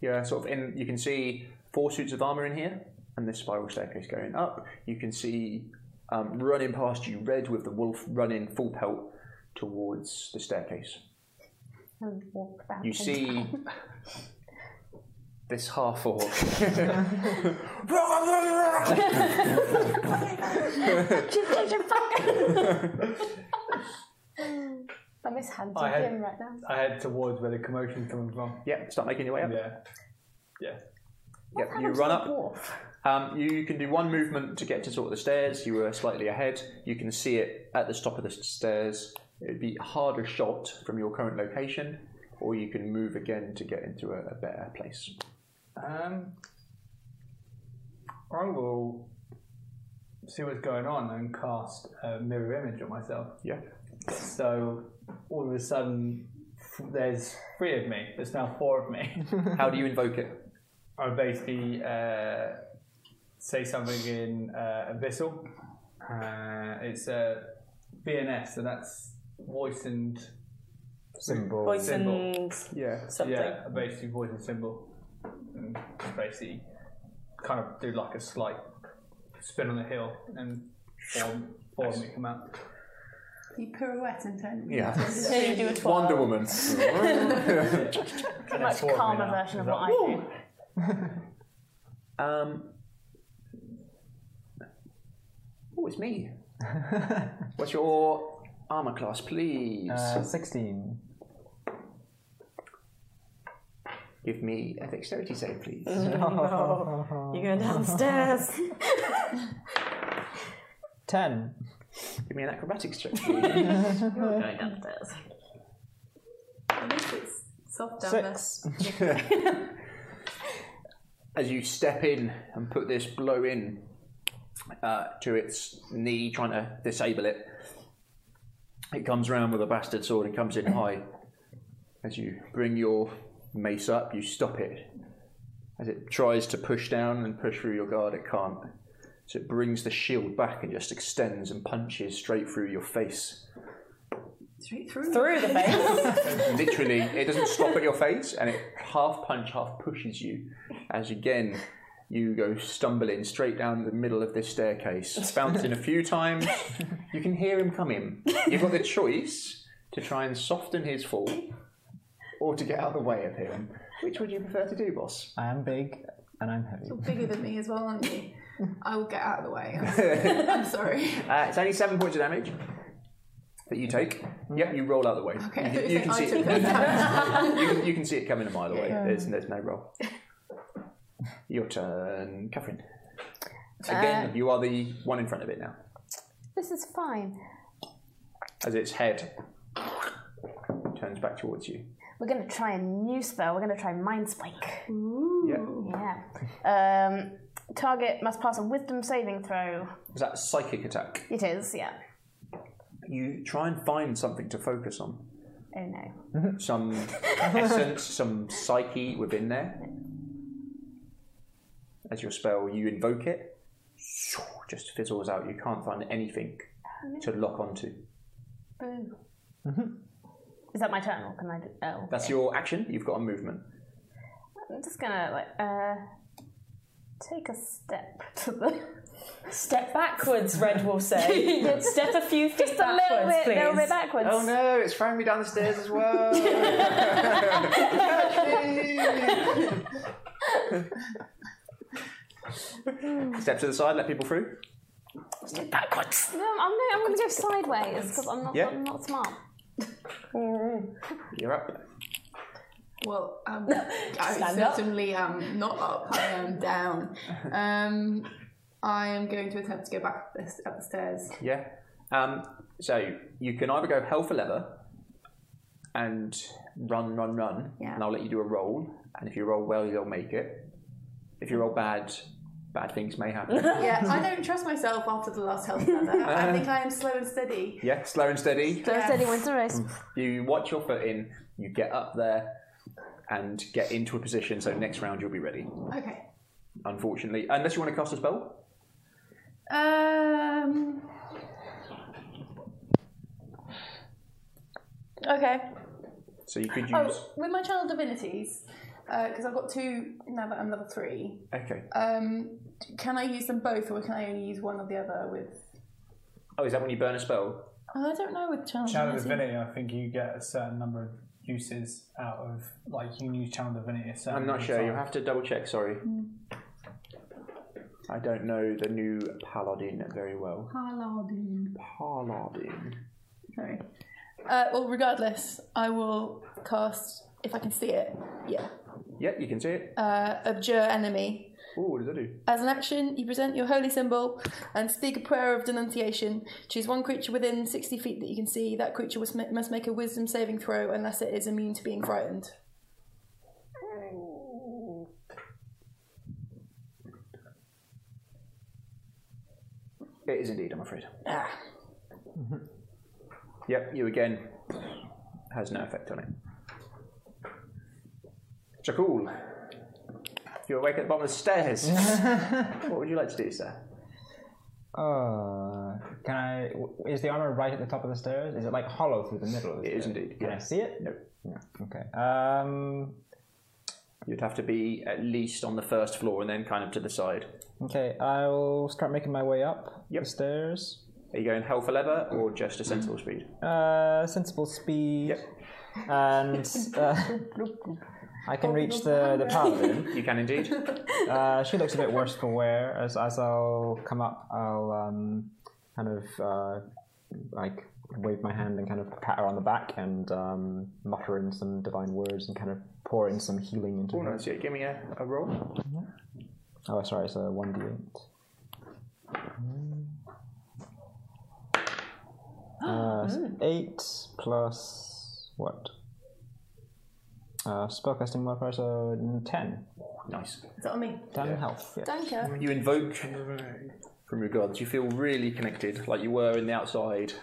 Speaker 9: Yeah, sort of in. You can see four suits of armor in here, and this spiral staircase going up. You can see um, running past you, red with the wolf running full pelt towards the staircase.
Speaker 5: And walk back
Speaker 9: You
Speaker 5: and-
Speaker 9: see this half orc
Speaker 5: I miss hands
Speaker 11: I
Speaker 5: with
Speaker 11: had-
Speaker 5: him right now.
Speaker 11: I head towards where the commotion's coming from.
Speaker 9: Yeah, start making your way up.
Speaker 11: Yeah. Yeah.
Speaker 9: Yep, you run up. Um, you can do one movement to get to sort of the stairs. You were slightly ahead. You can see it at the top of the stairs. It'd be a harder shot from your current location, or you can move again to get into a, a better place.
Speaker 11: Um, I will see what's going on and cast a mirror image on myself.
Speaker 9: Yeah.
Speaker 11: So all of a sudden, f- there's three of me. There's now four of me.
Speaker 9: How do you invoke it?
Speaker 11: I basically uh, say something in uh, Abyssal. Uh, it's a BNS, so that's voice and
Speaker 4: Symbol.
Speaker 2: Voice and
Speaker 11: yeah,
Speaker 2: something.
Speaker 11: yeah, basically voice and symbol, and basically kind of do like a slight spin on the hill and form, form me come out.
Speaker 18: You pirouette intently.
Speaker 11: Yeah.
Speaker 2: Yeah, you do a twirl.
Speaker 9: Wonder Woman.
Speaker 11: Pretty
Speaker 5: much calmer version of what I do.
Speaker 9: Um, oh, it's me. What's your armor class, please?
Speaker 4: Uh, 16.
Speaker 9: Give me a dexterity save, please.
Speaker 2: No. You're going downstairs.
Speaker 4: 10.
Speaker 9: Give me an acrobatics check,
Speaker 2: You're
Speaker 9: please.
Speaker 2: going downstairs.
Speaker 18: At least it's soft down
Speaker 4: Six.
Speaker 18: there.
Speaker 9: as you step in and put this blow in uh, to its knee, trying to disable it, it comes round with a bastard sword and comes in high. As you bring your mace up, you stop it. As it tries to push down and push through your guard, it can't. So it brings the shield back and just extends and punches straight through your face.
Speaker 18: Straight through.
Speaker 2: Through the face.
Speaker 9: Literally, it doesn't stop at your face and it half punch, half pushes you. As again, you go stumbling straight down the middle of this staircase, bouncing a few times. You can hear him coming. You've got the choice to try and soften his fall or to get out of the way of him. Which would you prefer to do, boss?
Speaker 4: I am big and I'm heavy.
Speaker 18: You're bigger than me as well, aren't you? I will get out of the way. I'm, I'm sorry.
Speaker 9: Uh, it's only seven points of damage that you take. Yep, you roll out the way.
Speaker 18: Okay, I
Speaker 9: you, can-
Speaker 18: thought you
Speaker 9: you can
Speaker 18: said
Speaker 9: see
Speaker 18: I
Speaker 9: it.
Speaker 18: took that.
Speaker 9: you, can, you can see it coming a mile away.
Speaker 5: Yeah.
Speaker 9: There's, there's no roll. Your turn, Catherine. Again,
Speaker 5: Uh,
Speaker 9: you are the one in front of it now,
Speaker 5: This is fine.
Speaker 9: as its head turns back towards you.
Speaker 5: We're going to try a new spell. We're going to try Mind Spike.
Speaker 9: Ooh.
Speaker 5: Yeah. Um, target must pass a Wisdom saving throw.
Speaker 9: Is that a psychic attack?
Speaker 5: It is, yeah.
Speaker 9: You try and find something to focus on.
Speaker 5: Oh no.
Speaker 9: some essence, some psyche within there. As your spell, you invoke it, just fizzles out. You can't find anything to lock onto.
Speaker 5: Boo.
Speaker 9: Mm-hmm.
Speaker 5: Is that my turn, or can I? Do, oh,
Speaker 9: That's your action. You've got a movement.
Speaker 5: I'm just gonna like uh, take a step to the
Speaker 2: Step backwards, Red will say.
Speaker 5: Yeah.
Speaker 2: Step a few feet
Speaker 5: Just a little
Speaker 2: backwards,
Speaker 5: bit-
Speaker 2: please.
Speaker 5: little bit backwards.
Speaker 9: Oh no, it's throwing me down the stairs as well. Step to the side, let people through.
Speaker 5: Step backwards. No, I'm no, I'm gonna go sideways because I'm not.
Speaker 9: Yeah.
Speaker 5: I'm not smart.
Speaker 9: You're up.
Speaker 18: Well, um, I
Speaker 2: Stand up.
Speaker 18: certainly am not up. I am down. Um, I am going to attempt to go back up the, up the stairs.
Speaker 9: Yeah. Um, so you can either go hell for leather and run, run, run,
Speaker 18: Yeah.
Speaker 9: and I'll let you do a roll. And if you roll well, you'll make it. If you roll bad, bad things may happen.
Speaker 18: yeah, I don't trust myself after the last health feather.
Speaker 2: Uh.
Speaker 18: I think I am slow and steady.
Speaker 9: yeah, slow and steady.
Speaker 18: Slow and steady wins
Speaker 5: the race.
Speaker 9: You watch your foot in, you get up there and get into a position so next round you'll be ready.
Speaker 18: Okay.
Speaker 9: Unfortunately, unless you want to cast a spell,
Speaker 18: Um. Okay.
Speaker 9: so you could use.
Speaker 18: Oh, with my channel divinities, because I've got two now that I'm level three.
Speaker 9: Okay.
Speaker 18: Um, can I use them both, or can I only use one or the other? With
Speaker 9: Oh, is that when you burn a spell?
Speaker 18: I don't know with channel
Speaker 11: Channel
Speaker 18: divinity.
Speaker 11: Divinity, I think you get a certain number of uses out of like you can use Channel Divinity. A certain
Speaker 9: I'm not
Speaker 11: number of
Speaker 9: sure. You'll
Speaker 11: times.
Speaker 9: have to double check. Sorry. I don't know the new paladin very well.
Speaker 18: Paladin.
Speaker 9: Paladin.
Speaker 18: Okay. Uh, well, regardless, I will cast if I can see it. Yeah.
Speaker 9: Yep, you can see it.
Speaker 18: Uh, abjure enemy.
Speaker 9: Ooh, what does that do?
Speaker 18: As an action, you present your holy symbol and speak a prayer of denunciation. Choose one creature within 60 feet that you can see. That creature was- must make a wisdom saving throw unless it is immune to being frightened.
Speaker 9: It is indeed, I'm afraid. Mm-hmm. Yep, you again. Has no effect on it. Jakul, you're awake at the bottom of the stairs. what would you like to do, sir?
Speaker 4: Uh, can I? w- Is the armor right at the top of the stairs? Is it like hollow through the middle of the
Speaker 9: It
Speaker 4: stairs?
Speaker 9: is indeed.
Speaker 4: Can I see it?
Speaker 9: No.
Speaker 4: No. Okay. Um,
Speaker 9: You'd have to be at least on the first floor and then kind of to the side.
Speaker 4: Okay, I'll start making my way up the stairs.
Speaker 9: Are you going hell for leather or just a sensible speed?
Speaker 4: Uh, sensible speed. And uh, I can reach the, the paladin.
Speaker 9: You can indeed.
Speaker 4: Uh, she looks a bit worse for wear. As, as I'll come up, I'll um, kind of uh, like wave my hand and kind of pat her on the back and um, mutter in some divine words and kind of pour in some healing into
Speaker 9: Oh,
Speaker 4: her.
Speaker 9: no, that's it. Give me a, a roll.
Speaker 4: Oh, sorry, it's a 1d8. Uh, s-
Speaker 9: Mm.
Speaker 4: 8 plus what? Uh, spellcasting modifier, so n- 10.
Speaker 9: Nice.
Speaker 1: Is that on me?
Speaker 4: 10 health. Yeah.
Speaker 1: Danke.
Speaker 9: You invoke from your gods. You feel really connected, like you were in the outside.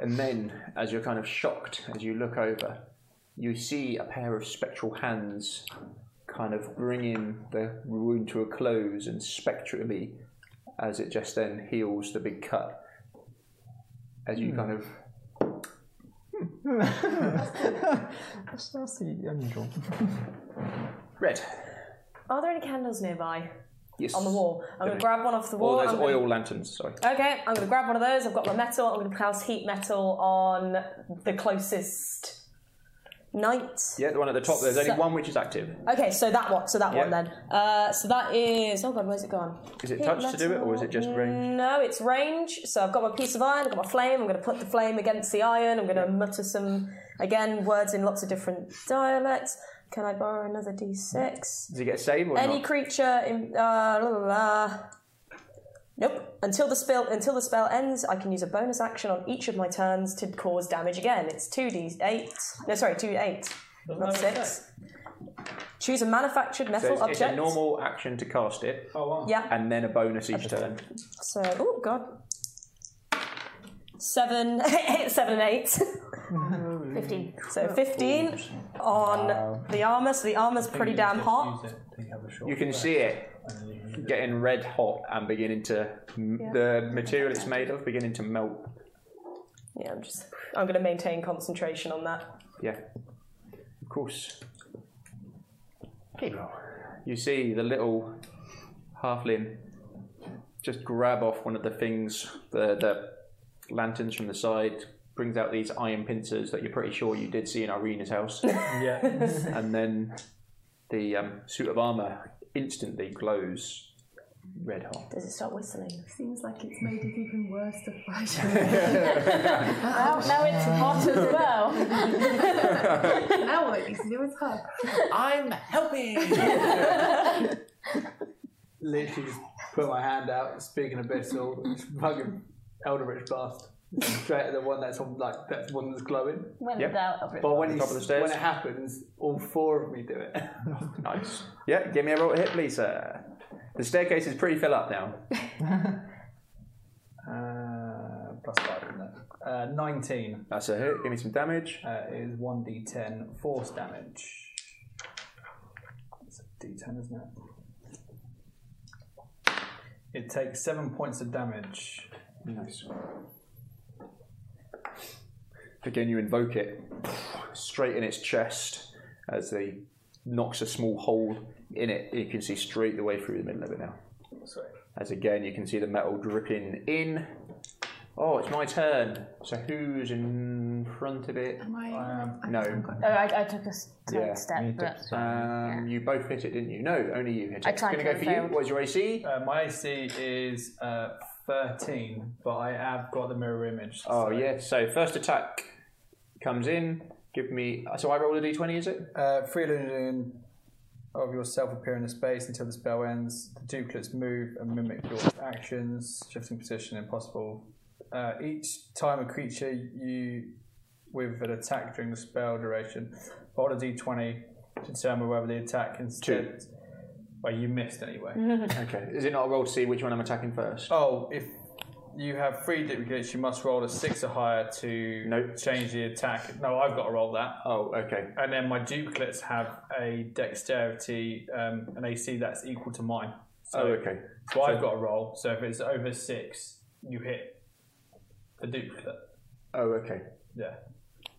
Speaker 9: And then, as you're kind of shocked, as you look over, you see a pair of spectral hands kind of bringing the wound to a close and spectrally, as it just then heals the big cut. As you
Speaker 4: Hmm.
Speaker 9: kind of
Speaker 4: That's, that's the unusual.
Speaker 9: red.
Speaker 2: Are there any candles nearby?
Speaker 9: Yes.
Speaker 2: On the wall. I'm
Speaker 9: There
Speaker 2: going to
Speaker 9: is.
Speaker 2: grab one off the wall.
Speaker 9: Or those
Speaker 2: I'm gonna-
Speaker 9: oil lanterns, sorry.
Speaker 2: Okay, I'm going to grab one of those. I've got my metal. I'm going to cast heat metal on the closest knight.
Speaker 9: Yeah, the one at the top. There's only
Speaker 2: So-
Speaker 9: one which is active.
Speaker 2: Okay, so that one. So that one
Speaker 9: Yeah.
Speaker 2: then. Uh, so that is. Oh god, where's it gone?
Speaker 9: Is it
Speaker 2: Heat
Speaker 9: touch to do it, or is it just
Speaker 2: metal-
Speaker 9: range?
Speaker 2: No, it's range. So I've got my piece of iron. I've got my flame. I'm going to put the flame against the iron. I'm going to mutter some again words in lots of different dialects. Can I borrow another d6?
Speaker 9: Does he get a save or
Speaker 2: Any
Speaker 9: not?
Speaker 2: creature in uh, la, la, la. Nope. Until the spell until the spell ends, I can use a bonus action on each of my turns to cause damage again. It's two d eight. No, sorry, two eight, not six. Choose a manufactured
Speaker 9: So
Speaker 2: metal
Speaker 9: it's, it's
Speaker 2: object.
Speaker 9: a normal action to cast it. Oh wow.
Speaker 2: Yeah.
Speaker 9: And then a bonus each turn.
Speaker 2: So, oh god. Seven, seven and eight.
Speaker 5: Fifteen.
Speaker 2: So fifteen on the armor. So the armor's pretty damn hot.
Speaker 9: You can see it getting red hot and beginning to m
Speaker 2: Yeah.
Speaker 9: the material it's made of beginning to melt.
Speaker 2: Yeah, I'm just. I'm going to maintain concentration on that.
Speaker 9: Yeah. Of course. You see the little halfling just grab off one of the things, the, the lanterns from the side, brings out these iron pincers that you're pretty sure you did see in Irina's house. yeah. And then the um, suit of armour instantly glows red hot.
Speaker 2: Does it start whistling?
Speaker 1: Seems like it's made it even worse to fight.
Speaker 5: Now, now Oh, it's hot as well.
Speaker 1: now what you can do is hug.
Speaker 11: I'm helping. Literally just put my hand out, speaking abyssal, just fucking Eldritch blast straight at the one that's on like that's the one that's glowing.
Speaker 5: When Yep. without Eldritch
Speaker 11: But when
Speaker 5: Blast.
Speaker 11: it's-
Speaker 9: Top of the stairs.
Speaker 11: when it happens, all four of me do it.
Speaker 9: Nice. Yeah, give me a roll to hit, please, sir. The staircase is pretty full up now.
Speaker 11: Uh, plus five, isn't it? Uh, 19.
Speaker 9: That's a hit. Give me some damage.
Speaker 11: Uh, it is 1d10 force damage. It's a d10, isn't it? It takes seven points of damage.
Speaker 9: Nice. Again, you invoke it straight in its chest as they knocks a small hole in it. You can see straight the way through the middle of it now.
Speaker 11: Sorry.
Speaker 9: As again, you can see the metal dripping in. Oh, it's my turn. So who's in front of it?
Speaker 1: My,
Speaker 9: No.
Speaker 5: oh, I, I took a s- turn
Speaker 9: Yeah.
Speaker 5: step, but
Speaker 9: Um, You both hit it, didn't you? No, only you hit it.
Speaker 5: I tried
Speaker 9: Gonna
Speaker 5: to
Speaker 9: go for
Speaker 5: fail.
Speaker 9: you. What's your AC?
Speaker 11: Uh, my AC is uh, 13, but I have got the mirror image.
Speaker 9: Oh yeah. So first attack comes in. Give me. So I roll a d20, is it?
Speaker 11: Uh, freeloading of yourself appear in the space until the spell ends. The duplicates move and mimic your actions, shifting position impossible. Uh, each time a creature you with an attack during the spell duration, roll a d20 to determine whether the attack instead. Well, you missed anyway.
Speaker 9: okay. Is it not a roll to see which one I'm attacking first?
Speaker 11: Oh, if you have three duplicates, you must roll a six or higher to change the attack. No, I've got to roll that.
Speaker 9: Oh, okay.
Speaker 11: And then my duplicates have a dexterity, um, an AC that's equal to mine.
Speaker 9: Oh, okay.
Speaker 11: So, I've
Speaker 9: So-
Speaker 11: got to roll. So if it's over six, you hit the duplicate.
Speaker 9: Oh, okay.
Speaker 11: Yeah.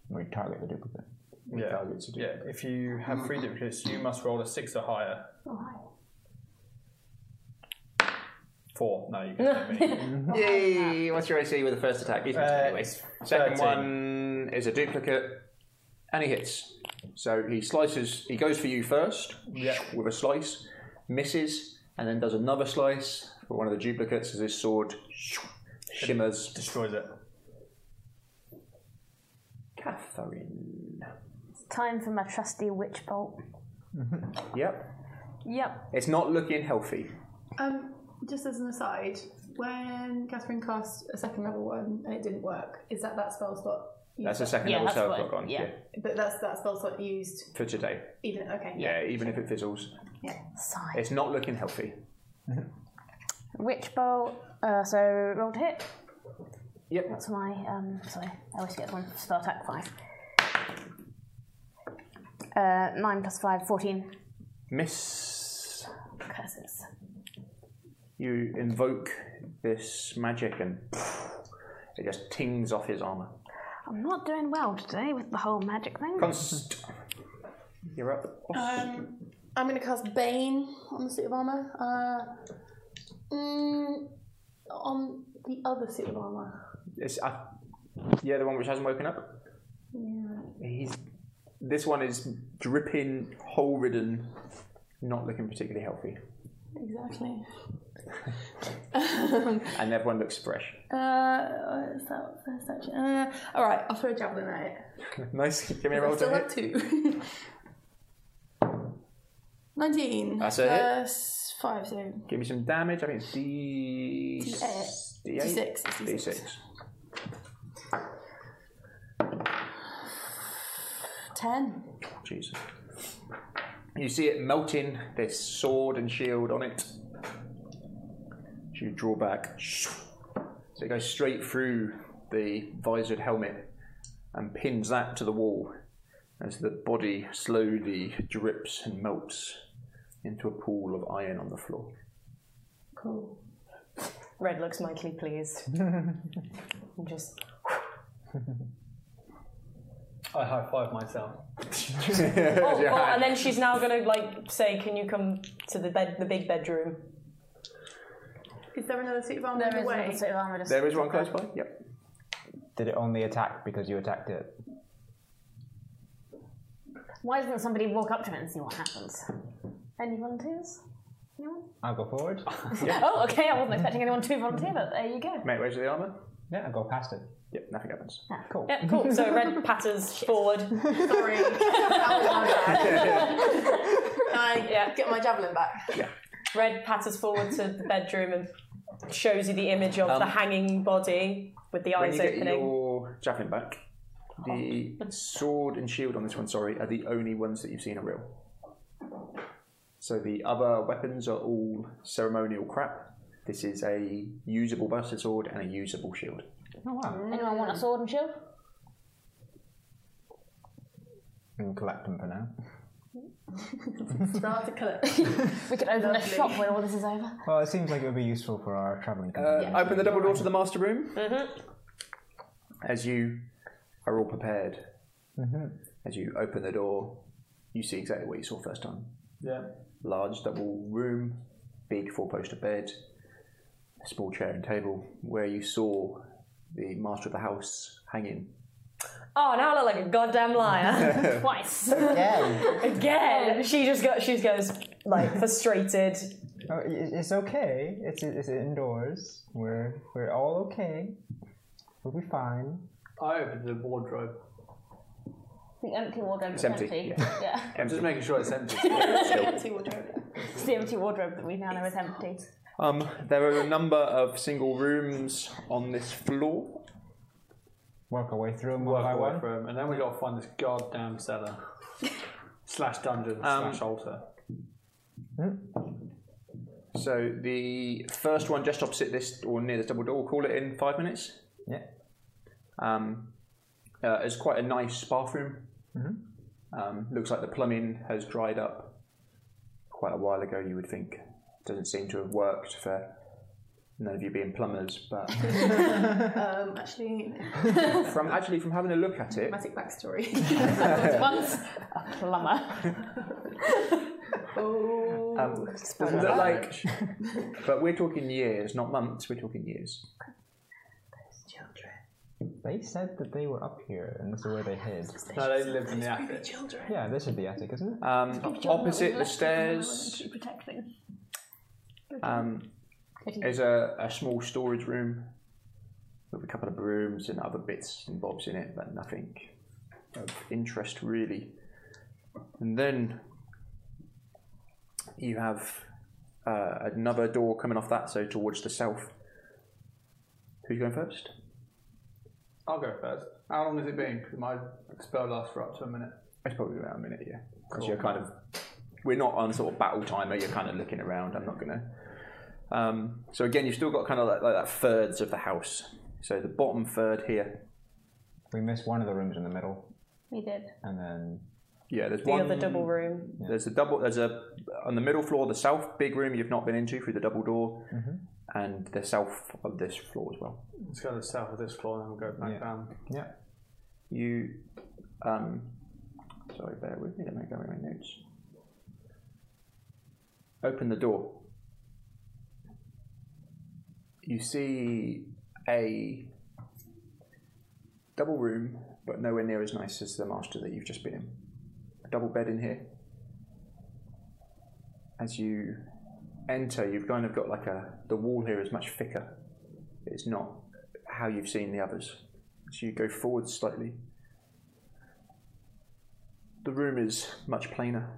Speaker 29: We target the duplicate. We
Speaker 11: Yeah.
Speaker 29: target the
Speaker 11: yeah.
Speaker 29: duplicate.
Speaker 11: If you have three duplicates, you must roll a six or higher. Four. No, you can't. hit me.
Speaker 5: Oh,
Speaker 9: Yay! What's your AC with the first attack? He's missed
Speaker 11: Uh,
Speaker 9: anyway.
Speaker 11: 13.
Speaker 9: Second one is a duplicate, and he hits. So he slices. He goes for you first with a slice, misses, and then does another slice for one of the duplicates as his sword shimmers,
Speaker 11: destroys it.
Speaker 9: Catherine.
Speaker 5: It's time for my trusty witch bolt.
Speaker 9: Yep.
Speaker 5: Yep.
Speaker 9: It's not looking healthy.
Speaker 30: Um, just as an aside, when Catherine cast a second level one and it didn't work, is that that spell slot? used
Speaker 9: That's a
Speaker 30: up?
Speaker 9: second Yeah, level that's spell what- slot gone, yeah. yeah.
Speaker 30: But that's that spell slot used
Speaker 9: for today.
Speaker 30: even. Okay.
Speaker 9: Yeah, even if it fizzles,
Speaker 30: Yeah.
Speaker 9: it's not looking healthy.
Speaker 5: Witch bolt. Uh, so roll to hit.
Speaker 9: Yep.
Speaker 5: That's my um. Sorry, I always get one spell attack five. Uh, nine plus five, 14
Speaker 9: Miss.
Speaker 5: curses.
Speaker 9: You invoke this magic and it just tings off his armor.
Speaker 5: I'm not doing well today with the whole magic thing.
Speaker 9: Const. You're up.
Speaker 18: Um, I'm going to cast Bane on the suit of armor. Uh, mm, on the other suit of armor.
Speaker 9: It's, uh, yeah, the one which hasn't woken up.
Speaker 18: Yeah.
Speaker 9: He's. This one is dripping, hole ridden, not looking particularly healthy.
Speaker 18: Exactly.
Speaker 9: And everyone looks fresh.
Speaker 18: Uh, what's that first action? Uh, all right, I'll throw a javelin at it.
Speaker 9: nice. Give me a
Speaker 18: I
Speaker 9: roll to
Speaker 18: still
Speaker 9: hit.
Speaker 18: have two. Nineteen.
Speaker 9: That's a hit.
Speaker 18: Uh, s- five, so
Speaker 9: Give me some damage. I think it's D.
Speaker 18: D8.
Speaker 9: D8?
Speaker 18: D6, it's
Speaker 9: D6.
Speaker 18: ten.
Speaker 9: Jesus. You see it melting, this sword and shield on it. So You draw back. So it goes straight through the visored helmet and pins that to the wall as the body slowly drips and melts into a pool of iron on the floor.
Speaker 2: Cool. Red looks mightily pleased. And just
Speaker 11: I high five myself.
Speaker 2: oh, oh, and then she's now going to like say, "Can you come to the bed, the big bedroom?"
Speaker 30: Is there another suit of armor?
Speaker 5: There is another suit of armor. just-
Speaker 9: There is one close by. Yep.
Speaker 4: Did it only attack because you attacked it?
Speaker 5: Why doesn't somebody walk up to it and see what happens? Any volunteers? Anyone?
Speaker 4: I'll go forward.
Speaker 5: Oh, okay. I wasn't expecting anyone to volunteer, but there you go.
Speaker 9: Make way to the armour?
Speaker 4: Yeah, I go past it.
Speaker 9: Yep, nothing happens.
Speaker 4: Cool.
Speaker 2: Yeah, cool. So Red patters forward. Sorry.
Speaker 18: I get my javelin back.
Speaker 2: Red patters forward to the bedroom and shows you the image of the
Speaker 9: Um,
Speaker 2: hanging body with the
Speaker 9: when
Speaker 2: eyes
Speaker 9: you get
Speaker 2: opening.
Speaker 9: your javelin back, the sword and shield on this one, sorry, are the only ones that you've seen are real. So the other weapons are all ceremonial crap. This is a usable buster sword and a usable shield.
Speaker 5: Oh, wow. Anyone want a sword and shield?
Speaker 4: We can collect them for now.
Speaker 18: Start to collect.
Speaker 5: we could open a shop when all this is over.
Speaker 4: Well, it seems like it would be useful for our traveling
Speaker 9: Uh,
Speaker 4: company.
Speaker 9: Open the double door to the master room
Speaker 2: Mm-hmm.
Speaker 9: as you are all prepared. Mm-hmm.
Speaker 4: Mhm.
Speaker 9: As you open the door, you see exactly what you saw first time.
Speaker 11: Yeah.
Speaker 9: large double room, big four poster bed, a small chair and table where you saw the master of the house hanging.
Speaker 2: Oh, now I look like a goddamn liar. Twice. Again. Again. She just got. She goes like frustrated.
Speaker 4: Oh, i- it's okay. It's it's indoors. We're we're all okay. We'll be fine.
Speaker 11: I opened the wardrobe.
Speaker 5: The empty wardrobe
Speaker 1: It's
Speaker 5: is
Speaker 1: empty.
Speaker 5: empty.
Speaker 1: Yeah.
Speaker 5: Yeah.
Speaker 1: I'm just making sure it's empty.
Speaker 5: empty wardrobe. It's the empty wardrobe that we now know is empty.
Speaker 1: Um, there are a number of single rooms on this floor.
Speaker 15: Work our way through them one
Speaker 7: Work
Speaker 15: by
Speaker 7: our way
Speaker 15: one.
Speaker 7: through 'em, and then we got to find this goddamn cellar slash dungeon
Speaker 1: Um, Hmm.
Speaker 7: slash altar.
Speaker 1: So the first one just opposite this or near this double door, we'll call it in five minutes.
Speaker 15: Yeah.
Speaker 1: Um, uh, it's quite a nice bathroom.
Speaker 15: Mhm.
Speaker 7: Mm-hmm.
Speaker 1: Um, looks like the plumbing has dried up quite a while ago, you would think. Doesn't seem to have worked for none of you being plumbers, but
Speaker 18: um, actually,
Speaker 1: from actually from having a look at it,
Speaker 18: dramatic backstory.
Speaker 5: Once a plumber.
Speaker 18: oh,
Speaker 1: um, doesn't look like. um, but we're talking years, not months. We're talking years.
Speaker 15: They said that they were up here, and this is where they hid.
Speaker 7: No, they lived in the attic.
Speaker 18: children.
Speaker 15: Yeah, this is the attic, isn't it?
Speaker 1: Um, opposite the stairs
Speaker 5: Protecting.
Speaker 1: um, is a, a small storage room with a couple of brooms and other bits and bobs in it, but nothing of interest really. And then you have uh, another door coming off that, so towards the south. Who's going first?
Speaker 7: I'll go first. How long has it been? 'Cause my spell lasts for up to a minute.
Speaker 1: It's probably about a minute, yeah. Because
Speaker 7: Cool.
Speaker 1: you're kind of, we're not on sort of battle timer. You're kind of looking around. I'm not gonna. Um, so again, you've still got kind of like, like that thirds of the house. So the bottom third here.
Speaker 15: We missed one of the rooms in the middle,
Speaker 5: We did.
Speaker 15: and then
Speaker 1: Yeah, there's
Speaker 15: The
Speaker 1: one.
Speaker 15: other double
Speaker 2: room.
Speaker 1: There's a double. There's a on the middle floor, the south big room you've not been into through the double door, and the south of this floor as well.
Speaker 7: Let's go to the south of this floor and then we'll go back down.
Speaker 15: Yeah.
Speaker 1: You, um, sorry, bear with me. Let me go in my notes. Open the door. You see a double room, but nowhere near as nice as the master that you've just been in. A double bed in here. As you enter, you've kind of got like a the wall here is much thicker. It's not how you've seen the others. So you go forward slightly. The room is much plainer.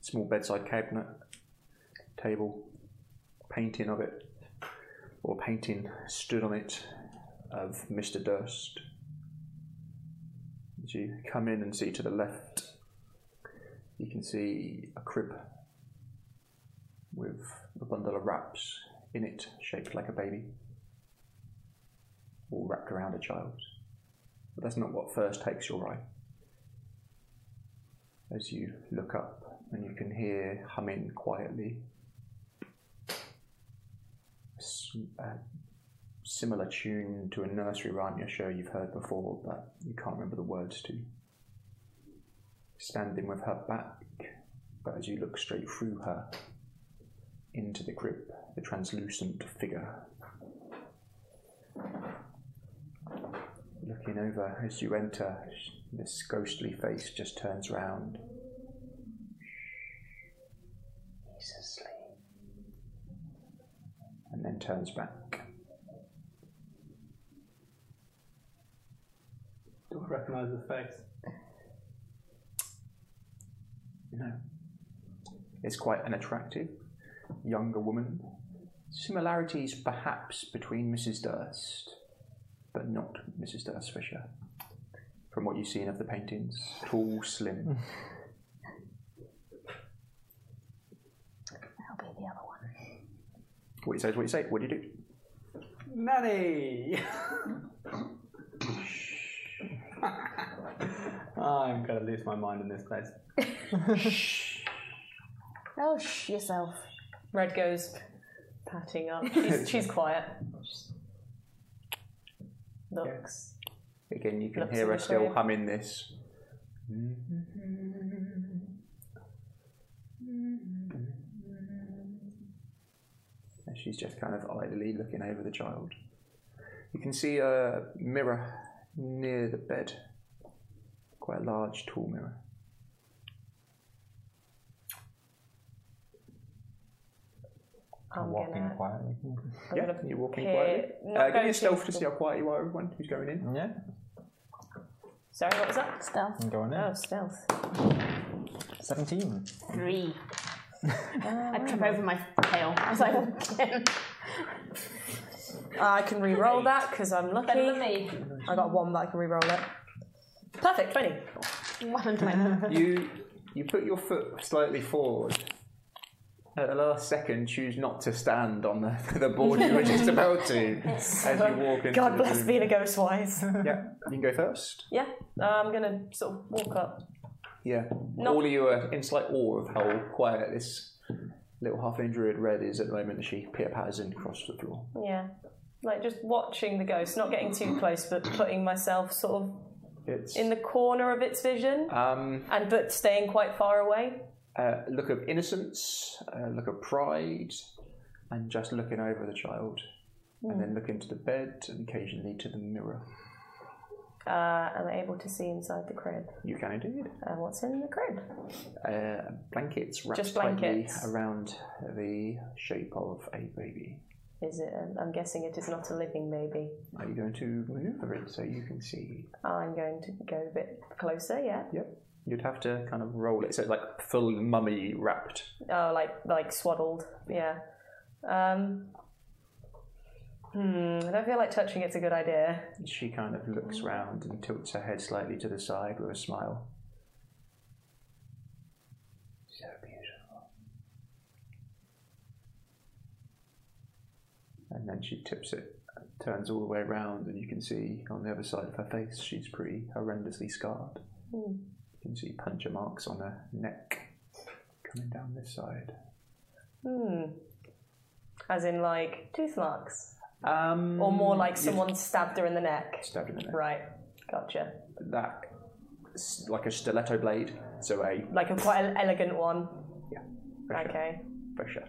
Speaker 1: Small bedside cabinet, table, painting of it, or painting stood on it of Mr. Durst. As you come in and see to the left, you can see a crib with a bundle of wraps in it, shaped like a baby, all wrapped around a child. But that's not what first takes your eye. As you look up, and you can hear humming quietly, S- a similar tune to a nursery rhyme you're sure you've heard before, but you can't remember the words to. Standing with her back, but as you look straight through her, into the grip, the translucent figure. Looking over as you enter, sh- this ghostly face just turns round. He's asleep. And then turns back.
Speaker 7: Do I recognise the face?
Speaker 1: No. It's quite an attractive younger woman. Similarities perhaps between Mrs. Durst, but not Mrs. Durst Fisher. From what you've seen of the paintings, tall, slim.
Speaker 5: That'll be the other one.
Speaker 1: What you say is what you say. What do you do?
Speaker 7: Nanny! I'm going to lose my mind in this place.
Speaker 5: Oh, shh yourself.
Speaker 2: Red goes patting up. She's, she's quiet. Looks.
Speaker 1: Again, you can
Speaker 2: Looks
Speaker 1: hear
Speaker 2: in
Speaker 1: her
Speaker 2: the
Speaker 1: still
Speaker 2: crib.
Speaker 1: humming this. And she's just kind of idly looking over the child. You can see a mirror near the bed. Quite a large, tall mirror.
Speaker 2: I'm
Speaker 15: walk in
Speaker 2: gonna-
Speaker 15: quietly.
Speaker 2: I'm
Speaker 1: yeah,
Speaker 2: gonna
Speaker 1: you're walking
Speaker 2: peer-
Speaker 1: quietly.
Speaker 2: not
Speaker 1: Uh, give
Speaker 2: very
Speaker 1: me a stealth to
Speaker 2: peaceful.
Speaker 1: see how quiet you are, everyone who's going in.
Speaker 15: Yeah.
Speaker 2: Sorry, what was that?
Speaker 5: Stealth.
Speaker 15: I'm going in.
Speaker 2: Oh, stealth.
Speaker 15: 17.
Speaker 5: Three. I trip over my tail. I was like, again.
Speaker 2: I can re-roll that because I'm lucky.
Speaker 5: Better than me.
Speaker 2: I got one that I can re-roll it. Perfect, twenty.
Speaker 1: you you put your foot slightly forward. At the last second, choose not to stand on the, the board you were just about to
Speaker 2: Yes.
Speaker 1: as you walk into
Speaker 2: God
Speaker 1: the
Speaker 2: bless
Speaker 1: room.
Speaker 2: being a ghost wise.
Speaker 1: Yeah, you can go first.
Speaker 2: Yeah, uh, I'm gonna sort of walk up.
Speaker 1: Yeah.
Speaker 2: No.
Speaker 1: All of you are in slight awe of how quiet this little half injured red is at the moment as she pitter patters in across the floor.
Speaker 2: Yeah, like just watching the ghost, not getting too close, but putting myself sort of
Speaker 1: It's
Speaker 2: in the corner of its vision,
Speaker 1: um,
Speaker 2: and but staying quite far away.
Speaker 1: a look of innocence, a look of pride, and just looking over the child. And
Speaker 2: Hmm.
Speaker 1: then looking to the bed and occasionally to the mirror.
Speaker 2: Uh, am I able to see inside the crib?
Speaker 1: You can indeed.
Speaker 2: Uh, what's in the crib?
Speaker 1: Uh, blankets wrapped
Speaker 2: Just blankets.
Speaker 1: tightly around the shape of a baby.
Speaker 2: Is it? Um, I'm guessing it is not a living baby.
Speaker 1: Are you going to maneuver it so you can see?
Speaker 2: I'm going to go a bit closer. Yeah.
Speaker 1: Yep. You'd have to kind of roll it so it's like full mummy wrapped.
Speaker 2: Oh, like like swaddled. Yeah. Um, hmm. I don't feel like touching. It's a good idea.
Speaker 1: She kind of looks round and tilts her head slightly to the side with a smile. So beautiful. And then she tips it, turns all the way around, and you can see on the other side of her face she's pretty horrendously scarred.
Speaker 2: Hmm.
Speaker 1: You can see puncture marks on her neck coming down this side.
Speaker 2: Hmm. As in, like tooth marks,
Speaker 1: Um,
Speaker 2: or more like
Speaker 1: you-
Speaker 2: someone stabbed her in the neck.
Speaker 1: Stabbed in the neck.
Speaker 2: Right. Gotcha.
Speaker 1: That, s- like a stiletto blade, so a
Speaker 2: Like a quite an elegant one.
Speaker 1: for sure,
Speaker 2: Okay.
Speaker 1: for sure.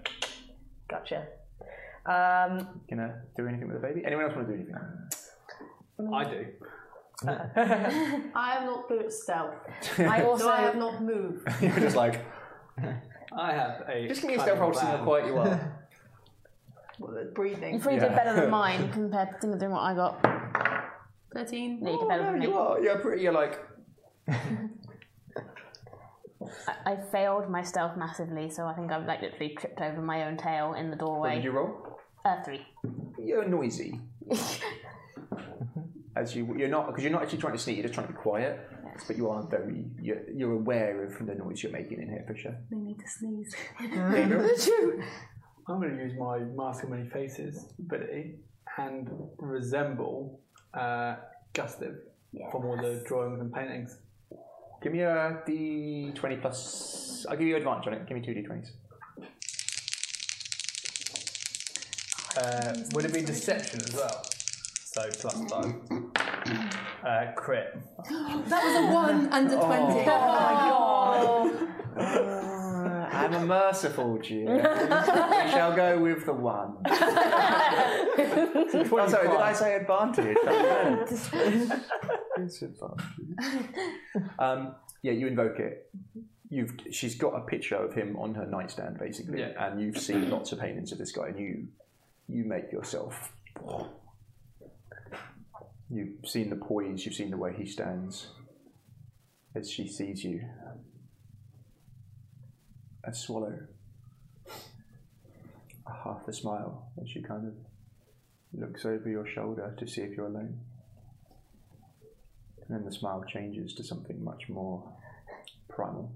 Speaker 2: Gotcha. Um,
Speaker 1: Gonna do anything with the baby? Anyone else want to do anything?
Speaker 7: I do.
Speaker 6: I have not put stealth. I also I have not moved.
Speaker 1: You're just like,
Speaker 7: I have a.
Speaker 6: Just give me a
Speaker 7: cunning
Speaker 6: stealth roll to see
Speaker 7: plan.
Speaker 6: how
Speaker 1: quiet you are.
Speaker 6: breathing.
Speaker 5: You probably did better than mine compared to doing what I got.
Speaker 18: 13.
Speaker 5: No, you did better than me.
Speaker 1: Oh, you are. You're pretty. You're like,
Speaker 5: I, I failed my stealth massively, so I think I've like literally tripped over my own tail in the doorway.
Speaker 1: what did Oh, you roll?
Speaker 5: Uh, three.
Speaker 1: You're noisy. As you, you're not because you're not actually trying to sneak. You're just trying to be quiet. But you are very. You're, you're aware of the noise you're making in here for sure.
Speaker 18: They need to sneeze.
Speaker 7: I'm going to use my mask of many faces ability and resemble uh, Gustav from all the drawings and paintings.
Speaker 1: Give me a d20 plus. I'll give you advantage on it. Give me two d20s.
Speaker 7: Uh, would it be deception as well? So plus five. Uh, crit.
Speaker 18: That was a 1 and a 20.
Speaker 2: Oh
Speaker 18: my god.
Speaker 1: I'm a merciful Jew. we shall go with the one. oh, sorry, did I say advantage? Disadvantage. um, yeah, you invoke it. You've she's got a picture of him on her nightstand basically, and you've seen lots of paintings of this guy, and you you make yourself. You've seen the poise, you've seen the way he stands as she sees you. A swallow, a half a smile as she kind of looks over your shoulder to see if you're alone. And then the smile changes to something much more primal.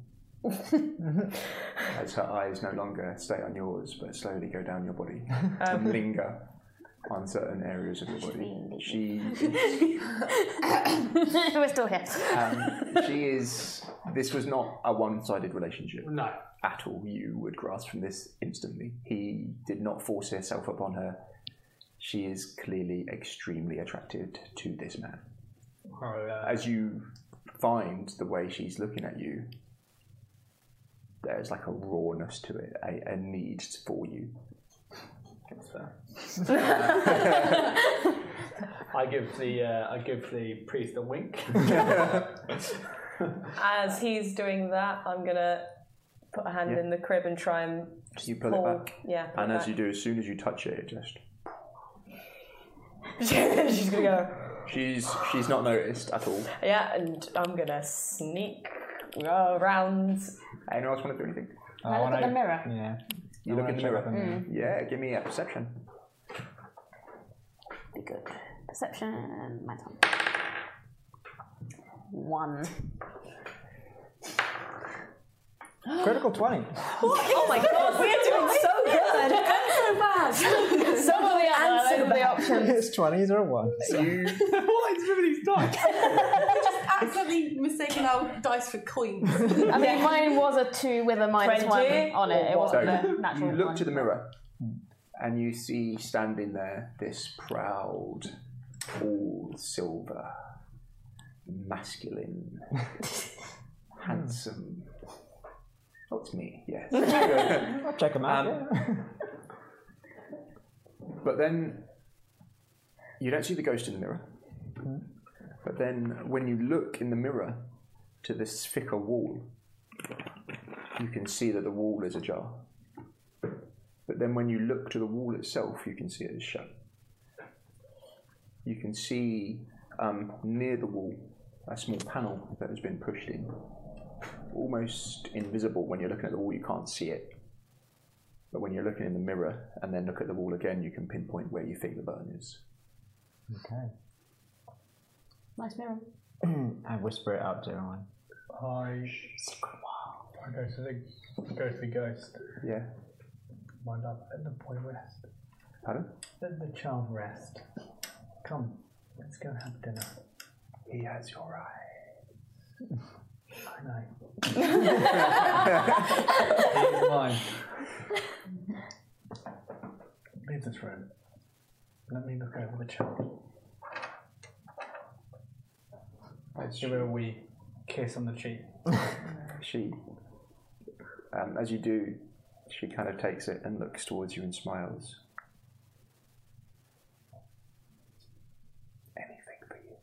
Speaker 1: as her eyes no longer stay on yours, but slowly go down your body and linger on certain areas of your body. She
Speaker 5: We're still here.
Speaker 1: um, she is. This was not a one-sided relationship.
Speaker 7: No.
Speaker 1: At all, you would grasp from this instantly. He did not force herself upon her. She is clearly extremely attracted to this man.
Speaker 7: uh,
Speaker 1: As you find the way she's looking at you, there's like a rawness to it, a, a need for you.
Speaker 7: I give the uh, I give the priest a wink.
Speaker 2: as he's doing that, I'm gonna put a hand
Speaker 1: Yeah.
Speaker 2: in the crib and try and
Speaker 1: You pull
Speaker 2: pull.
Speaker 1: it back.
Speaker 2: Yeah. pull
Speaker 1: And
Speaker 2: it
Speaker 1: as you do, as soon as you touch it, it just
Speaker 2: back. she's gonna go.
Speaker 1: She's she's not noticed at all.
Speaker 2: Yeah, and I'm gonna sneak around.
Speaker 1: Anyone else want to do anything?
Speaker 2: Can I Uh, look when at the I- mirror?
Speaker 1: Yeah. You look in the mirror. Yeah, give me a perception.
Speaker 5: Be good. Perception, my time. One.
Speaker 15: Critical 20.
Speaker 2: Oh my god, we are doing so good.
Speaker 18: I'm so bad.
Speaker 2: Some of the
Speaker 18: And some of the options.
Speaker 15: It's 20s or 1.
Speaker 18: what is with these dice? we just accidentally mistaken our dice for coins.
Speaker 5: I mean, mine was a two with a minus one on it. It wasn't
Speaker 1: So,
Speaker 5: a natural
Speaker 1: You look
Speaker 5: one.
Speaker 1: to the mirror and you see standing there this proud, all silver, masculine, handsome. Oh, it's me, yes.
Speaker 15: Check him out.
Speaker 1: Um, But then you don't see the ghost in the mirror. But then when you look in the mirror to this thicker wall, you can see that the wall is ajar. But then when you look to the wall itself, you can see it is shut. You can see um, near the wall a small panel that has been pushed in. Almost invisible when you're looking at the wall, you can't see it. But when you're looking in the mirror and then look at the wall again, you can pinpoint where you think the burn is.
Speaker 15: Okay.
Speaker 5: Nice mirror.
Speaker 15: I whisper it out to everyone.
Speaker 11: I. Secret wall. I go to the go to the ghost.
Speaker 1: Yeah.
Speaker 11: Mind up, let the boy rest.
Speaker 1: Pardon?
Speaker 11: Let the child rest. Come, let's go have dinner. He has your eyes. I know. He's mine. Leave this room. Let me look over the child. Let's give her a wee kiss on the cheek.
Speaker 1: She, um, as you do, she kind of takes it and looks towards you and smiles. Anything for you.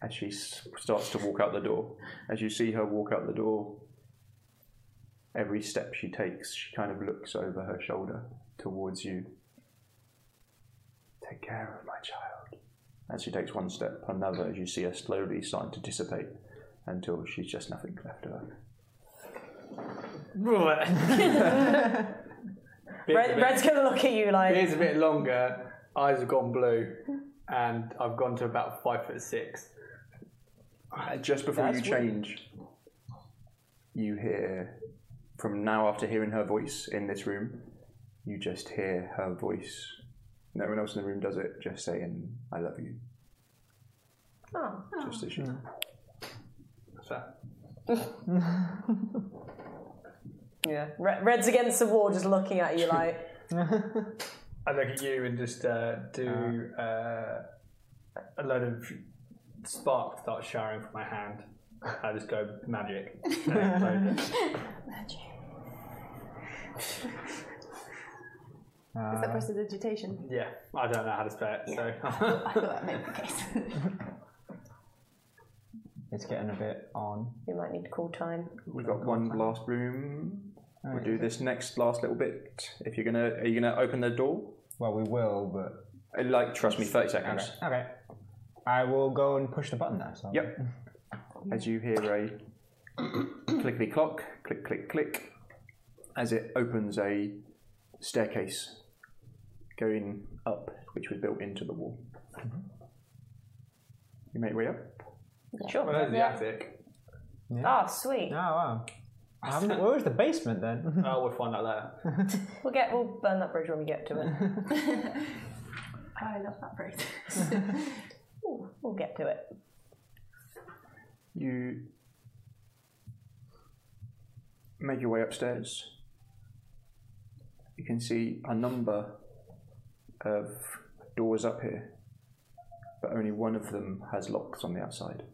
Speaker 1: As she s- starts to walk out the door, as you see her walk out the door, every step she takes, she kind of looks over her shoulder towards you. Take care of my child. As she takes one step, another, as you see her slowly starting to dissipate until she's just nothing left of her.
Speaker 2: Red, Red's gonna look at you like.
Speaker 7: Beard's a bit longer, eyes have gone blue, and I've gone to about five foot six.
Speaker 1: Uh, Just before
Speaker 7: That's
Speaker 1: you
Speaker 7: weird.
Speaker 1: change, you hear from now after hearing her voice in this room, you just hear her voice. No one else in the room does it, just saying, I love you.
Speaker 2: Oh.
Speaker 1: Just as she.
Speaker 7: What's that?
Speaker 2: Yeah. Red, Red's against the wall, just looking at you like.
Speaker 11: I look at you and just uh, do uh, a load of sparks start showering from my hand. I just go magic. And I close it.
Speaker 18: Is that prestidigitation?
Speaker 11: Uh, yeah, I don't know how to spell it,
Speaker 18: I feel
Speaker 11: so
Speaker 18: that may be the case.
Speaker 15: It's getting a bit on.
Speaker 2: You might need to call time.
Speaker 1: We've got one last room. We'll do this next last little bit. If you're gonna, are you gonna open the door?
Speaker 15: Well, we will, but
Speaker 1: Uh, like, trust me, thirty seconds.
Speaker 15: Okay. okay. I will go and push the button now. So.
Speaker 1: Yep. As you hear a clickety clock, click, click, click, as it opens a staircase going up, which was built into the wall. You make your way up.
Speaker 2: Sure.
Speaker 7: Well, that's the
Speaker 2: Yeah.
Speaker 7: attic.
Speaker 2: Ah, sweet.
Speaker 15: Oh, wow. I haven't- where was the basement then?
Speaker 7: Oh, we'll find out later.
Speaker 2: We'll get. We'll burn that bridge when we get to it. Oh,
Speaker 18: I love that phrase.
Speaker 2: Ooh, we'll get to it.
Speaker 1: You make your way upstairs. You can see a number of doors up here, but only one of them has locks on the outside.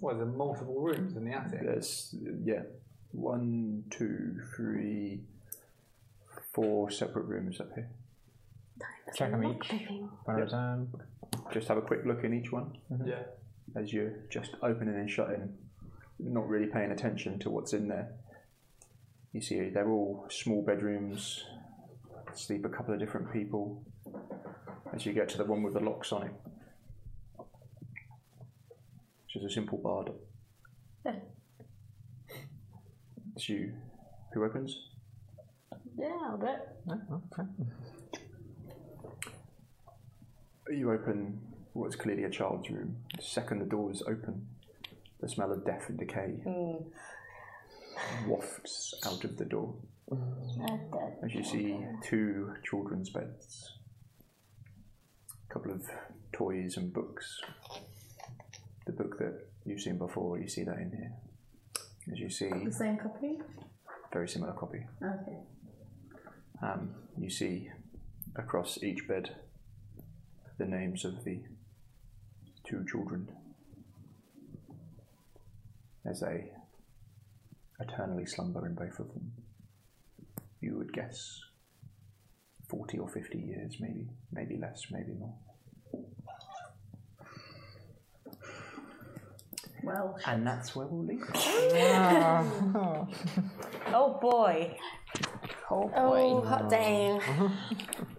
Speaker 7: Well, there are multiple rooms in the attic.
Speaker 1: There's, yeah, one, two, three, four separate rooms up here.
Speaker 15: Check them each. One at a
Speaker 1: Yep.
Speaker 15: time.
Speaker 1: Just have a quick look in each one
Speaker 7: Yeah.
Speaker 1: as you're just opening and shutting, not really paying attention to what's in there. You see, they're all small bedrooms, sleep a couple of different people as you get to the one with the locks on it, which is a simple bard.
Speaker 2: Yeah.
Speaker 1: It's you. Who opens?
Speaker 5: Yeah, I'll do it.
Speaker 1: You open what's clearly a child's room. The second the doors open, the smell of death and decay wafts out of the door.
Speaker 6: Mm.
Speaker 1: As you see two children's beds, a couple of toys and books. The book that you've seen before, you see that in here. As you see,
Speaker 6: The same copy?
Speaker 1: very similar copy.
Speaker 6: Okay.
Speaker 1: Um, you see across each bed the names of the two children as they eternally slumber in both of them. You would guess 40 or 50 years, maybe, maybe less, maybe more.
Speaker 6: Well,
Speaker 1: And that's where we'll leave it.
Speaker 2: oh boy.
Speaker 16: boy.
Speaker 5: Oh
Speaker 16: Oh, hot dang.